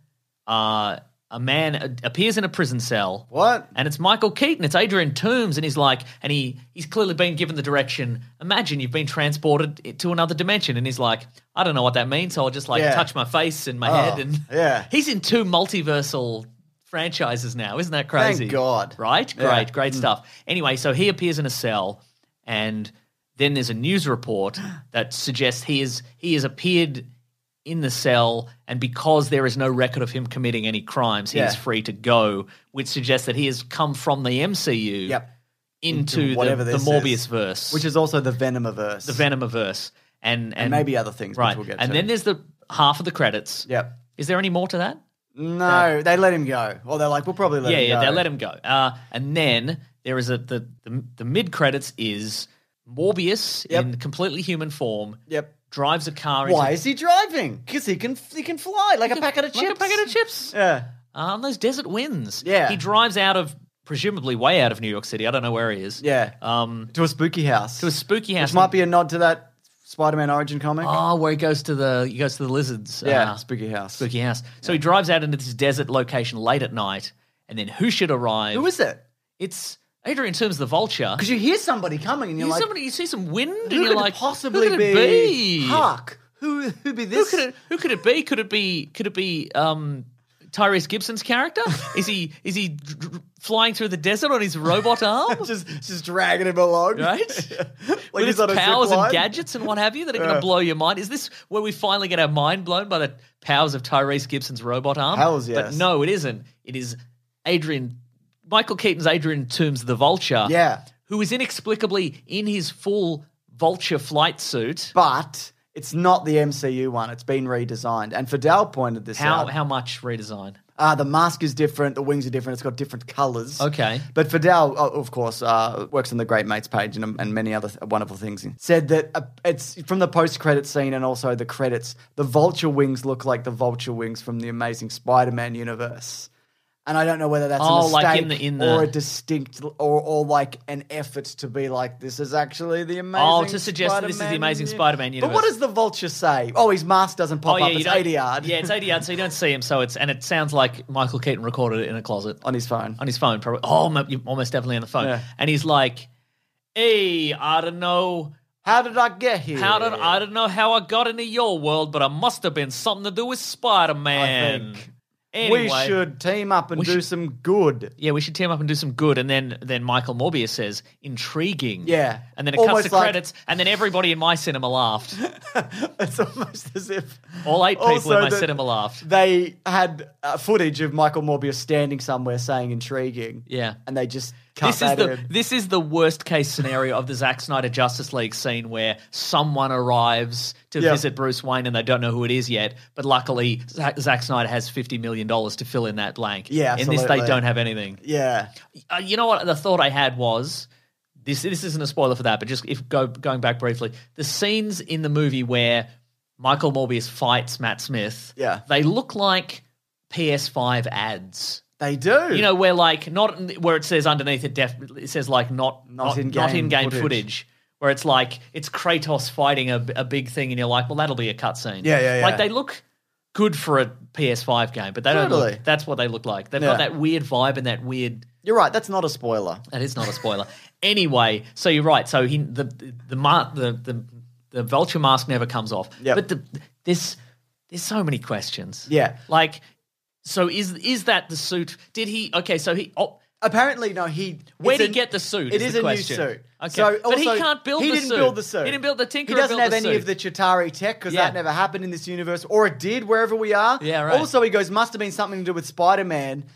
Speaker 4: uh, a man a- appears in a prison cell.
Speaker 3: What?
Speaker 4: And it's Michael Keaton, it's Adrian Toomes, and he's like, and he he's clearly been given the direction. Imagine you've been transported to another dimension, and he's like, I don't know what that means, so I'll just like
Speaker 3: Yeah. Oh,
Speaker 4: touch my face and my head, and
Speaker 3: yeah.
Speaker 4: he's in two multiversal franchises now. Isn't that crazy?
Speaker 3: God.
Speaker 4: Right?
Speaker 3: Yeah.
Speaker 4: Great, great
Speaker 3: Hmm.
Speaker 4: stuff. Anyway, so he appears in a cell, and then there's a news report that suggests he is he has appeared in the cell, and because there is no record of him committing any crimes, he is
Speaker 3: Yeah.
Speaker 4: free to go, which suggests that he has come from the MCU
Speaker 3: Yep.
Speaker 4: into,
Speaker 3: Into whatever
Speaker 4: the, the
Speaker 3: this is.
Speaker 4: Morbius verse,
Speaker 3: Which is also the Venomiverse.
Speaker 4: the Venomiverse, and and,
Speaker 3: And maybe other things,
Speaker 4: right?
Speaker 3: which we'll get
Speaker 4: and
Speaker 3: to.
Speaker 4: then there's the half of the credits.
Speaker 3: Yep.
Speaker 4: Is there any more to that?
Speaker 3: No, they let him go. Or they're like, we'll probably let
Speaker 4: yeah,
Speaker 3: him
Speaker 4: yeah,
Speaker 3: go.
Speaker 4: they let him go. Uh, and then there is a the the, the mid credits is Morbius
Speaker 3: Yep.
Speaker 4: in completely human form.
Speaker 3: Yep.
Speaker 4: Drives a car.
Speaker 3: Why
Speaker 4: into,
Speaker 3: is he driving? Because he can he can fly like a packet of
Speaker 4: like
Speaker 3: chips.
Speaker 4: a packet of chips?
Speaker 3: Yeah.
Speaker 4: Um, those desert winds.
Speaker 3: Yeah.
Speaker 4: He drives out of presumably way out of New York City. I don't know where he is.
Speaker 3: Yeah.
Speaker 4: Um,
Speaker 3: to a spooky house.
Speaker 4: to a spooky house.
Speaker 3: Which might be a nod to that Spider-Man origin comic.
Speaker 4: oh, where he goes to the he goes to the lizards.
Speaker 3: yeah,
Speaker 4: uh,
Speaker 3: spooky house.
Speaker 4: spooky house. So he drives out into this desert location late at night, and then who should arrive?
Speaker 3: Who is it?
Speaker 4: It's Adrian Toomes, the Vulture.
Speaker 3: Because you hear somebody coming and you're
Speaker 4: you,
Speaker 3: like,
Speaker 4: somebody, you see some wind, and
Speaker 3: who
Speaker 4: you're
Speaker 3: could
Speaker 4: like,
Speaker 3: it possibly
Speaker 4: who could
Speaker 3: be?
Speaker 4: it be?
Speaker 3: Hark, who who be
Speaker 4: Who
Speaker 3: this?
Speaker 4: could it? Who could it be? Could it be? Could it be? Um, Tyrese Gibson's character is he? Is he dr- dr- flying through the desert on his robot arm?
Speaker 3: just just dragging him along,
Speaker 4: Right?
Speaker 3: like
Speaker 4: With
Speaker 3: he's
Speaker 4: his
Speaker 3: on a
Speaker 4: powers
Speaker 3: zip
Speaker 4: and
Speaker 3: line?
Speaker 4: gadgets and what have you that are going to blow your mind. Is this where we finally get our mind blown by the powers of Tyrese Gibson's robot arm?
Speaker 3: Hells
Speaker 4: But
Speaker 3: yes.
Speaker 4: no, it isn't. It is Adrian, Michael Keaton's Adrian Toomes, the Vulture.
Speaker 3: Yeah.
Speaker 4: who is inexplicably in his full Vulture flight suit.
Speaker 3: But it's not the MCU one. It's been redesigned. And Fidel pointed this
Speaker 4: How
Speaker 3: out.
Speaker 4: how much redesign?
Speaker 3: Uh, the mask is different. The wings are different. It's got different colors.
Speaker 4: Okay.
Speaker 3: But Fidel, uh, of course, uh, works on the Great Mates page and, and many other th- wonderful things. Said that uh, it's from the post credit scene and also the credits. The vulture wings look like the vulture wings from the Amazing Spider Man universe. And I don't know whether that's a
Speaker 4: Oh,
Speaker 3: mistake
Speaker 4: like in the- in the-
Speaker 3: or a distinct or, or like an effort to be like this is actually the amazing.
Speaker 4: Oh, to suggest that this is the Amazing
Speaker 3: uni-
Speaker 4: Spider-Man
Speaker 3: But what
Speaker 4: universe.
Speaker 3: does the Vulture say? Oh, his mask doesn't pop up.
Speaker 4: you
Speaker 3: It's
Speaker 4: don't-
Speaker 3: ADR.
Speaker 4: Yeah, it's 80 yard, so you don't see him. So it's and it sounds like Michael Keaton recorded it in a closet
Speaker 3: on his phone.
Speaker 4: on his phone, probably. Oh, mo- you- almost definitely on the phone.
Speaker 3: Yeah.
Speaker 4: And he's like, "Hey, I don't know
Speaker 3: How did I get here?
Speaker 4: how did I don't know how I got into your world, but I must have been something to do with Spider Man."
Speaker 3: think
Speaker 4: Anyway,
Speaker 3: we should team up and
Speaker 4: We
Speaker 3: do
Speaker 4: should-
Speaker 3: some good.
Speaker 4: Yeah, we should team up and do some good, and then then Michael Morbius says, "Intriguing."
Speaker 3: Yeah.
Speaker 4: and then it
Speaker 3: Almost
Speaker 4: cuts to
Speaker 3: like-
Speaker 4: credits, and then everybody in my cinema laughed.
Speaker 3: it's almost as if
Speaker 4: All eight people
Speaker 3: Also
Speaker 4: in my
Speaker 3: that
Speaker 4: cinema laughed.
Speaker 3: They had uh, footage of Michael Morbius standing somewhere saying "intriguing."
Speaker 4: Yeah.
Speaker 3: and they just cut
Speaker 4: This is
Speaker 3: that
Speaker 4: the
Speaker 3: in.
Speaker 4: this is the worst case scenario of the Zack Snyder Justice League scene where someone arrives to
Speaker 3: Yeah.
Speaker 4: visit Bruce Wayne and they don't know who it is yet. But luckily, Zack, Zack Snyder has fifty million dollars to fill in that blank.
Speaker 3: Yeah,
Speaker 4: in this they
Speaker 3: absolutely.
Speaker 4: don't have anything.
Speaker 3: yeah,
Speaker 4: Uh, you know what? The thought I had was this. This isn't a spoiler for that, but just if go going back briefly, the scenes in the movie where Michael Morbius fights Matt Smith.
Speaker 3: Yeah.
Speaker 4: they look like PS5 ads.
Speaker 3: they do.
Speaker 4: You know, where like not where it says underneath it, def, it says like not
Speaker 3: Not
Speaker 4: not,
Speaker 3: in-game
Speaker 4: not in game
Speaker 3: footage.
Speaker 4: footage. Where it's like it's Kratos fighting a, a big thing, and you're like, well, that'll be a cutscene.
Speaker 3: Yeah, yeah, yeah.
Speaker 4: Like they look good for a PS5 game, but they don't.
Speaker 3: Totally.
Speaker 4: Look, that's what they look like. They've
Speaker 3: Yeah.
Speaker 4: got that weird vibe and that weird.
Speaker 3: you're right. That's not a spoiler.
Speaker 4: That is not a spoiler. anyway, so you're right. So he the the ma- the the, the vulture mask never comes off.
Speaker 3: Yep.
Speaker 4: But the, there's there's so many questions.
Speaker 3: Yeah.
Speaker 4: Like, so is is that the suit? Did he? Okay, so he. Oh,
Speaker 3: Apparently, no. He
Speaker 4: where
Speaker 3: it's
Speaker 4: did
Speaker 3: an-
Speaker 4: he get the suit?
Speaker 3: It
Speaker 4: is
Speaker 3: is
Speaker 4: the
Speaker 3: a
Speaker 4: question.
Speaker 3: new suit.
Speaker 4: Okay,
Speaker 3: so
Speaker 4: but
Speaker 3: also,
Speaker 4: he can't build.
Speaker 3: He
Speaker 4: the
Speaker 3: didn't
Speaker 4: suit.
Speaker 3: build the suit.
Speaker 4: He didn't build the Tinkerer.
Speaker 3: He doesn't
Speaker 4: built
Speaker 3: have
Speaker 4: the
Speaker 3: any
Speaker 4: suit.
Speaker 3: of the Chitari tech because
Speaker 4: Yeah.
Speaker 3: that never happened in this universe, or it did wherever we are.
Speaker 4: Yeah, right.
Speaker 3: Also, he goes must have been something to do with Spider Man.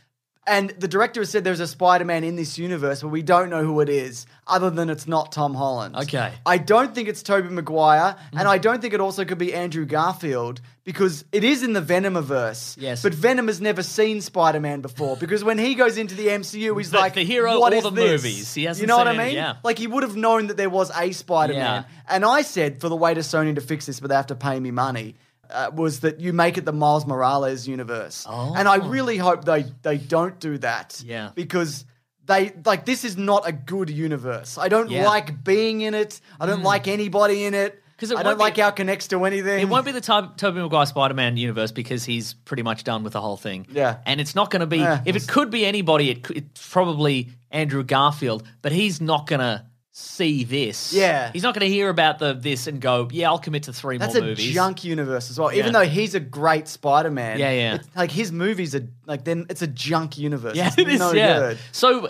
Speaker 3: And the director has said there's a Spider Man in this universe, but we don't know who it is, other than it's not Tom Holland.
Speaker 4: Okay.
Speaker 3: I don't think it's Tobey Maguire,
Speaker 4: Mm.
Speaker 3: and I don't think it also could be Andrew Garfield, because it is in the Venomiverse.
Speaker 4: Yes.
Speaker 3: But Venom has never seen Spider Man before, because when he goes into the MCU, he's
Speaker 4: The-
Speaker 3: like
Speaker 4: the hero
Speaker 3: what
Speaker 4: or
Speaker 3: is
Speaker 4: the
Speaker 3: this?"
Speaker 4: movies. He hasn't
Speaker 3: You know what
Speaker 4: seen
Speaker 3: I
Speaker 4: any-
Speaker 3: mean?
Speaker 4: yeah.
Speaker 3: Like he would have known that there was a Spider Man.
Speaker 4: Yeah.
Speaker 3: And I said for the way to Sony to fix this, but they have to pay me money. Uh, was that you make it the Miles Morales universe?
Speaker 4: Oh.
Speaker 3: And I really hope they they don't do that.
Speaker 4: Yeah.
Speaker 3: because they like this is not a good universe. I don't
Speaker 4: Yeah. Mm.
Speaker 3: like being in it. I don't like anybody in it.
Speaker 4: 'Cause it
Speaker 3: I don't
Speaker 4: won't be-
Speaker 3: like how it connects to anything.
Speaker 4: It won't be the Tob- Tobey Maguire Spider Man universe because he's pretty much done with the whole thing.
Speaker 3: Yeah.
Speaker 4: And it's not going to be,
Speaker 3: Yeah.
Speaker 4: if it could be anybody, it, could- it's probably Andrew Garfield, but he's not going to see this.
Speaker 3: Yeah.
Speaker 4: He's not going to hear about the this and go, yeah, I'll commit to three
Speaker 3: That's
Speaker 4: more
Speaker 3: a
Speaker 4: movies.
Speaker 3: junk universe as well. Even
Speaker 4: Yeah.
Speaker 3: though he's a great Spider-Man,
Speaker 4: Yeah, yeah.
Speaker 3: it's- like his movies are like then it's a junk universe.
Speaker 4: Yeah,
Speaker 3: it's
Speaker 4: it is.
Speaker 3: no
Speaker 4: yeah.
Speaker 3: good.
Speaker 4: So,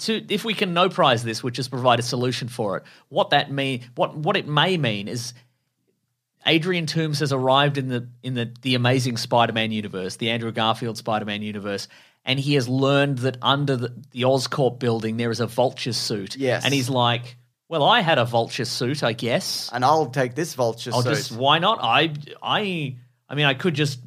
Speaker 4: to if we can no prize this, which is provide a solution for it, what that mean, what what it may mean is, Adrian Toomes has arrived in the in the the Amazing Spider-Man universe, the Andrew Garfield Spider-Man universe. And he has learned that under the, the Oscorp building there is a vulture suit.
Speaker 3: Yes.
Speaker 4: And he's like, Well, I had a vulture suit, I guess.
Speaker 3: And I'll take this vulture
Speaker 4: I'll
Speaker 3: suit.
Speaker 4: just why not? I I I mean I could just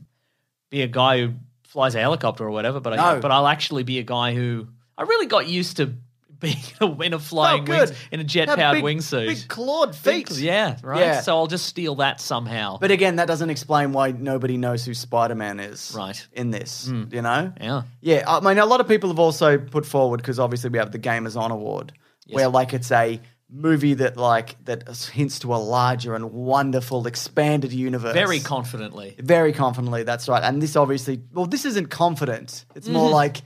Speaker 4: be a guy who flies a helicopter or whatever, but I
Speaker 3: No.
Speaker 4: but I'll actually be a guy who I really got used to being in a flying wings in a jet
Speaker 3: That
Speaker 4: powered
Speaker 3: Oh, big-
Speaker 4: wingsuit.
Speaker 3: Big clawed
Speaker 4: Big-
Speaker 3: feet.
Speaker 4: yeah, right.
Speaker 3: Yeah.
Speaker 4: So I'll just steal that somehow.
Speaker 3: But again, that doesn't explain why nobody knows who Spider Man is.
Speaker 4: Right. Hmm.
Speaker 3: In this, you know?
Speaker 4: yeah.
Speaker 3: Yeah, I mean, a lot of people have also put forward because obviously we have the Gamers On Award, where like it's a movie that like that hints to a larger and wonderful expanded universe.
Speaker 4: Very confidently.
Speaker 3: very confidently. That's right. And this obviously, well, this isn't confident. It's more like,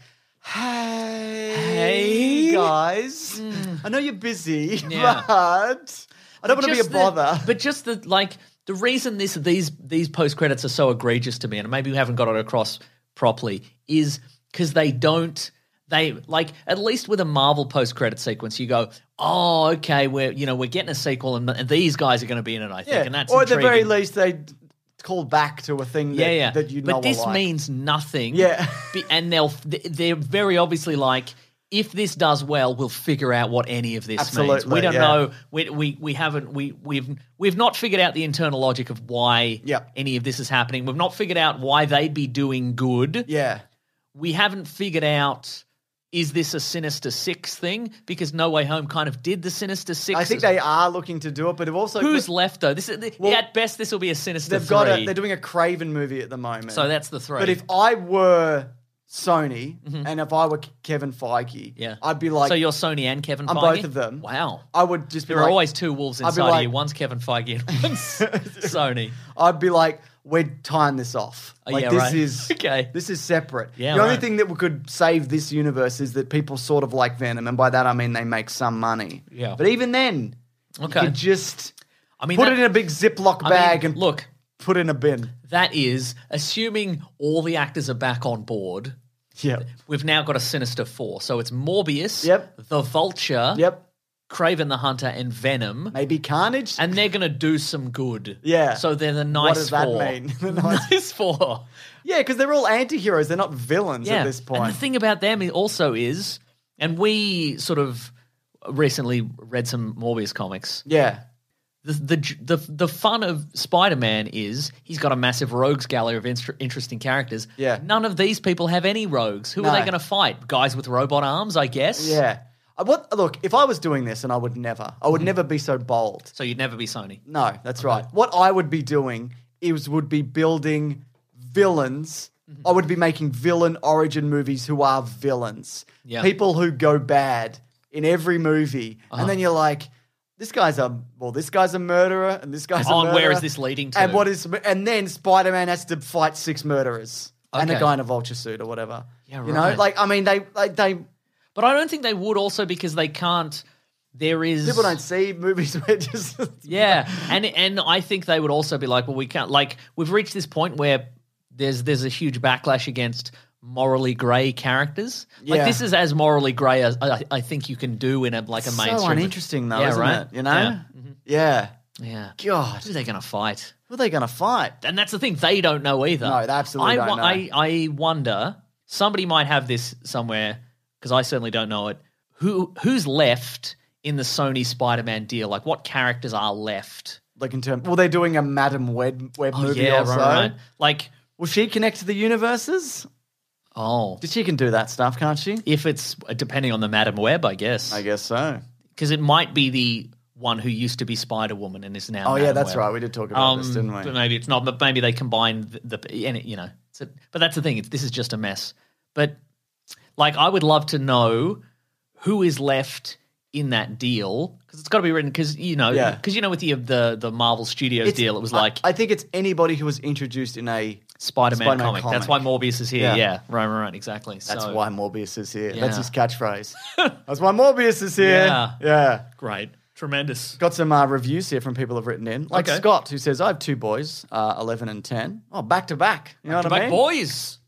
Speaker 3: hey,
Speaker 4: Mm-hmm. Hey. mm.
Speaker 3: guys, I know you're busy,
Speaker 4: Yeah.
Speaker 3: but I don't want to be a
Speaker 4: Just the-
Speaker 3: bother.
Speaker 4: but just the like the reason this these these post credits are so egregious to me, and maybe we haven't got it across properly, is because they don't they like at least with a Marvel post credit sequence, you go, oh okay, we're you know we're getting a sequel, and, and these guys are going to be in it, I think, and that's
Speaker 3: or at the very
Speaker 4: intriguing.
Speaker 3: least, they d- call back to a thing that,
Speaker 4: yeah, yeah.
Speaker 3: that you know.
Speaker 4: but this
Speaker 3: or like.
Speaker 4: means nothing.
Speaker 3: Yeah.
Speaker 4: Be- and they'll th- they're very obviously like. If this does well, we'll figure out what any of this means.
Speaker 3: Absolutely,
Speaker 4: We don't
Speaker 3: yeah.
Speaker 4: know. We, we we haven't we we've we've not figured out the internal logic of why
Speaker 3: Yeah.
Speaker 4: any of this is happening. We've not figured out why they'd be doing good.
Speaker 3: yeah,
Speaker 4: We haven't figured out is this a Sinister Six thing because No Way Home kind of did the Sinister Six.
Speaker 3: I think they are looking to do it, but have also
Speaker 4: Who's left though? This is,
Speaker 3: Well,
Speaker 4: at best this will be a Sinister
Speaker 3: they've got
Speaker 4: Three.
Speaker 3: a, they're doing a Craven movie at the moment.
Speaker 4: so that's the three.
Speaker 3: But if I were Sony, and if I were K- Kevin Feige,
Speaker 4: Mm-hmm. Yeah.
Speaker 3: I'd be like,
Speaker 4: so you're Sony and Kevin
Speaker 3: I'm
Speaker 4: Feige?
Speaker 3: both of them.
Speaker 4: Wow.
Speaker 3: I would just be
Speaker 4: There are
Speaker 3: like,
Speaker 4: always two wolves
Speaker 3: I'd be
Speaker 4: inside of
Speaker 3: like-
Speaker 4: you. One's Kevin Feige and one's Sony.
Speaker 3: I'd be like, we're tying this off.
Speaker 4: Oh,
Speaker 3: Like
Speaker 4: yeah,
Speaker 3: this
Speaker 4: right.
Speaker 3: is
Speaker 4: Okay.
Speaker 3: This is separate.
Speaker 4: Yeah,
Speaker 3: the only
Speaker 4: right.
Speaker 3: thing that we could save this universe is that people sort of like Venom, and by that I mean they make some money.
Speaker 4: Yeah.
Speaker 3: But even then, you
Speaker 4: Okay.
Speaker 3: could just
Speaker 4: I mean,
Speaker 3: put
Speaker 4: that-
Speaker 3: it in a big Ziploc
Speaker 4: I mean,
Speaker 3: bag and
Speaker 4: look,
Speaker 3: put it in a bin.
Speaker 4: that is assuming all the actors are back on board.
Speaker 3: Yeah.
Speaker 4: We've now got a Sinister Four. So it's Morbius,
Speaker 3: Yep.
Speaker 4: the Vulture,
Speaker 3: Yep.
Speaker 4: Craven the Hunter, and Venom.
Speaker 3: Maybe Carnage.
Speaker 4: And they're going to do some good.
Speaker 3: Yeah.
Speaker 4: So they're the nice
Speaker 3: what does that
Speaker 4: four.
Speaker 3: mean? The nice-
Speaker 4: nice four.
Speaker 3: yeah, because they're all anti-heroes. They're not villains at this point.
Speaker 4: And the thing about them i- also is, and we sort of recently read some Morbius comics.
Speaker 3: yeah.
Speaker 4: The the j- the, the fun of Spider Man is he's got a massive rogues gallery of inst- interesting characters.
Speaker 3: Yeah.
Speaker 4: None of these people have any rogues. Who are they
Speaker 3: No.
Speaker 4: going to fight? Guys with robot arms, I guess.
Speaker 3: Yeah. I, what? Look, if I was doing this, and I would never, I would
Speaker 4: Hmm.
Speaker 3: never be so bold.
Speaker 4: So you'd never be Sony.
Speaker 3: No, that's right. What I would be doing is would be building villains.
Speaker 4: Mm-hmm.
Speaker 3: I would be making villain origin movies who are villains.
Speaker 4: Yeah.
Speaker 3: People who go bad in every movie.
Speaker 4: Uh-huh.
Speaker 3: And then you're like, this guy's a well, this guy's a murderer and this guy's a
Speaker 4: Oh, and
Speaker 3: murderer.
Speaker 4: where is this leading to?
Speaker 3: And what is and then Spider-Man has to fight six murderers and a
Speaker 4: Okay.
Speaker 3: guy in a vulture suit or whatever.
Speaker 4: Yeah,
Speaker 3: You know,
Speaker 4: right.
Speaker 3: like I mean they like they
Speaker 4: But I don't think they would also because they can't. There is
Speaker 3: people don't see movies where just
Speaker 4: Yeah, and and I think they would also be like, well, we can't. Like, we've reached this point where there's there's a huge backlash against morally grey characters.
Speaker 3: Yeah.
Speaker 4: Like, this is as morally grey as I, I think you can do in a like a mainstream.
Speaker 3: so uninteresting though,
Speaker 4: Yeah,
Speaker 3: isn't
Speaker 4: right?
Speaker 3: it? You know?
Speaker 4: Yeah. Mm-hmm.
Speaker 3: yeah.
Speaker 4: Yeah,
Speaker 3: God.
Speaker 4: who are they going to fight?
Speaker 3: Who are they going to fight?
Speaker 4: And that's the thing; they don't know either.
Speaker 3: No, they absolutely
Speaker 4: I,
Speaker 3: don't
Speaker 4: wo-
Speaker 3: know.
Speaker 4: I I wonder somebody might have this somewhere because I certainly don't know it. Who who's left in the Sony Spider-Man deal? Like, what characters are left?
Speaker 3: Like in terms, well, they're doing a Madam Web web movie
Speaker 4: Oh, yeah,
Speaker 3: also.
Speaker 4: right, right. Like,
Speaker 3: Will she connect to the universes?
Speaker 4: oh,
Speaker 3: She can do that stuff, can't she?
Speaker 4: if it's uh, depending on the Madam Web, I guess,
Speaker 3: I guess so.
Speaker 4: because it might be the one who used to be Spider Woman and is now.
Speaker 3: Oh yeah,
Speaker 4: Madam
Speaker 3: that's
Speaker 4: Web.
Speaker 3: right. We did talk about
Speaker 4: Um,
Speaker 3: this, didn't
Speaker 4: But
Speaker 3: we?
Speaker 4: maybe it's not. But maybe they combine the, the and it, you know. It's a, but that's the thing. It's, this is just a mess. But like, I would love to know who is left in that deal because it's got to be written because you know
Speaker 3: Yeah.
Speaker 4: because you know with the the the Marvel Studios
Speaker 3: It's-
Speaker 4: deal, it was like
Speaker 3: I, I think it's anybody who was introduced in a.
Speaker 4: Spider Man
Speaker 3: Spider-Man
Speaker 4: comic. That's why
Speaker 3: comic.
Speaker 4: Morbius is here.
Speaker 3: Yeah.
Speaker 4: Yeah, right, right, right. Exactly.
Speaker 3: That's
Speaker 4: so,
Speaker 3: why Morbius is here. That's
Speaker 4: Yeah.
Speaker 3: his catchphrase. that's why Morbius is here.
Speaker 4: Yeah.
Speaker 3: Yeah.
Speaker 4: great, tremendous.
Speaker 3: Got some uh, reviews here from people who've written in, like
Speaker 4: Okay.
Speaker 3: Scott, who says, "I have two boys, uh, eleven and 10. Oh, back to back. You know what I
Speaker 4: Back
Speaker 3: mean?
Speaker 4: boys.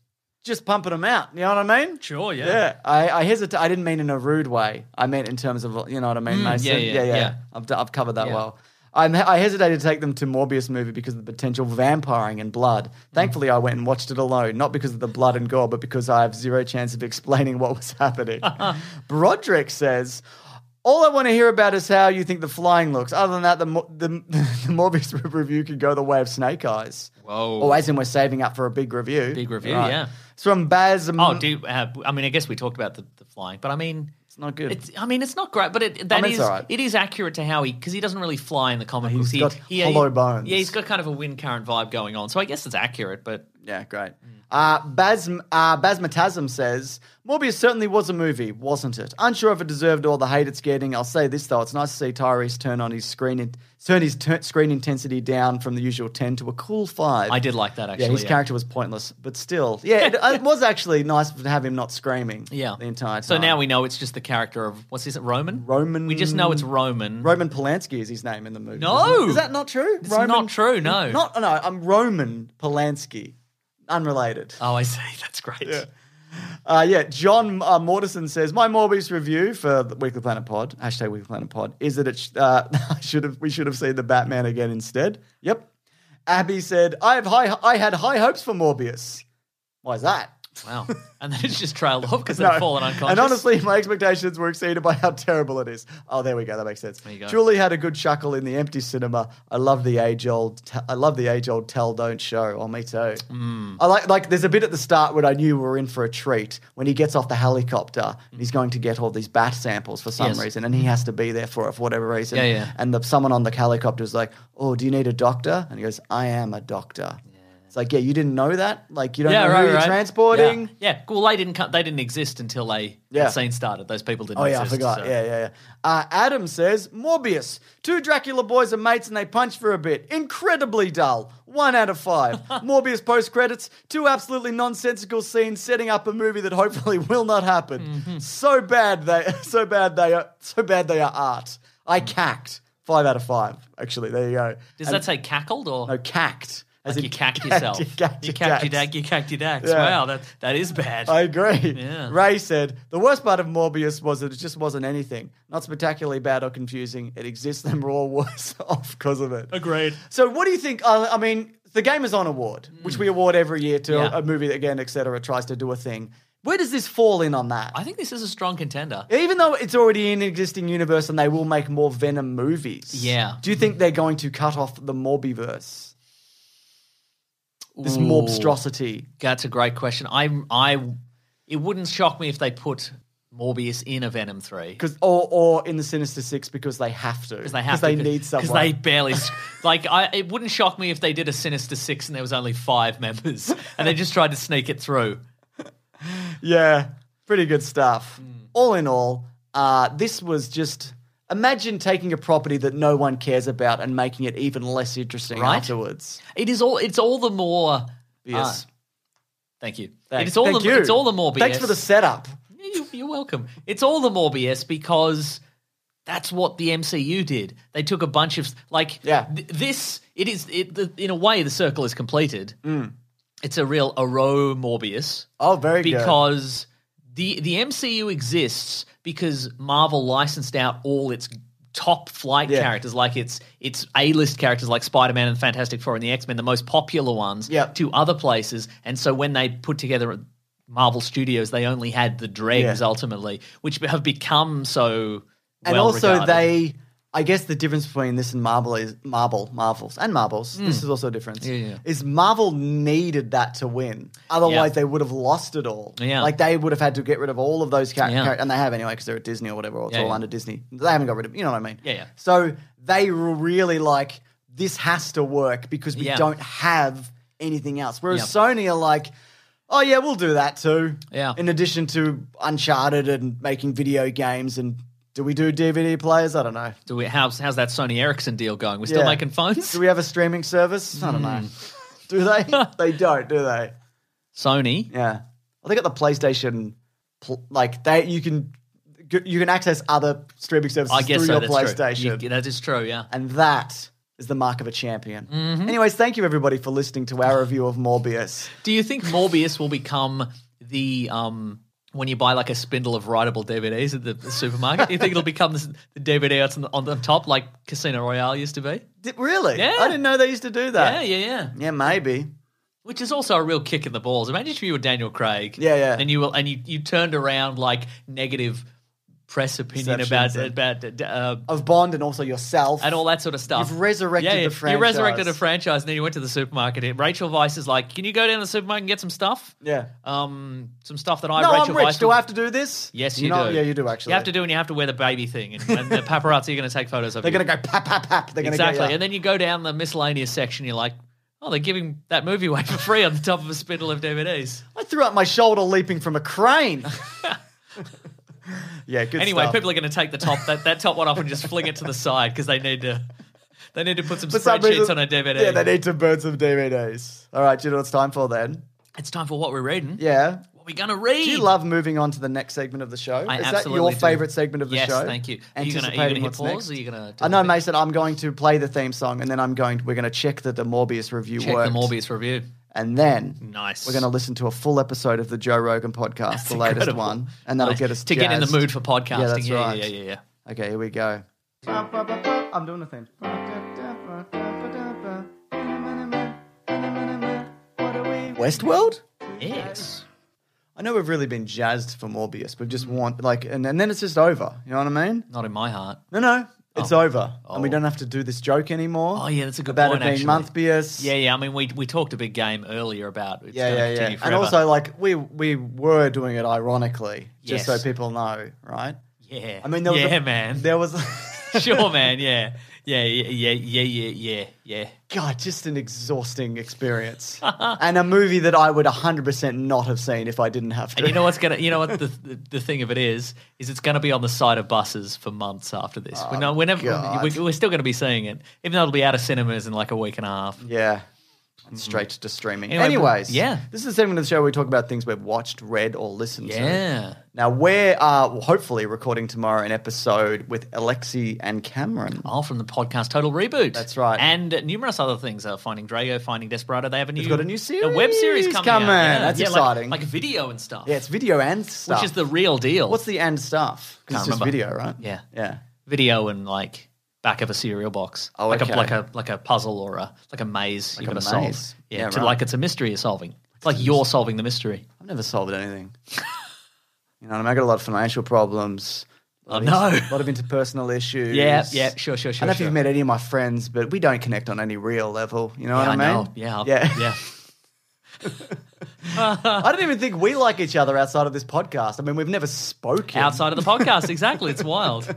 Speaker 3: Just pumping them out. You know what I mean?
Speaker 4: Sure.
Speaker 3: Yeah, I, I hesitate. I didn't mean in a rude way. I meant in terms of you know what I mean, Mason.
Speaker 4: Mm, yeah, yeah, yeah.
Speaker 3: I've, d- I've covered that
Speaker 4: Yeah.
Speaker 3: well. I'm, I hesitated to take them to Morbius movie because of the potential vampiring and blood.
Speaker 4: Mm.
Speaker 3: Thankfully, I went and watched it alone, not because of the blood and gore, but because I have zero chance of explaining what was happening. Broderick says. All I want to hear about is how you think the flying looks. Other than that, the, Mo- the, the Morbius review could go the way of Snake Eyes.
Speaker 4: Whoa.
Speaker 3: Or as in, we're saving up for a big review.
Speaker 4: Big review, yeah.
Speaker 3: It's from Baz.
Speaker 4: Oh, do uh, I mean? I guess we talked about the, the flying, but I
Speaker 3: Mm.
Speaker 4: mean,
Speaker 3: It's not good.
Speaker 4: it's. I mean, it's not great, but it that
Speaker 3: mean, it's
Speaker 4: is-
Speaker 3: all right.
Speaker 4: it is accurate to how he because he doesn't really fly in the comic books. He,
Speaker 3: got
Speaker 4: he,
Speaker 3: hollow
Speaker 4: he-
Speaker 3: bones.
Speaker 4: Yeah, he's got kind of a wind current vibe going on, so I guess it's accurate. But
Speaker 3: Yeah, great.
Speaker 4: Mm.
Speaker 3: Uh, Baz, uh, Basmatasm says Morbius certainly was a movie, wasn't it? Unsure if it deserved all the hate it's getting. I'll say this though: it's nice to see Tyrese turn on his screen, in- turn his tur screen intensity down from the usual ten to a cool five.
Speaker 4: I did like that actually.
Speaker 3: yeah, his character was pointless, but still, yeah, it, it was actually nice to have him not screaming.
Speaker 4: Yeah.
Speaker 3: the entire time.
Speaker 4: So now we know it's just the character of what's his Roman.
Speaker 3: Roman-
Speaker 4: We just know it's Roman.
Speaker 3: Roman Polanski is his name in the movie.
Speaker 4: No!
Speaker 3: isn't it? is that not true?
Speaker 4: It's not true, no.
Speaker 3: not no. I'm Roman Polanski, unrelated.
Speaker 4: oh, I see. That's great.
Speaker 3: Uh, yeah, John uh, Mortison says my Morbius review for the Weekly Planet Pod hashtag Weekly Planet Pod is that it sh- uh, I should have we should have seen the Batman again instead. Yep. Abby said I have high I had high hopes for Morbius. Why is that?
Speaker 4: Wow. And then it's just trailed off because they've
Speaker 3: No.
Speaker 4: fallen unconscious.
Speaker 3: And honestly, my expectations were exceeded by how terrible it is. Oh, there we go. That makes sense.
Speaker 4: There you go.
Speaker 3: Julie had a good chuckle in the empty cinema. I love the age old. T- I love the age old tell don't show. Oh, me too.
Speaker 4: Mm.
Speaker 3: I like like. There's a bit at the start when I knew we were in for a treat when he gets off the helicopter. and He's going to get all these bat samples for some
Speaker 4: Yes.
Speaker 3: reason, and he has to be there for it for whatever reason.
Speaker 4: Yeah, yeah.
Speaker 3: And the, someone on the helicopter is like, "Oh, do you need a doctor?" And he goes, "I am a doctor." It's It's like, yeah, you didn't know that. Like, you don't
Speaker 4: yeah,
Speaker 3: know
Speaker 4: right,
Speaker 3: who you're
Speaker 4: right.
Speaker 3: transporting.
Speaker 4: Yeah. yeah. Well, they didn't. co- They didn't exist until they
Speaker 3: Yeah.
Speaker 4: the scene started. Those people didn't.
Speaker 3: Oh yeah, I
Speaker 4: exist,
Speaker 3: forgot.
Speaker 4: so-
Speaker 3: Yeah, yeah, yeah. Uh, Adam says Morbius. Two Dracula boys are mates and they punch for a bit. Incredibly dull. One out of five. Morbius post credits. Two absolutely nonsensical scenes setting up a movie that hopefully will not happen.
Speaker 4: Mm-hmm.
Speaker 3: So bad they. So bad they. Are, so bad they are art. I cacked. Five out of five. Actually, there you go.
Speaker 4: Does Mm. that say cackled or
Speaker 3: No, cacked. As
Speaker 4: like
Speaker 3: in
Speaker 4: you cacked
Speaker 3: cacked,
Speaker 4: yourself?
Speaker 3: You cacked,
Speaker 4: you cacked your
Speaker 3: cacked.
Speaker 4: dag. You cacked your dags.
Speaker 3: Yeah.
Speaker 4: Wow, that that is bad.
Speaker 3: I agree.
Speaker 4: Yeah.
Speaker 3: Ray said the worst part of Morbius was that it just wasn't anything. Not spectacularly bad or confusing. It exists and we're all worse off because of it.
Speaker 4: Agreed.
Speaker 3: So, what do you think? Uh, I mean, the Gamers On Award, which we award every year to
Speaker 4: Mm. Yeah.
Speaker 3: a movie that, again, etc., tries to do a thing. Where does this fall in on that?
Speaker 4: I think this is a strong contender.
Speaker 3: Even though it's already in an existing universe and they will make more Venom movies.
Speaker 4: Yeah.
Speaker 3: Do you think they're going to cut off the Morbiverse? This
Speaker 4: Ooh.
Speaker 3: morbstrosity.
Speaker 4: That's a great question. I I it wouldn't shock me if they put Morbius in a Venom three.
Speaker 3: Because or, or in the Sinister Six because they have to.
Speaker 4: Because they have
Speaker 3: they
Speaker 4: to,
Speaker 3: need someone.
Speaker 4: Because they barely s- like I. It wouldn't shock me if they did a Sinister Six and there was only five members, and they just tried to sneak it through.
Speaker 3: Yeah, pretty good stuff.
Speaker 4: Mm.
Speaker 3: All in all, uh, this was just imagine taking a property that no one cares about and making it even less interesting
Speaker 4: Right?
Speaker 3: afterwards.
Speaker 4: It is all. It's all the more.
Speaker 3: Yes.
Speaker 4: Ah, thank you.
Speaker 3: Thanks.
Speaker 4: It's all.
Speaker 3: Thank
Speaker 4: the,
Speaker 3: you.
Speaker 4: It's all the more. BS.
Speaker 3: Thanks for the setup.
Speaker 4: You, you're welcome. It's all the more BS because that's what the MCU did. They took a bunch of like
Speaker 3: Yeah.
Speaker 4: th- this. It is it, the, in a way the circle is completed.
Speaker 3: Mm.
Speaker 4: It's a real Aro Morbius
Speaker 3: Oh, very good.
Speaker 4: because the the MCU exists because Marvel licensed out all its top flight
Speaker 3: Yeah.
Speaker 4: characters, like its its A list characters like Spider Man and Fantastic Four and the X Men, the most popular ones,
Speaker 3: Yep.
Speaker 4: to other places. And so when they put together Marvel Studios, they only had the dregs
Speaker 3: Yeah.
Speaker 4: ultimately, which have become so.
Speaker 3: And
Speaker 4: well
Speaker 3: also
Speaker 4: regarded.
Speaker 3: they I guess the difference between this and Marvel is Marvel, Marvels, and Marvels. This is also a difference.
Speaker 4: Hmm. yeah.
Speaker 3: Is Marvel needed that to win? Otherwise, they would have lost it all.
Speaker 4: Yeah.
Speaker 3: like they would have had to get rid of all of those characters,
Speaker 4: Yeah.
Speaker 3: and they have anyway because they're at Disney or whatever. Or it's
Speaker 4: Yeah,
Speaker 3: all
Speaker 4: yeah.
Speaker 3: under Disney. They haven't got rid of. You know what I mean?
Speaker 4: Yeah, yeah.
Speaker 3: So they were really like this has to work because we
Speaker 4: Yeah.
Speaker 3: don't have anything else. Whereas
Speaker 4: Yeah.
Speaker 3: Sony are like. Oh yeah, we'll do that too.
Speaker 4: Yeah.
Speaker 3: In addition to Uncharted and making video games, and do we do DVD players? I don't know.
Speaker 4: do we, how's how's that Sony Ericsson deal going? We're still
Speaker 3: Yeah.
Speaker 4: making phones.
Speaker 3: Do we have a streaming service? I don't know.
Speaker 4: Hmm.
Speaker 3: Do they? they don't, do they?
Speaker 4: Sony,
Speaker 3: Yeah. Well, they got the PlayStation. Pl- like they, you can you can access other streaming services
Speaker 4: I guess
Speaker 3: through
Speaker 4: so,
Speaker 3: your
Speaker 4: that's True.
Speaker 3: PlayStation,
Speaker 4: You- that is true. Yeah.
Speaker 3: and that is the mark of a champion.
Speaker 4: Mm-hmm.
Speaker 3: Anyways, thank you everybody for listening to our review of Morbius.
Speaker 4: Do you think Morbius will become the um when you buy like a spindle of writable DVDs at the supermarket? do you think it'll become this, the DVD that's on the, on the top like Casino Royale used to be?
Speaker 3: Did, really?
Speaker 4: Yeah.
Speaker 3: I didn't know they used to do
Speaker 4: Yeah,
Speaker 3: that.
Speaker 4: yeah, yeah.
Speaker 3: yeah maybe.
Speaker 4: Which is also a real kick in the balls. Imagine if you were Daniel Craig.
Speaker 3: Yeah, yeah.
Speaker 4: And you will, and you, you turned around like negative press opinion
Speaker 3: Perceptions and-
Speaker 4: about about uh,
Speaker 3: Of Bond and also yourself
Speaker 4: and all that sort of stuff.
Speaker 3: You've resurrected the franchise.
Speaker 4: You resurrected a franchise, and then you went to the supermarket. Rachel Vice is like, "Can you go down to the supermarket and get some stuff?
Speaker 3: Yeah.
Speaker 4: Um, some stuff that I
Speaker 3: no,
Speaker 4: Rachel
Speaker 3: I'm rich.
Speaker 4: Weisz,
Speaker 3: Do
Speaker 4: would-
Speaker 3: I have to do this?
Speaker 4: Yes,
Speaker 3: You
Speaker 4: you,
Speaker 3: know-
Speaker 4: do.
Speaker 3: Yeah, you do actually.
Speaker 4: You have to do, and you have to wear the baby thing, and, and the paparazzi are going to take photos of
Speaker 3: They're
Speaker 4: you.
Speaker 3: gonna go pap pap pap. They're gonna
Speaker 4: exactly,
Speaker 3: Go, yeah.
Speaker 4: and then you go down the miscellaneous section. You're like, oh, they're giving that movie away for free on the top of a spindle of DVDs.
Speaker 3: uh, I threw up my shoulder leaping from a crane. yeah, good
Speaker 4: anyway,
Speaker 3: stuff.
Speaker 4: people are going to take the top that, that top one off and just fling it to the side because they need to they need to put some
Speaker 3: For some
Speaker 4: spreadsheets
Speaker 3: reason-
Speaker 4: on a DVD.
Speaker 3: Yeah, they need to burn some DVDs. All right, do you know what it's time for then?
Speaker 4: it's time for what we're reading.
Speaker 3: Yeah.
Speaker 4: What we going to read?
Speaker 3: Do you love moving on to the next segment of the show?
Speaker 4: I
Speaker 3: Is that
Speaker 4: absolutely
Speaker 3: your
Speaker 4: do.
Speaker 3: favorite segment of the
Speaker 4: Yes,
Speaker 3: show?
Speaker 4: thank you. Are you gonna- are you gonna
Speaker 3: Anticipating
Speaker 4: hit
Speaker 3: what's
Speaker 4: pause,
Speaker 3: next?
Speaker 4: or are you gonna do
Speaker 3: I know,
Speaker 4: the thing?
Speaker 3: Mason. I'm going to play the theme song, and then I'm going. We're going to check that the Morbius review
Speaker 4: Check
Speaker 3: worked,
Speaker 4: the Morbius review.
Speaker 3: and then
Speaker 4: Nice.
Speaker 3: We're going to listen to a full episode of the Joe Rogan podcast,
Speaker 4: That's
Speaker 3: the latest
Speaker 4: incredible.
Speaker 3: one, and that'll
Speaker 4: Nice.
Speaker 3: get us
Speaker 4: to get in the
Speaker 3: jazzed.
Speaker 4: mood for podcasting.
Speaker 3: Yeah, that's right.
Speaker 4: yeah, yeah, yeah.
Speaker 3: Okay, here we go. I'm doing the thing. Westworld?
Speaker 4: yeah. Yes.
Speaker 3: I know we've really been jazzed for Morbius. We've just want like, and, and then it's just over. You know what I mean?
Speaker 4: Not in my heart.
Speaker 3: No, no, it's over, and we
Speaker 4: Oh.
Speaker 3: don't have to do this joke anymore.
Speaker 4: Oh, yeah, that's a good
Speaker 3: about
Speaker 4: point,
Speaker 3: it being
Speaker 4: actually.
Speaker 3: Monthbius.
Speaker 4: Yeah, yeah. I mean, we we talked a big game earlier about it's
Speaker 3: yeah,
Speaker 4: gonna
Speaker 3: yeah, yeah.
Speaker 4: continue
Speaker 3: And
Speaker 4: forever.
Speaker 3: also, like, we we were doing it ironically, just
Speaker 4: Yes.
Speaker 3: so people know, right?
Speaker 4: yeah,
Speaker 3: I mean, there was
Speaker 4: yeah,
Speaker 3: a,
Speaker 4: man,
Speaker 3: There was.
Speaker 4: sure, man, yeah, Yeah, yeah, yeah, yeah, yeah, yeah.
Speaker 3: God, just an exhausting experience. and a movie that I would 100% not have seen if I didn't have to.
Speaker 4: And you know what's gonna, you know what the, the the thing of it is, is it's gonna be on the side of buses for months after this. we're not, we're never,
Speaker 3: Oh, God.
Speaker 4: we we're still gonna be seeing it, even though it'll be out of cinemas in like a week and a half.
Speaker 3: Yeah. Straight to streaming.
Speaker 4: Anyway,
Speaker 3: Anyways,
Speaker 4: yeah.
Speaker 3: This is the segment of the show where we talk about things we've watched, read, or listened to.
Speaker 4: Yeah.
Speaker 3: Now we are hopefully recording tomorrow an episode with Alexi and Cameron.
Speaker 4: Oh, from the podcast Total Reboot.
Speaker 3: That's right.
Speaker 4: And numerous other things. Uh, Finding Drago, Finding Desperado. They have a new,
Speaker 3: got a new
Speaker 4: a web series
Speaker 3: series
Speaker 4: coming.
Speaker 3: coming.
Speaker 4: out. Yeah,
Speaker 3: That's
Speaker 4: yeah, like-
Speaker 3: exciting.
Speaker 4: Like, video and stuff.
Speaker 3: Yeah, it's video and stuff.
Speaker 4: Which is the real deal.
Speaker 3: what's the and stuff? 'Cause
Speaker 4: Can't
Speaker 3: it's just
Speaker 4: remember.
Speaker 3: video, right?
Speaker 4: Yeah.
Speaker 3: yeah.
Speaker 4: video and like back of a cereal box.
Speaker 3: Oh,
Speaker 4: like
Speaker 3: okay.
Speaker 4: a like a like a puzzle or a like a maze
Speaker 3: a
Speaker 4: you got to solve.
Speaker 3: maze.
Speaker 4: Yeah,
Speaker 3: Yeah,
Speaker 4: to,
Speaker 3: right.
Speaker 4: like it's a mystery you're solving. It's like you're solving the mystery.
Speaker 3: I've never solved anything. you know, I mean, I got a lot of financial problems. a lot
Speaker 4: Oh,
Speaker 3: of-
Speaker 4: no.
Speaker 3: a lot of interpersonal issues.
Speaker 4: Yeah, yeah, sure, sure,
Speaker 3: I
Speaker 4: sure.
Speaker 3: don't know if
Speaker 4: sure.
Speaker 3: you've met any of my friends, but we don't connect on any real level. You know
Speaker 4: yeah,
Speaker 3: what I, mean?
Speaker 4: know. Yeah, I've-
Speaker 3: yeah.
Speaker 4: yeah.
Speaker 3: I don't even think we like each other outside of this podcast. I mean, we've never spoken.
Speaker 4: Outside of the podcast, exactly. It's wild.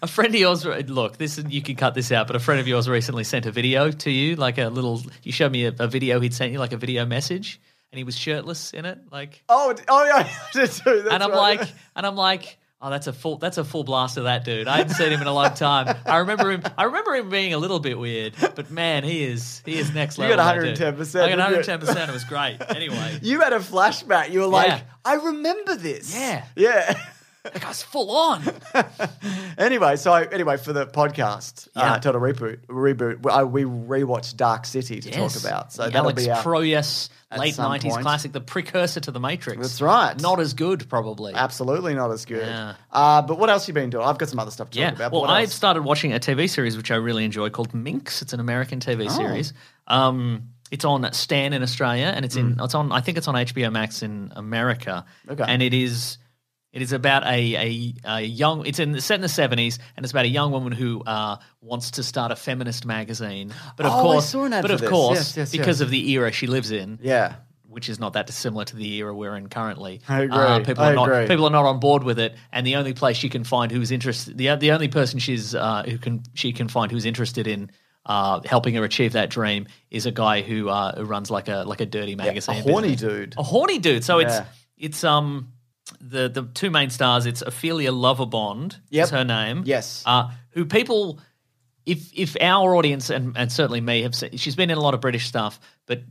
Speaker 4: A friend of yours, look, this is, you can cut this out, but a friend of yours recently sent a video to you, like a little. You showed me a, a video he'd sent you, like a video message, and he was shirtless in it, like.
Speaker 3: Oh, d- oh yeah. that's right.
Speaker 4: and I'm like, and I'm like, oh, that's a full, that's a full blast of that dude. I hadn't seen him in a long time. I remember him. I remember him being a little bit weird, but man, he is, he is next
Speaker 3: You
Speaker 4: level.
Speaker 3: got
Speaker 4: that dude.
Speaker 3: 110%,
Speaker 4: I got
Speaker 3: didn't you?
Speaker 4: 110. percent It was great. Anyway,
Speaker 3: you had a flashback. You were like,
Speaker 4: Yeah.
Speaker 3: I remember this.
Speaker 4: Yeah.
Speaker 3: Yeah.
Speaker 4: that guy's full on.
Speaker 3: anyway, so anyway, for the podcast,
Speaker 4: Yeah.
Speaker 3: uh, Total Reboot, reboot I, we rewatched Dark City to talk about. So
Speaker 4: The
Speaker 3: that'll
Speaker 4: Alex
Speaker 3: be out.
Speaker 4: Proyas,
Speaker 3: at
Speaker 4: late
Speaker 3: some
Speaker 4: 90s
Speaker 3: point.
Speaker 4: classic, the precursor to The Matrix.
Speaker 3: That's right.
Speaker 4: Not as good, probably.
Speaker 3: Absolutely not as good.
Speaker 4: Yeah.
Speaker 3: Uh, but what else you been doing? I've got some other stuff to
Speaker 4: Yeah.
Speaker 3: talk about. but
Speaker 4: Well,
Speaker 3: what
Speaker 4: I
Speaker 3: else?
Speaker 4: started watching a TV series which I really enjoy called Minx. It's an American
Speaker 3: Oh.
Speaker 4: TV series. Um, it's on Stan in Australia, and it's in it's on I think it's on HBO Max in America.
Speaker 3: Mm. Okay.
Speaker 4: And it is it is about a a, a young. It's in set in the seventies, and it's about a young woman who uh, wants to start a feminist magazine. But of
Speaker 3: Oh, I
Speaker 4: course,
Speaker 3: saw an ad
Speaker 4: but
Speaker 3: for
Speaker 4: of
Speaker 3: this.
Speaker 4: course,
Speaker 3: Yes, yes, yes.
Speaker 4: because of the era she lives in,
Speaker 3: Yeah.
Speaker 4: which is not that dissimilar to the era we're in currently. Uh,
Speaker 3: I agree.
Speaker 4: people
Speaker 3: I
Speaker 4: are not
Speaker 3: agree.
Speaker 4: people are not on board with it, and the only place she can find who's interested the the only person she's uh, who can she can find who's interested in uh, helping her achieve that dream is a guy who uh, who runs like a like a Oh. dirty magazine,
Speaker 3: A horny
Speaker 4: business.
Speaker 3: dude.
Speaker 4: a horny dude. So
Speaker 3: Yeah.
Speaker 4: it's it's um the the two main stars. It's Ophelia Loverbond.
Speaker 3: Yep.
Speaker 4: is her name.
Speaker 3: Yes.
Speaker 4: uh, who people if if our audience and, and certainly me have seen, she's been in a lot of British stuff, but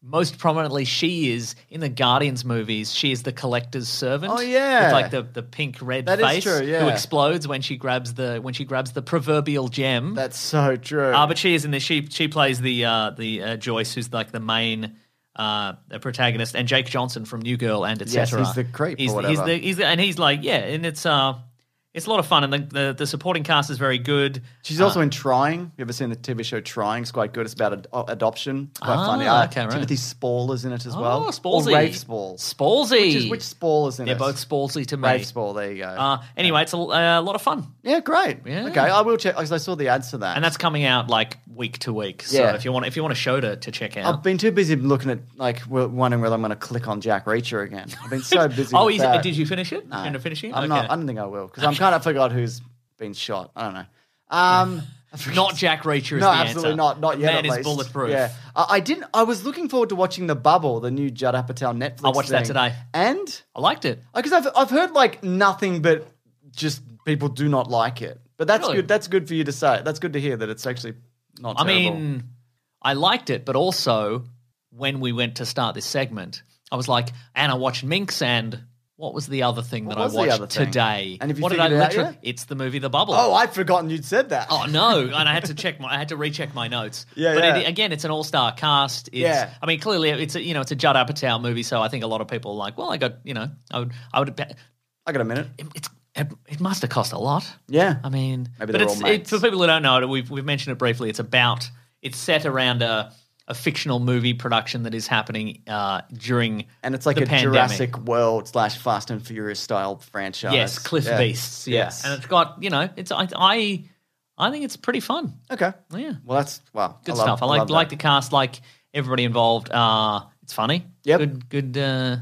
Speaker 4: most prominently she is in the Guardians movies. She is the collector's servant.
Speaker 3: Oh, yeah.
Speaker 4: with like the, the pink red
Speaker 3: That is
Speaker 4: face
Speaker 3: true, yeah.
Speaker 4: who explodes when she grabs the when she grabs the proverbial gem.
Speaker 3: That's so true.
Speaker 4: Uh, but she is in this. She she plays the uh, the uh, Joyce, who's like the main uh, protagonist, and Jake Johnson from New Girl and
Speaker 3: Yes,
Speaker 4: etc.
Speaker 3: he's the creep or
Speaker 4: He's, he's
Speaker 3: whatever.
Speaker 4: the he's the, and he's like yeah, and it's uh it's a lot of fun, and the the, the supporting cast is very good.
Speaker 3: She's
Speaker 4: uh,
Speaker 3: also in Trying. You ever seen the TV show Trying? It's quite good. It's about ad- uh, adoption. It's Quite
Speaker 4: Ah,
Speaker 3: funny. Uh,
Speaker 4: okay, right.
Speaker 3: Timothy Spall is in it as well.
Speaker 4: oh, Spallsy.
Speaker 3: Or Rafe Spall.
Speaker 4: Spallsy.
Speaker 3: Which, is, which Spall is in
Speaker 4: They're
Speaker 3: it?
Speaker 4: both Spallsy to me.
Speaker 3: Rafe Spall. There you go.
Speaker 4: Uh, anyway, it's a, a lot of fun,
Speaker 3: yeah, great.
Speaker 4: yeah.
Speaker 3: Okay, I will check. 'cause I saw the ads for that.
Speaker 4: and that's coming out like week to week. So
Speaker 3: Yeah.
Speaker 4: if you want if you want a show to, to check out,
Speaker 3: I've been too busy looking at like w- wondering whether I'm going to click on Jack Reacher again. I've been so busy.
Speaker 4: oh,
Speaker 3: with
Speaker 4: he's,
Speaker 3: that.
Speaker 4: did you finish it? No. End up finishing? it?
Speaker 3: Uh, I'm
Speaker 4: okay.
Speaker 3: not. I don't think I will because I'm kind of forgot who's been shot. I don't know. Um, I forgot-
Speaker 4: Not Jack Reacher is
Speaker 3: no,
Speaker 4: the
Speaker 3: absolutely
Speaker 4: answer.
Speaker 3: not. Not
Speaker 4: The
Speaker 3: yet.
Speaker 4: Man
Speaker 3: at
Speaker 4: is
Speaker 3: least.
Speaker 4: bulletproof.
Speaker 3: Yeah, I, I didn't. I was looking forward to watching The Bubble, the new Judd Apatow Netflix.
Speaker 4: I watched that
Speaker 3: thing.
Speaker 4: today.
Speaker 3: and
Speaker 4: I liked it.
Speaker 3: because I've I've heard like nothing but just people do not like it. But that's
Speaker 4: Really?
Speaker 3: good. That's good for you to say. That's good to hear that it's actually not.
Speaker 4: I
Speaker 3: terrible.
Speaker 4: mean, I liked it, but also when we went to start this segment, I was like, and I watched Minx and what was the other thing that I
Speaker 3: was the other
Speaker 4: watched
Speaker 3: thing?
Speaker 4: today?
Speaker 3: And have you
Speaker 4: what did I
Speaker 3: figured it out
Speaker 4: literally?
Speaker 3: yet?
Speaker 4: It's the movie The Bubble.
Speaker 3: oh, I'd forgotten you'd said that.
Speaker 4: Oh no! And I had to check my, I had to recheck my notes.
Speaker 3: Yeah,
Speaker 4: but It,
Speaker 3: yeah.
Speaker 4: again, it's an all-star cast. It's,
Speaker 3: Yeah.
Speaker 4: I mean, clearly, it's a, you know, it's a Judd Apatow movie, so I think a lot of people are like, well, I got, you know, I would, I would, bet-
Speaker 3: I got a minute.
Speaker 4: it, it's, it, it must have cost a lot.
Speaker 3: Yeah.
Speaker 4: I mean,
Speaker 3: Maybe
Speaker 4: but
Speaker 3: they're
Speaker 4: it's
Speaker 3: all
Speaker 4: it,
Speaker 3: mates.
Speaker 4: for people who don't know it. We've we've mentioned it briefly. It's about it's set around a a fictional movie production that is happening uh, during
Speaker 3: and it's like
Speaker 4: the
Speaker 3: a
Speaker 4: pandemic.
Speaker 3: Jurassic World slash Fast and Furious style franchise.
Speaker 4: Yes, Cliff
Speaker 3: Yeah.
Speaker 4: Beasts. Yes,
Speaker 3: Yes.
Speaker 4: and it's got you know it's I I, I think it's pretty fun.
Speaker 3: Okay.
Speaker 4: Yeah,
Speaker 3: Well, that's wow.
Speaker 4: good
Speaker 3: I love-
Speaker 4: stuff. I like
Speaker 3: love that.
Speaker 4: like the cast, like everybody involved. Uh, it's funny.
Speaker 3: Yep.
Speaker 4: good good. Uh,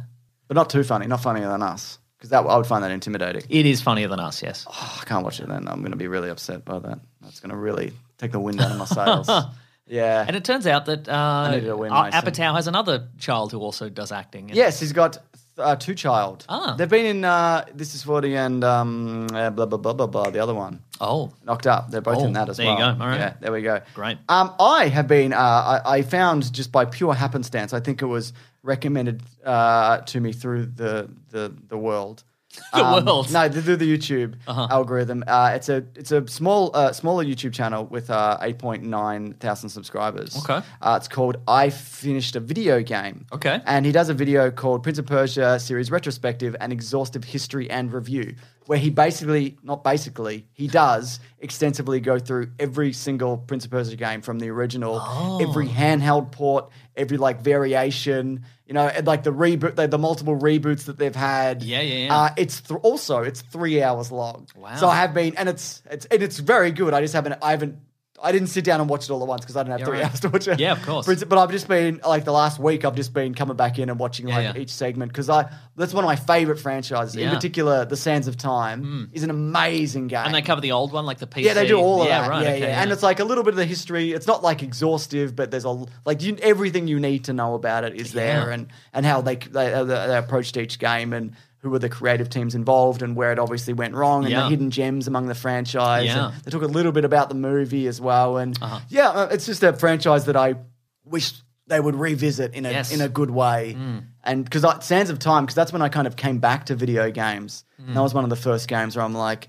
Speaker 3: but not too funny. Not funnier than us, because that I would find that intimidating.
Speaker 4: it is funnier than us. Yes,
Speaker 3: Oh, I can't watch it. Then I'm going to be really upset by that. That's going to really Take the wind out of my sails. yeah.
Speaker 4: And it turns out that uh,
Speaker 3: needed a win,
Speaker 4: Ar-
Speaker 3: Mason.
Speaker 4: Apatow has another child who also does acting. And-
Speaker 3: Yes, he's got uh, two child.
Speaker 4: Ah.
Speaker 3: They've been in uh, This Is 40 and um, uh, blah, blah, blah, blah, blah, the other one.
Speaker 4: Oh,
Speaker 3: Knocked Up. They're both
Speaker 4: Oh,
Speaker 3: in that as
Speaker 4: there you
Speaker 3: well.
Speaker 4: go. All right.
Speaker 3: Yeah, there we go.
Speaker 4: Great.
Speaker 3: Um, I have been, uh, I, I found just by pure happenstance, I think it was recommended uh, to me through the, the, the world.
Speaker 4: The world.
Speaker 3: Um,
Speaker 4: Uh-huh.
Speaker 3: No, th- through the YouTube algorithm. Uh, it's a it's a small uh, smaller YouTube channel with uh, 8.9 thousand subscribers.
Speaker 4: Okay.
Speaker 3: Uh, it's called I Finished a Video Game.
Speaker 4: Okay.
Speaker 3: And he does a video called Prince of Persia Series Retrospective and Exhaustive History and Review, where he basically, not basically, he does extensively go through every single Prince of Persia game from the original,
Speaker 4: Oh.
Speaker 3: every handheld port, every like variation, you know, and, like the reboot, the, the multiple reboots that they've had.
Speaker 4: Yeah, yeah, yeah.
Speaker 3: Uh, it's th- also it's three hours long.
Speaker 4: Wow.
Speaker 3: So I have been, and it's it's and it's very good. I just haven't, I haven't. I didn't sit down and watch it all at once because I didn't have
Speaker 4: Yeah,
Speaker 3: three
Speaker 4: right.
Speaker 3: hours to watch it.
Speaker 4: Yeah, of course.
Speaker 3: Prince- but I've just been like the last week. I've just been coming back in and watching like
Speaker 4: yeah.
Speaker 3: each segment because I that's one of my favorite franchises. In
Speaker 4: Yeah. Hmm.
Speaker 3: particular, The Sands of Time is an amazing game.
Speaker 4: and they cover the old one, like the PC.
Speaker 3: yeah, they do all of
Speaker 4: yeah,
Speaker 3: that.
Speaker 4: Right,
Speaker 3: yeah,
Speaker 4: okay,
Speaker 3: yeah, and it's like a little bit of the history. It's not like exhaustive, but there's a l- like you, everything you need to know about it is there,
Speaker 4: Yeah.
Speaker 3: and and how they they, uh, they approached each game, and who were the creative teams involved, and where it obviously went wrong, and
Speaker 4: Yeah.
Speaker 3: the hidden gems among the franchise.
Speaker 4: Yeah. Uh-huh.
Speaker 3: And they talk a little bit about the movie as well, and yeah, uh, it's just a franchise that I wish they would revisit in a
Speaker 4: Yes. Mm.
Speaker 3: in a good way. And because Sands of Time, because that's when I kind of came back to video games.
Speaker 4: Mm.
Speaker 3: And that was one of the first games where I'm like,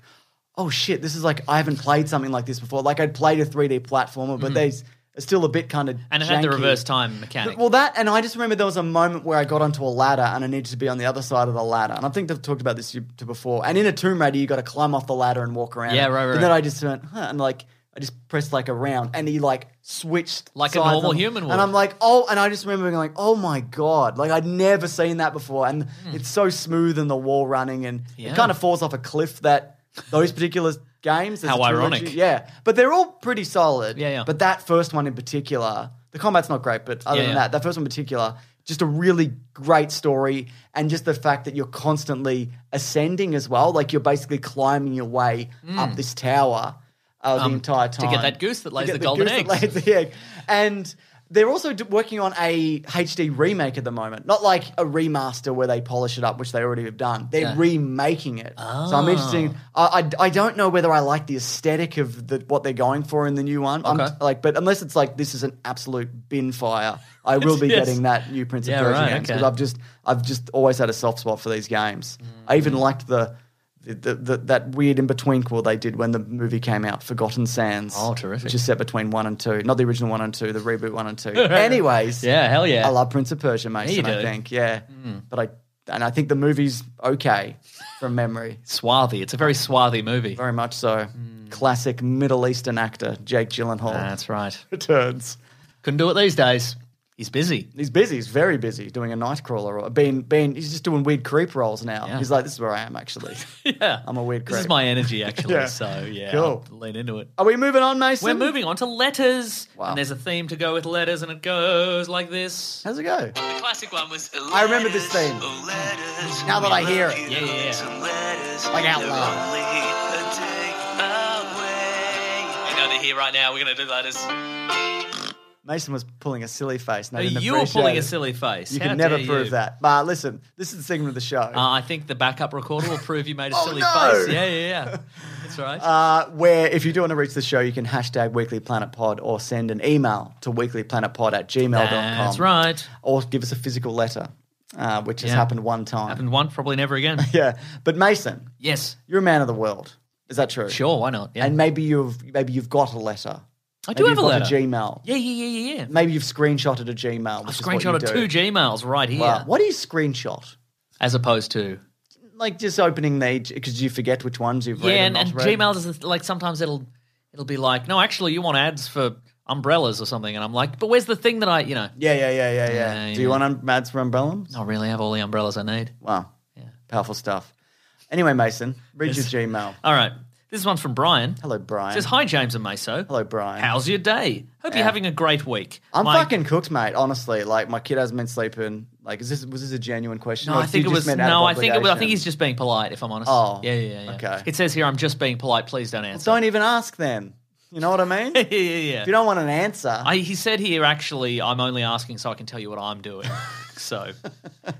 Speaker 3: oh shit, this is like I haven't played something like this before. Like I'd played a 3D platformer, but there's it's still a bit kind of
Speaker 4: Mm. and it had the
Speaker 3: janky.
Speaker 4: reverse time mechanic.
Speaker 3: Well, that and I just remember there was a moment where I got onto a ladder and I needed to be on the other side of the ladder. And I think they've talked about this you- to before. And in a Tomb Raider, you got to climb off the ladder and walk around.
Speaker 4: Yeah, right, right,
Speaker 3: And then
Speaker 4: right.
Speaker 3: I just went huh, and like I just pressed like around, and he like switched
Speaker 4: Like a
Speaker 3: sides
Speaker 4: normal
Speaker 3: on-
Speaker 4: human would.
Speaker 3: And I'm like, oh, and I just remember being like, oh my god, like I'd never seen that before. And it's so smooth and the wall running, and
Speaker 4: Hmm. Yeah.
Speaker 3: it kind of falls off a cliff that those particular games. as
Speaker 4: How
Speaker 3: a trilogy-
Speaker 4: ironic.
Speaker 3: Yeah, but they're all pretty solid.
Speaker 4: Yeah, yeah.
Speaker 3: But that first one in particular, the combat's not great, but other
Speaker 4: Yeah,
Speaker 3: than
Speaker 4: yeah.
Speaker 3: that, that first one in particular, just a really great story, and just the fact that you're constantly ascending as well, like you're basically climbing your way up this tower uh, the entire
Speaker 4: Hmm. Um, to
Speaker 3: time
Speaker 4: get that goose that
Speaker 3: to
Speaker 4: lays
Speaker 3: get
Speaker 4: the golden
Speaker 3: goose that
Speaker 4: eggs.
Speaker 3: lays the egg. And they're also d- working on a HD remake at the moment, not like a remaster where they polish it up, which they already have done. They're remaking it, so I'm interested. I, I I don't know whether I like the aesthetic of the, what they're going for in the new one. I'm
Speaker 4: Okay.
Speaker 3: like, but unless it's like this is an absolute bin fire, I will be
Speaker 4: Yes.
Speaker 3: getting that new Prince of
Speaker 4: Yeah,
Speaker 3: Persia
Speaker 4: right,
Speaker 3: games
Speaker 4: okay.
Speaker 3: because I've just I've just always had a soft spot for these games. I even
Speaker 4: Mm.
Speaker 3: liked the. The, the, the, that weird in between call they did when the movie came out, Forgotten Sands.
Speaker 4: Oh, terrific.
Speaker 3: Which is set between one and two, not the original one and two, the reboot one and two. Anyways,
Speaker 4: Yeah, hell yeah.
Speaker 3: I love Prince of Persia, Mason.
Speaker 4: you
Speaker 3: I
Speaker 4: do. Hmm.
Speaker 3: think, yeah, but I and I think the movie's okay from memory,
Speaker 4: Swarthy. It's a very swarthy movie.
Speaker 3: very much so.
Speaker 4: Hmm.
Speaker 3: Classic Middle Eastern actor Jake Gyllenhaal
Speaker 4: That's right.
Speaker 3: returns.
Speaker 4: Couldn't do it these days. He's busy.
Speaker 3: He's busy. He's very busy doing a nightcrawler or being being. He's just doing weird creep roles now.
Speaker 4: Yeah.
Speaker 3: He's like, this is where I am actually.
Speaker 4: Yeah.
Speaker 3: I'm a weird creep.
Speaker 4: This is my energy, actually.
Speaker 3: Yeah.
Speaker 4: So, yeah.
Speaker 3: Cool.
Speaker 4: I'll lean into it.
Speaker 3: Are we moving on, Mason?
Speaker 4: We're moving on to letters.
Speaker 3: Wow.
Speaker 4: And there's a theme to go with letters, and it goes like this.
Speaker 3: How's it go?
Speaker 6: The classic one was.
Speaker 3: I remember this theme.
Speaker 6: Oh, letters.
Speaker 3: Now that I hear it.
Speaker 4: Yeah, yeah, yeah.
Speaker 6: Some letters.
Speaker 3: Like out loud.
Speaker 6: Only a day away. You're going to hear right now. We're going to do letters.
Speaker 3: Mason was pulling a silly face. And I didn't
Speaker 4: You were
Speaker 3: appreciate
Speaker 4: pulling
Speaker 3: it.
Speaker 4: a silly face.
Speaker 3: You
Speaker 4: How
Speaker 3: can never
Speaker 4: dare
Speaker 3: prove
Speaker 4: you.
Speaker 3: that. But listen, this is the segment of the show
Speaker 4: Uh, I think the backup recorder will prove you made a
Speaker 3: Oh,
Speaker 4: silly
Speaker 3: no.
Speaker 4: face. Yeah, yeah, yeah. That's right.
Speaker 3: uh, where if you do want to reach the show, you can hashtag weeklyplanetpod or send an email to weeklyplanetpod at gmail.com.
Speaker 4: That's right.
Speaker 3: Or give us a physical letter, uh, which has
Speaker 4: Yeah.
Speaker 3: happened one time.
Speaker 4: Happened one, probably never again.
Speaker 3: Yeah. But Mason,
Speaker 4: yes.
Speaker 3: you're a man of the world. Is that true?
Speaker 4: Sure, why not? Yeah.
Speaker 3: And maybe you've maybe you've got a letter.
Speaker 4: I
Speaker 3: Maybe
Speaker 4: do have a
Speaker 3: you've got
Speaker 4: letter.
Speaker 3: a Gmail.
Speaker 4: Yeah, yeah, yeah, yeah, yeah.
Speaker 3: Maybe you've screenshotted a Gmail.
Speaker 4: I've
Speaker 3: Which is what
Speaker 4: screenshotted
Speaker 3: you
Speaker 4: two
Speaker 3: do.
Speaker 4: Gmails right here.
Speaker 3: Wow. What do you screenshot?
Speaker 4: As opposed to
Speaker 3: Like just opening the because you forget which ones you've
Speaker 4: yeah,
Speaker 3: read.
Speaker 4: and,
Speaker 3: not
Speaker 4: and
Speaker 3: read.
Speaker 4: Gmail is like sometimes it'll it'll be like, no, actually, you want ads for umbrellas or something, and I'm like, but where's the thing that I, you know,
Speaker 3: Yeah, yeah, yeah, yeah, yeah.
Speaker 4: Yeah,
Speaker 3: Do you
Speaker 4: yeah.
Speaker 3: want um, Mads from Umbrellums?
Speaker 4: not really have all the umbrellas I need.
Speaker 3: Wow. Powerful stuff. Anyway, Mason, read your Gmail.
Speaker 4: All right, this one's from Brian.
Speaker 3: Hello, Brian.
Speaker 4: It says hi, James and Meso.
Speaker 3: Hello, Brian.
Speaker 4: How's your day? Hope you're having a great week.
Speaker 3: I'm
Speaker 4: My-
Speaker 3: fucking cooked, mate. Honestly, like my kid hasn't been sleeping. Like, is this was this a genuine question?
Speaker 4: No,
Speaker 3: Or
Speaker 4: I
Speaker 3: did
Speaker 4: think
Speaker 3: you
Speaker 4: it
Speaker 3: just
Speaker 4: was.
Speaker 3: mean out of
Speaker 4: No, I think it was, I
Speaker 3: obligation?
Speaker 4: think he's just being polite. If I'm honest.
Speaker 3: Oh,
Speaker 4: yeah, yeah, yeah.
Speaker 3: okay.
Speaker 4: It says here, I'm just being polite. Please don't answer.
Speaker 3: Don't even ask then. You know what I mean?
Speaker 4: yeah,
Speaker 3: if
Speaker 4: yeah, yeah.
Speaker 3: you don't want an answer,
Speaker 4: I, he said here, actually, I'm only asking so I can tell you what I'm doing. so,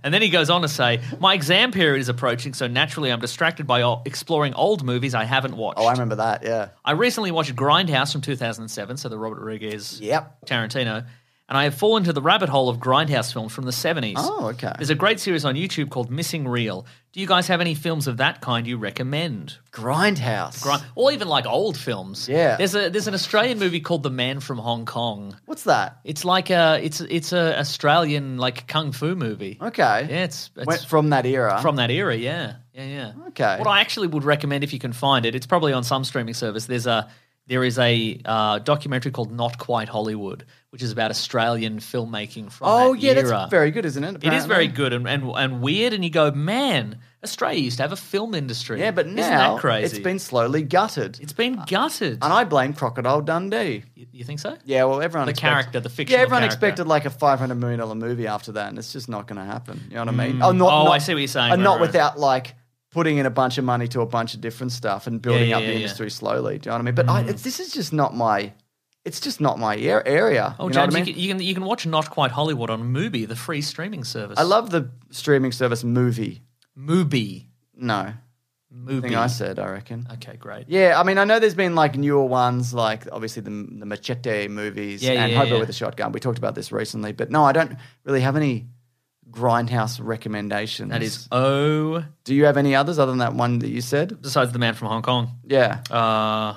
Speaker 4: and then he goes on to say, my exam period is approaching, so naturally I'm distracted by o- exploring old movies I haven't watched.
Speaker 3: oh, I remember that. Yeah.
Speaker 4: I recently watched Grindhouse from 2007, so the Robert Rodriguez
Speaker 3: Yep.
Speaker 4: Tarantino, and I have fallen to the rabbit hole of Grindhouse films from the 70s.
Speaker 3: Oh, okay.
Speaker 4: There's a great series on YouTube called Missing Reel. Do you guys have any films of that kind you recommend?
Speaker 3: Grindhouse.
Speaker 4: Grind- or even like old films.
Speaker 3: Yeah.
Speaker 4: There's a there's an Australian movie called The Man from Hong Kong.
Speaker 3: What's that?
Speaker 4: It's like a it's it's a Australian like kung fu movie.
Speaker 3: Okay.
Speaker 4: Yeah, it's, it's
Speaker 3: Went from that era.
Speaker 4: from that era. Yeah, yeah, yeah.
Speaker 3: Um, Okay.
Speaker 4: What I actually would recommend if you can find it, it's probably on some streaming service. There's a there is a uh, documentary called Not Quite Hollywood, which is about Australian filmmaking from
Speaker 3: oh,
Speaker 4: that
Speaker 3: yeah,
Speaker 4: era.
Speaker 3: that's very good, isn't it?
Speaker 4: It is
Speaker 3: apparently?
Speaker 4: very good and, and and weird, and you go, man, Australia used to have a film industry.
Speaker 3: Yeah, but now
Speaker 4: isn't that crazy?
Speaker 3: it's been slowly gutted.
Speaker 4: it's been gutted.
Speaker 3: and I blame Crocodile Dundee.
Speaker 4: you, you think so?
Speaker 3: Yeah, well, everyone
Speaker 4: The
Speaker 3: expect-
Speaker 4: character, the
Speaker 3: Yeah,
Speaker 4: fictional
Speaker 3: everyone
Speaker 4: character.
Speaker 3: expected like a five hundred million dollar movie after that, and it's just not going to happen. You know what I mean? Oh, not,
Speaker 4: Oh,
Speaker 3: not-
Speaker 4: I see what you're saying.
Speaker 3: And
Speaker 4: Right,
Speaker 3: not
Speaker 4: right.
Speaker 3: without like putting in a bunch of money to a bunch of different stuff and building
Speaker 4: yeah,
Speaker 3: up the
Speaker 4: yeah, Mm. yeah.
Speaker 3: industry slowly. Do you know what I mean? But I, it's, this is just not my. It's just not my air, area.
Speaker 4: Oh,
Speaker 3: you know
Speaker 4: James,
Speaker 3: what I mean?
Speaker 4: you, can, you can you can watch Not Quite Hollywood on Mubi, the free streaming service.
Speaker 3: I love the streaming service movie.
Speaker 4: Mubi.
Speaker 3: No,
Speaker 4: Mubi.
Speaker 3: thing I said, I reckon.
Speaker 4: Okay, great.
Speaker 3: Yeah, I mean, I know there's been like newer ones, like obviously the, the Machete movies
Speaker 4: Yeah,
Speaker 3: and
Speaker 4: yeah,
Speaker 3: Hobo
Speaker 4: yeah.
Speaker 3: with a Shotgun. We talked about this recently, but no, I don't really have any Grindhouse recommendations.
Speaker 4: That is O.
Speaker 3: Do you have any others other than that one that you said?
Speaker 4: Besides the man from Hong Kong.
Speaker 3: Yeah.
Speaker 4: Uh,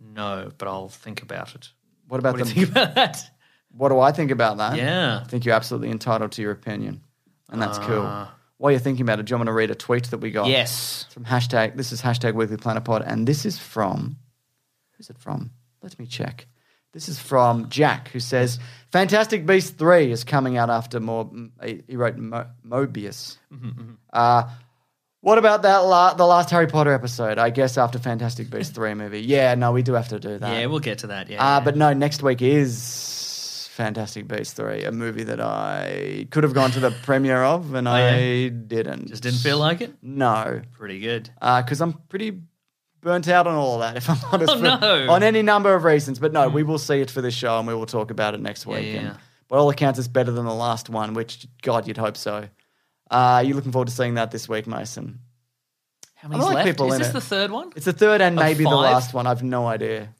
Speaker 4: no, but I'll think about it.
Speaker 3: What about
Speaker 4: What do
Speaker 3: the?
Speaker 4: you think about that?
Speaker 3: What do I think about that?
Speaker 4: Yeah.
Speaker 3: I think you're absolutely entitled to your opinion, and that's cool.
Speaker 4: Uh.
Speaker 3: While you're thinking about it, do you want me to read a tweet that we got?
Speaker 4: Yes.
Speaker 3: It's from hashtag. This is hashtag Weekly Planet Pod, and this is from. Who's it from? Let me check. This is from Jack, who says, "Fantastic Beast three is coming out after more." mm, He he wrote Mo- Mobius.
Speaker 4: Mm-hmm,
Speaker 3: Uh, what about that la- the last Harry Potter episode? I guess after Fantastic Beast three movie. Yeah, no, we do have to do that.
Speaker 4: Yeah, we'll get to that. Yeah.
Speaker 3: Uh, but no, next week is Fantastic Beast 3, a movie that I could have gone to the premiere of and
Speaker 4: Oh, yeah?
Speaker 3: I didn't.
Speaker 4: Just didn't feel like it.
Speaker 3: No,
Speaker 4: Pretty good.
Speaker 3: because Uh, I'm pretty burnt out on all of that, if I'm honest.
Speaker 4: Oh,
Speaker 3: for-
Speaker 4: no. Hmm.
Speaker 3: On any number of reasons. But no, we will see it for this show and we will talk about it next week.
Speaker 4: yeah,
Speaker 3: and
Speaker 4: yeah.
Speaker 3: by all accounts, it's better than the last one, which, God, you'd hope so. Uh, are you looking forward to seeing that this week, Mason?
Speaker 4: How
Speaker 3: I
Speaker 4: many's
Speaker 3: like
Speaker 4: left?
Speaker 3: people
Speaker 4: Is
Speaker 3: in
Speaker 4: this
Speaker 3: it.
Speaker 4: the third one?
Speaker 3: It's the third and
Speaker 4: Of
Speaker 3: maybe the
Speaker 4: five?
Speaker 3: last one. I've no idea.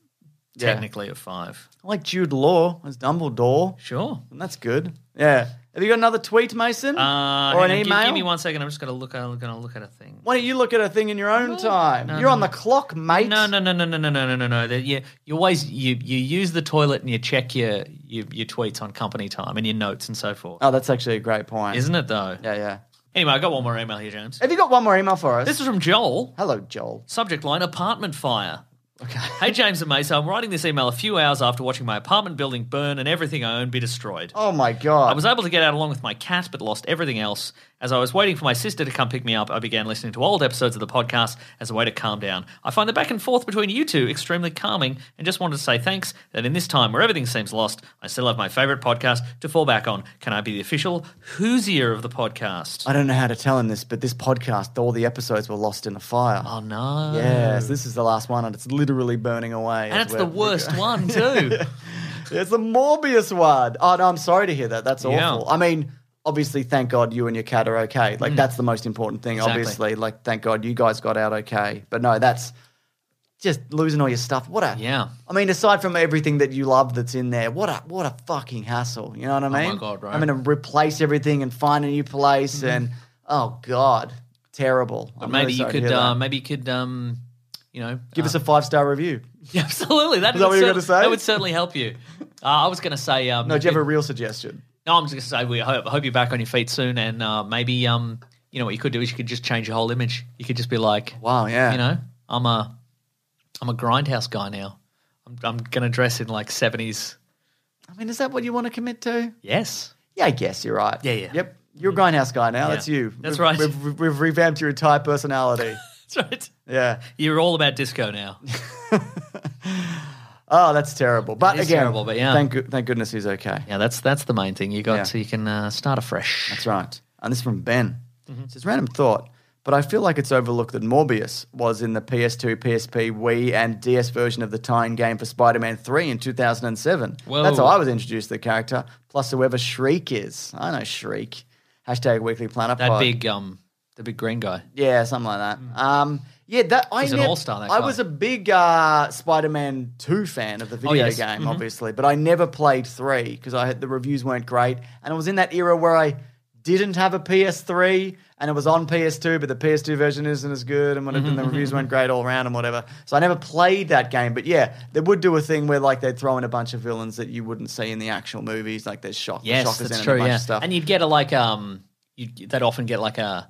Speaker 3: Yeah.
Speaker 4: Technically, a five.
Speaker 3: I like Jude Law as Dumbledore.
Speaker 4: Sure.
Speaker 3: And that's good. Yeah. Have you got another tweet, Mason?
Speaker 4: Uh,
Speaker 3: or an
Speaker 4: hang on, give-
Speaker 3: email?
Speaker 4: Give, me one second. I'm just gonna look. I'm gonna look at a thing.
Speaker 3: Why don't you look at a thing in your own time?
Speaker 4: no,
Speaker 3: You're on
Speaker 4: no.
Speaker 3: the clock, mate.
Speaker 4: No, no, no, no, no, no, no, no, no, no. That- You, you always you you use the toilet and you check your your, your tweets on company time and your notes and so forth.
Speaker 3: Oh, that's actually a great point.
Speaker 4: Isn't it though?
Speaker 3: Yeah, yeah.
Speaker 4: Anyway, I got one more email here, James.
Speaker 3: Have you got one more email for us?
Speaker 4: This is from Joel.
Speaker 3: Hello, Joel.
Speaker 4: Subject line: Apartment fire. Okay. hey, James and Mesa, I'm writing this email a few hours after watching my apartment building burn and everything I own be destroyed.
Speaker 3: Oh my god.
Speaker 4: I was able to get out along with my cat, but lost everything else. As I was waiting for my sister to come pick me up, I began listening to old episodes of the podcast as a way to calm down. I find the back and forth between you two extremely calming and just wanted to say thanks that in this time where everything seems lost, I still have my favourite podcast to fall back on. Can I be the official Hoosier of the podcast?
Speaker 3: I don't know how to tell him this, but this podcast, all the episodes were lost in a fire.
Speaker 4: Oh, no.
Speaker 3: Yes, this is the last one, and it's literally burning away.
Speaker 4: And
Speaker 3: as
Speaker 4: it's
Speaker 3: we're-
Speaker 4: the worst one, too.
Speaker 3: It's the Morbius one. Oh no, I'm sorry to hear that. That's
Speaker 4: Yeah.
Speaker 3: awful. I mean, obviously, thank God you and your cat are okay. Like that's the most important thing.
Speaker 4: Mm. Exactly.
Speaker 3: Obviously, like thank God you guys got out okay. But no, that's just losing all your stuff. What a
Speaker 4: Yeah.
Speaker 3: I mean, aside from everything that you love that's in there, what a what a fucking hassle. You know what I
Speaker 4: Oh my
Speaker 3: mean?
Speaker 4: God, right? Mm-hmm.
Speaker 3: I'm gonna replace everything and find a new place and oh god, terrible.
Speaker 4: But maybe you could, uh, maybe you could, um, uh, you know,
Speaker 3: give us a five star review.
Speaker 4: Yeah, absolutely. That,
Speaker 3: Is that what
Speaker 4: would
Speaker 3: you were
Speaker 4: cer-
Speaker 3: gonna say?
Speaker 4: That would certainly help you. Uh, I was going to say. Um,
Speaker 3: No, do you have a
Speaker 4: it-
Speaker 3: real suggestion?
Speaker 4: no, I'm just going to say we hope, hope you're back on your feet soon, and uh, maybe um, you know what you could do is you could just change your whole image. You could just be like,
Speaker 3: Wow, yeah.
Speaker 4: you know, I'm a, I'm a grindhouse guy now. I'm, I'm going to dress in like 70s.
Speaker 3: I mean, is that what you want to commit to?
Speaker 4: Yes.
Speaker 3: Yeah, I guess you're right.
Speaker 4: Yeah, yeah.
Speaker 3: Yep. You're a grindhouse guy now.
Speaker 4: Yeah.
Speaker 3: That's you.
Speaker 4: That's
Speaker 3: We've-
Speaker 4: right.
Speaker 3: We've, we've, we've revamped your entire personality.
Speaker 4: That's right.
Speaker 3: yeah.
Speaker 4: You're all about disco now.
Speaker 3: Oh, that's terrible. But
Speaker 4: It is
Speaker 3: again,
Speaker 4: terrible, but yeah.
Speaker 3: thank, goo- thank goodness he's okay.
Speaker 4: Yeah, that's that's the main thing you got,
Speaker 3: Yeah.
Speaker 4: so you can uh, start afresh. Mm-hmm.
Speaker 3: That's right. And this is from Ben. It says, random thought. but I feel like it's overlooked that Morbius was in the PS2, PSP, Wii, and DS version of the tie-in game for Spider-Man 3 in 2007.
Speaker 4: Whoa.
Speaker 3: That's how I was introduced to the character, plus whoever Shriek is. I know Shriek. Hashtag Weekly Planet
Speaker 4: That
Speaker 3: Pod.
Speaker 4: big um, the big green guy.
Speaker 3: Yeah, something like that. Um, yeah, that I
Speaker 4: Hmm. He's an
Speaker 3: nev-
Speaker 4: all-star, that
Speaker 3: I
Speaker 4: guy.
Speaker 3: was a big uh, Spider-Man Two fan of the video
Speaker 4: Oh, yes. Mm-hmm.
Speaker 3: game, obviously, but I never played three because I had, the reviews weren't great, and I was in that era where I didn't have a PS3 and it was on PS2, but the PS2 version isn't as good, and whatever, and
Speaker 4: Mm-hmm.
Speaker 3: the reviews weren't great all around and whatever. So I never played that game, but yeah, they would do a thing where like they'd throw in a bunch of villains that you wouldn't see in the actual movies, like there's shock,
Speaker 4: Yes,
Speaker 3: shockers
Speaker 4: that's
Speaker 3: in
Speaker 4: true.
Speaker 3: and a bunch
Speaker 4: yeah,
Speaker 3: of stuff.
Speaker 4: and you'd get a like um, you'd that often get like a.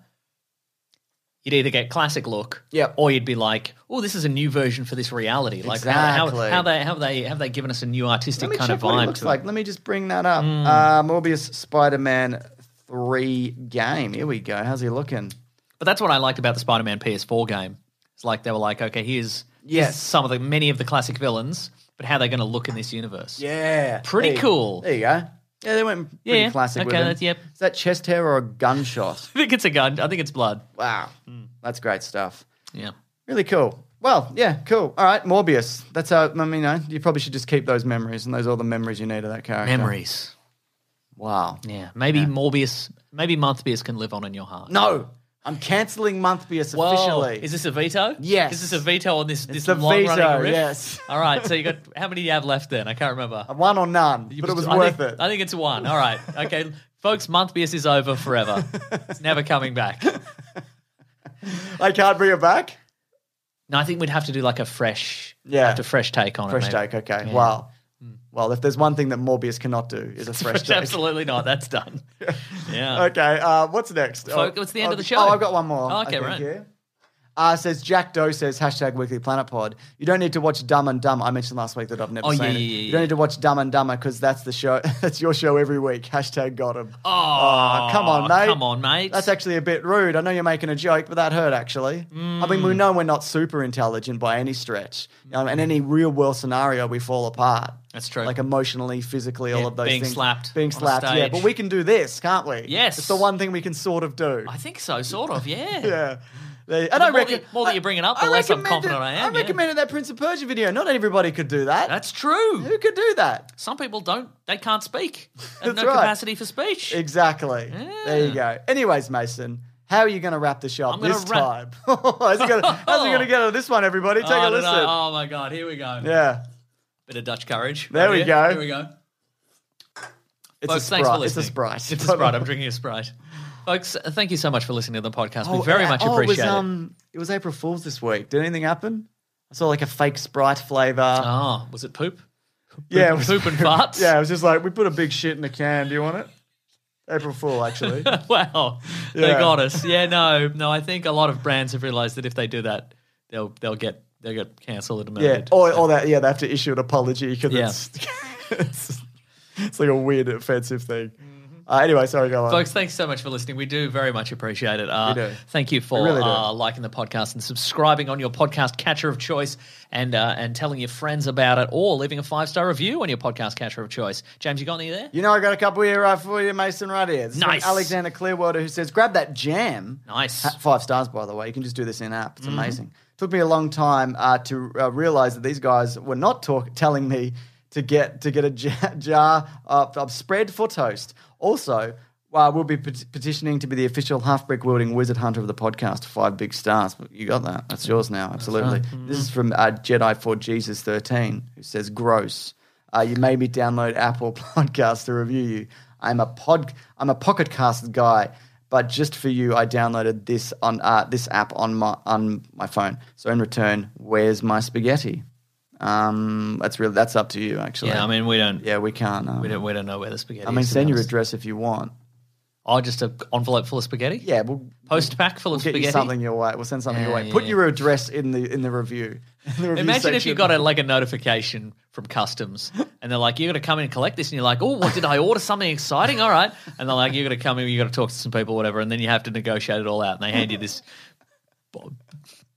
Speaker 4: You'd either get classic look,
Speaker 3: Yep.
Speaker 4: or you'd be like, "Oh, this is a new version for this reality." Like
Speaker 3: Exactly.
Speaker 4: how, how, how they how they have they given us a new artistic
Speaker 3: Let me
Speaker 4: kind
Speaker 3: check
Speaker 4: of
Speaker 3: what
Speaker 4: vibe
Speaker 3: it looks
Speaker 4: to
Speaker 3: like. Let me just bring that up. Uh, Morbius Spider-Man three game. Here we go. How's he looking?
Speaker 4: But that's what I liked about the Spider-Man PS4 game. It's like they were like, "Okay, here's here's
Speaker 3: Yes.
Speaker 4: some of the many of the classic villains, but how they're going to look in this universe."
Speaker 3: Yeah,
Speaker 4: Pretty
Speaker 3: There-
Speaker 4: cool.
Speaker 3: There you go. Yeah, they went pretty
Speaker 4: Yeah,
Speaker 3: classic. with
Speaker 4: okay,
Speaker 3: him.
Speaker 4: that's- yep.
Speaker 3: Is that chest hair or a gunshot?
Speaker 4: I think it's a gun. I think it's blood.
Speaker 3: wow, that's great stuff.
Speaker 4: Yeah.
Speaker 3: Really cool. Well, yeah, cool. All right, Morbius. That's how. I mean, you, know, you probably should just keep those memories, and those are all the memories you need of that character.
Speaker 4: Memories.
Speaker 3: Wow.
Speaker 4: Yeah. Maybe Morbius, maybe Monthbius can live on in your heart.
Speaker 3: No, I'm canceling Monthbius
Speaker 4: Whoa.
Speaker 3: officially.
Speaker 4: Is this a veto?
Speaker 3: Yes.
Speaker 4: Is this a veto on this, this
Speaker 3: the
Speaker 4: long
Speaker 3: veto,
Speaker 4: running riff?
Speaker 3: yes.
Speaker 4: All right. So you got, how many do you have left then? I can't remember.
Speaker 3: one or none?
Speaker 4: You
Speaker 3: but it
Speaker 4: just-
Speaker 3: was
Speaker 4: I
Speaker 3: worth
Speaker 4: think,
Speaker 3: it.
Speaker 4: I think it's one. All right. Okay. Folks, Monthbius is over forever. it's never coming back.
Speaker 3: I can't bring it back.
Speaker 4: No, I think we'd have to do like a fresh,
Speaker 3: Yeah.
Speaker 4: have to fresh take on it.
Speaker 3: Fresh
Speaker 4: maybe.
Speaker 3: take, okay.
Speaker 4: Yeah. Hmm.
Speaker 3: Well, well, if there's one thing that Morbius cannot do is a fresh take.
Speaker 4: Absolutely not. That's done. yeah.
Speaker 3: Okay, uh, what's next?
Speaker 4: Folk,
Speaker 3: Oh,
Speaker 4: it's the end
Speaker 3: oh,
Speaker 4: of the show.
Speaker 3: Oh, I've got one more.
Speaker 4: Oh,
Speaker 3: I
Speaker 4: okay,
Speaker 3: think,
Speaker 4: right.
Speaker 3: yeah. Uh, says Jack Doe says hashtag Weekly Planet Pod. You don't need to watch Dumb and Dumb. I mentioned last week that I've never
Speaker 4: Oh,
Speaker 3: seen
Speaker 4: yeah,
Speaker 3: it.
Speaker 4: yeah, yeah,
Speaker 3: you don't
Speaker 4: yeah.
Speaker 3: need to watch Dumb and Dumber because that's the show. that's your show every week. Hashtag got him.
Speaker 4: Oh,
Speaker 3: come on, mate.
Speaker 4: Come on, mate.
Speaker 3: That's actually a bit rude. I know you're making a joke, but that hurt actually. I mean,
Speaker 4: Mm.
Speaker 3: we know we're not super intelligent by any stretch. Um, in any real world scenario, we fall apart.
Speaker 4: That's true.
Speaker 3: Like emotionally, physically, all
Speaker 4: Yeah,
Speaker 3: of those
Speaker 4: being
Speaker 3: things.
Speaker 4: slapped
Speaker 3: Being
Speaker 4: on a
Speaker 3: slapped, yeah.
Speaker 4: stage.
Speaker 3: But we can do this, can't we?
Speaker 4: Yes.
Speaker 3: It's the one thing we can sort of do.
Speaker 4: I think so, sort of, yeah.
Speaker 3: yeah. They- and I
Speaker 4: more that-
Speaker 3: reckon
Speaker 4: more that you bring it up, the less I'm
Speaker 3: recommended-
Speaker 4: confident I am,
Speaker 3: I
Speaker 4: yeah.
Speaker 3: recommended that Prince of Persia video. Not everybody could do that.
Speaker 4: That's true.
Speaker 3: Who could do that?
Speaker 4: Some people don't, they can't speak. They have
Speaker 3: That's
Speaker 4: no
Speaker 3: right.
Speaker 4: capacity for speech.
Speaker 3: Exactly. There you go. Anyways, Mason, how are you going to wrap the show up
Speaker 4: I'm gonna
Speaker 3: this time?
Speaker 4: wrap-
Speaker 3: how's it going to get out of this one, everybody? Take
Speaker 4: oh,
Speaker 3: a
Speaker 4: no, no.
Speaker 3: listen.
Speaker 4: Oh, my God, here we go.
Speaker 3: Yeah.
Speaker 4: Bit of Dutch courage.
Speaker 3: There
Speaker 4: right
Speaker 3: we
Speaker 4: here.
Speaker 3: go.
Speaker 4: Here we go.
Speaker 3: It's
Speaker 4: Folks,
Speaker 3: a
Speaker 4: thanks for
Speaker 3: sprite. It's
Speaker 4: listening.
Speaker 3: a sprite.
Speaker 4: It's a sprite. I'm drinking a sprite. Folks, uh, thank you so much for listening to the podcast.
Speaker 3: Oh,
Speaker 4: we very
Speaker 3: uh,
Speaker 4: much
Speaker 3: oh,
Speaker 4: appreciate
Speaker 3: it. Was, um, it was April Fool's this week. Did anything happen? I saw like a fake sprite flavor.
Speaker 4: it. Oh, was it poop?
Speaker 3: yeah, it
Speaker 4: poop,
Speaker 3: was,
Speaker 4: poop and farts?
Speaker 3: yeah, it was just like we put a big shit in a can. Do you want it? April Fool, actually.
Speaker 4: wow, they
Speaker 3: Yeah.
Speaker 4: got us. Yeah, no, no. I think a lot of brands have realised that if they do that, they'll they'll get they'll get cancelled and
Speaker 3: yeah,
Speaker 4: murdered.
Speaker 3: or, or that. Yeah, they have to issue an apology because
Speaker 4: Yeah.
Speaker 3: it's, it's it's like a weird offensive thing. Uh, anyway, sorry, go on.
Speaker 4: Folks, thanks Mm-hmm. so much for listening. We do very much appreciate it. Uh,
Speaker 3: We do.
Speaker 4: Thank you for
Speaker 3: really do.
Speaker 4: uh, liking the podcast and subscribing on your podcast catcher of choice, and uh, and telling your friends about it, or leaving a five star review on your podcast catcher of choice. James, you got any there?
Speaker 3: You know, I got a couple here right for you, Mason, right here. This is from
Speaker 4: Nice.
Speaker 3: Alexander Clearwater who says, grab that jam.
Speaker 4: Nice. Mm-hmm.
Speaker 3: Ha- Five stars, by the way. You can just do this in app. It's amazing. Took me a long time uh, to uh, realize that these guys were not talk- telling me to get to get a jar, jar of, of spread for toast. Also, uh, we'll be pet- petitioning to be the official half brick wielding wizard hunter of the podcast. Five big stars. You got that. That's yours now. Absolutely. This
Speaker 4: Mm-hmm.
Speaker 3: is from uh, Jedi for Jesus thirteen, who says, "Gross." Uh, you made me download Apple Podcasts to review you. I'm a pod. I'm a pocket cast guy, but just for you, I downloaded this on uh, this app on my on my phone. So in return, where's my spaghetti? Um, that's really that's up to you, actually.
Speaker 4: Yeah, I mean we don't
Speaker 3: yeah, we can't. Um,
Speaker 4: we don't we don't know where the spaghetti.
Speaker 3: I mean,
Speaker 4: is, to be
Speaker 3: send your
Speaker 4: honest.
Speaker 3: address if you want.
Speaker 4: Oh, just a envelope full of spaghetti.
Speaker 3: Yeah, we'll
Speaker 4: Post pack full
Speaker 3: we'll
Speaker 4: of
Speaker 3: get
Speaker 4: spaghetti.
Speaker 3: you something your way. We'll send something your
Speaker 4: Yeah,
Speaker 3: way.
Speaker 4: yeah,
Speaker 3: Put
Speaker 4: yeah.
Speaker 3: your address in the in the review. In the review
Speaker 4: Imagine if you
Speaker 3: section.
Speaker 4: got a, like a notification from customs, and they're like, "You got to come in and collect this," and you're like, "Oh, what did I order? Something exciting? All right." And they're like, "You got to come in. You got to talk to some people, whatever." And then you have to negotiate it all out, and they hand you this po-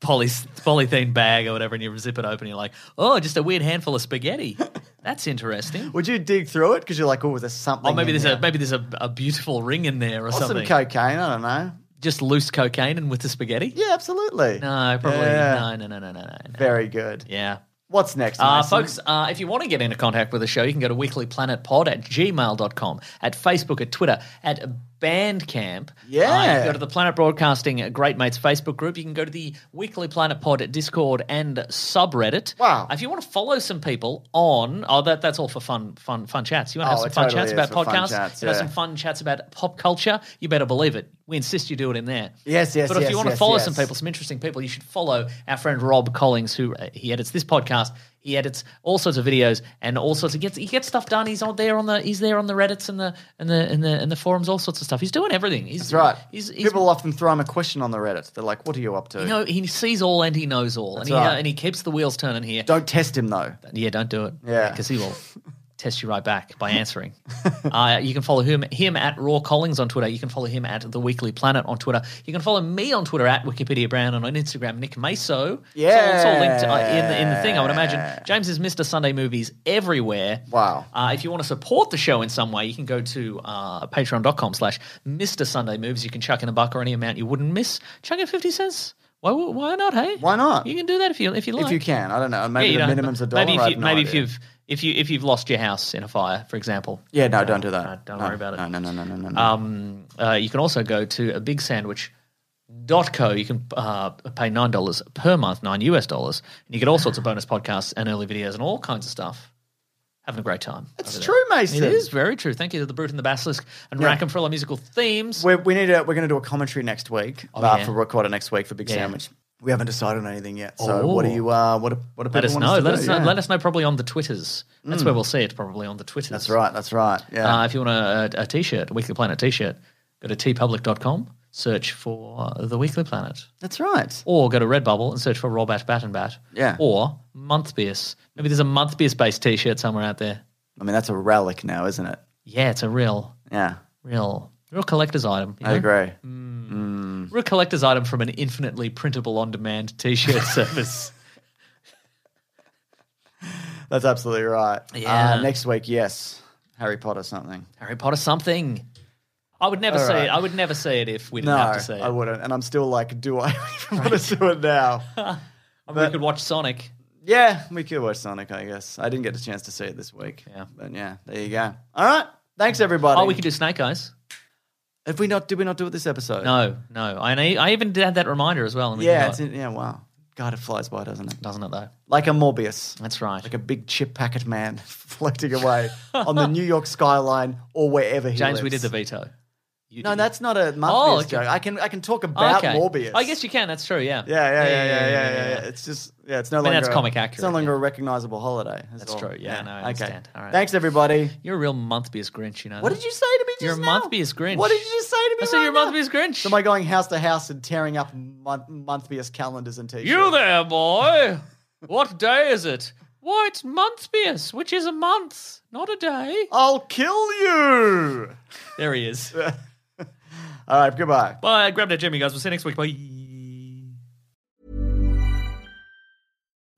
Speaker 4: poly, polythene bag or whatever, and you zip it open. And you're like, "Oh, just a weird handful of spaghetti. That's interesting."
Speaker 3: Would you dig through it because you're like, oh, there's something?
Speaker 4: Oh, maybe
Speaker 3: in
Speaker 4: there's
Speaker 3: here.
Speaker 4: a maybe there's a, a beautiful ring in there or
Speaker 3: Or some
Speaker 4: something.
Speaker 3: cocaine. I don't know.
Speaker 4: Just loose cocaine and with the spaghetti?
Speaker 3: Yeah, absolutely.
Speaker 4: No, probably
Speaker 3: Yeah.
Speaker 4: no, no, no, no, no, no. no.
Speaker 3: Very good.
Speaker 4: Yeah.
Speaker 3: What's next,
Speaker 4: Uh,
Speaker 3: Mason?
Speaker 4: folks, uh, if you want to get into contact with the show, you can go to weeklyplanetpod at gmail.com, at Facebook, at Twitter, at Bandcamp. Uh, you
Speaker 3: Yeah.
Speaker 4: can go to the Planet Broadcasting uh, Great Mates Facebook group. You can go to the Weekly Planet Pod Discord and subreddit.
Speaker 3: Wow.
Speaker 4: If you want to follow some people on, oh, that, that's all for fun, fun, fun chats. You want to have
Speaker 3: Oh,
Speaker 4: some
Speaker 3: it
Speaker 4: fun
Speaker 3: totally
Speaker 4: chats
Speaker 3: is
Speaker 4: about
Speaker 3: for fun
Speaker 4: podcasts,
Speaker 3: chats,
Speaker 4: you know,
Speaker 3: yeah.
Speaker 4: some fun chats about pop culture, you better believe it. We insist you do it in there.
Speaker 3: Yes, yes,
Speaker 4: But if
Speaker 3: yes,
Speaker 4: you want
Speaker 3: yes,
Speaker 4: to follow
Speaker 3: yes.
Speaker 4: some people, some interesting people, you should follow our friend Rob Collings, who uh, he edits this podcast. He edits all sorts of videos and all sorts. He gets he gets stuff done. He's on there on the he's there on the Reddit's and the and the and the and the forums, all sorts of stuff. He's doing everything. He's
Speaker 3: That's right.
Speaker 4: He's, he's
Speaker 3: People often throw him a question on the Reddit. They're like, what are you up to?
Speaker 4: you know he sees all and he knows all, and he uh,
Speaker 3: right.
Speaker 4: and he keeps the wheels turning here.
Speaker 3: Don't test him, though.
Speaker 4: Yeah, don't do it.
Speaker 3: Yeah.
Speaker 4: because he will test you right back by answering. uh, you can follow him him at Raw Collings on Twitter. You can follow him at The Weekly Planet on Twitter. You can follow me on Twitter at Wikipedia Brown and on Instagram Nick Maso. it's all, it's all linked uh, in the, in the thing. I would imagine James is Mr. Sunday Movies everywhere.
Speaker 3: Wow.
Speaker 4: Uh, if you want to support the show in some way, you can go to uh, patreon.com slash Mr. Sunday Movies. You can chuck in a buck or any amount you wouldn't miss. Chuck in 50 cents. Why, why not, hey?
Speaker 3: Why not?
Speaker 4: You can do that if you if you like.
Speaker 3: If you can, I don't know.
Speaker 4: Yeah,
Speaker 3: Maybe
Speaker 4: you
Speaker 3: the
Speaker 4: don't-
Speaker 3: minimum's a dollar.
Speaker 4: Maybe if
Speaker 3: I
Speaker 4: you,
Speaker 3: have no
Speaker 4: maybe if
Speaker 3: idea.
Speaker 4: you've if you if you've lost your house in a fire, for example.
Speaker 3: Yeah, no, don't do that.
Speaker 4: no, don't
Speaker 3: No,
Speaker 4: worry about it.
Speaker 3: No, no, no, no, no, no, no.
Speaker 4: Um, uh, you can also go to a big sandwich. Dot co. You can uh, pay nine dollars per month, nine US dollars, and you get all sorts of bonus podcasts and early videos and all kinds of stuff. Having a great time.
Speaker 3: That's
Speaker 4: over there.
Speaker 3: true, Mason.
Speaker 4: It is very true. Thank you to the Brute and the Basilisk and yeah. Rackham for all our musical themes.
Speaker 3: We're, we need a, We're going to do a commentary next week.
Speaker 4: Oh,
Speaker 3: uh,
Speaker 4: yeah.
Speaker 3: For record next week for Big
Speaker 4: Yeah.
Speaker 3: Sandwich. We haven't decided on anything yet. So what do
Speaker 4: Oh.
Speaker 3: you? Uh, what? do- What? do
Speaker 4: let
Speaker 3: people
Speaker 4: us
Speaker 3: want
Speaker 4: know.
Speaker 3: to
Speaker 4: Let
Speaker 3: do?
Speaker 4: us
Speaker 3: Yeah. Mm.
Speaker 4: know. Let us know. Probably on the Twitters. That's where we'll see it. Probably on the Twitters.
Speaker 3: That's right. That's right. Yeah.
Speaker 4: Uh, if you want a, a, a t-shirt, a Weekly Planet t-shirt, go to tpublic.com, search for uh, The Weekly Planet.
Speaker 3: that's right.
Speaker 4: Or go to Redbubble and search for Raw Bat Bat and Bat.
Speaker 3: Yeah.
Speaker 4: Or Monthbius. Maybe there's a Monthbius-based t-shirt somewhere out there.
Speaker 3: I mean, that's a relic now, isn't it?
Speaker 4: Yeah, it's a real,
Speaker 3: Yeah.
Speaker 4: real, real collector's item. you
Speaker 3: I
Speaker 4: know?
Speaker 3: agree.
Speaker 4: Real collector's item from an infinitely printable on-demand t-shirt service.
Speaker 3: That's absolutely right.
Speaker 4: Yeah.
Speaker 3: Uh, next week, yes, Harry Potter something.
Speaker 4: Harry Potter something. I would never
Speaker 3: All
Speaker 4: say
Speaker 3: right.
Speaker 4: it. I would never say it if we didn't
Speaker 3: No,
Speaker 4: have to say it.
Speaker 3: I wouldn't. And I'm still like, do I even want to do it now?
Speaker 4: I mean, we could watch Sonic.
Speaker 3: yeah, we could watch Sonic, I guess. I didn't get a chance to see it this week.
Speaker 4: Yeah.
Speaker 3: but yeah, there you go. All right, thanks everybody.
Speaker 4: Oh, we could do Snake Eyes.
Speaker 3: Have we not? Did we not do it this episode?
Speaker 4: No, no. I, I even had that reminder as well. And we
Speaker 3: Yeah,
Speaker 4: forgot.
Speaker 3: it's in, yeah. Wow. God, it flies by, doesn't it?
Speaker 4: doesn't it though?
Speaker 3: Like a Morbius,
Speaker 4: That's right.
Speaker 3: like a big chip packet man floating away on the New York skyline or wherever he
Speaker 4: James, we did
Speaker 3: lives.
Speaker 4: the veto. You-
Speaker 3: No,
Speaker 4: you-
Speaker 3: that's not a Morbius
Speaker 4: Oh, okay.
Speaker 3: joke. I can I can talk about
Speaker 4: Oh, Okay.
Speaker 3: Morbius.
Speaker 4: I guess you can. That's true. Yeah.
Speaker 3: Yeah, yeah, yeah, yeah, yeah, yeah.
Speaker 4: yeah, yeah.
Speaker 3: It's just yeah, it's no
Speaker 4: mean,
Speaker 3: longer
Speaker 4: that's
Speaker 3: a-
Speaker 4: comic
Speaker 3: It's
Speaker 4: accurate,
Speaker 3: no longer
Speaker 4: yeah.
Speaker 3: a recognizable holiday. is
Speaker 4: That's
Speaker 3: all.
Speaker 4: true. Yeah, no, I understand. All right. Uh-huh.
Speaker 3: Thanks everybody.
Speaker 4: You're a real Monthbius Grinch, you know.
Speaker 3: What did you say to me just
Speaker 4: You're a
Speaker 3: now?
Speaker 4: Monthbius Grinch.
Speaker 3: What did you just say to me?
Speaker 4: I said
Speaker 3: right
Speaker 4: you're a
Speaker 3: now?
Speaker 4: Monthbius Grinch.
Speaker 3: Am I going house to house and tearing up month Monthbius calendars and t-shirts?
Speaker 4: you there, boy? what day is it? Why, it's Monthbius, which is a month, not a day.
Speaker 3: I'll kill you.
Speaker 4: There he is.
Speaker 3: All right, goodbye.
Speaker 4: Bye. Grab that Jimmy, guys. We'll see you next week. Bye.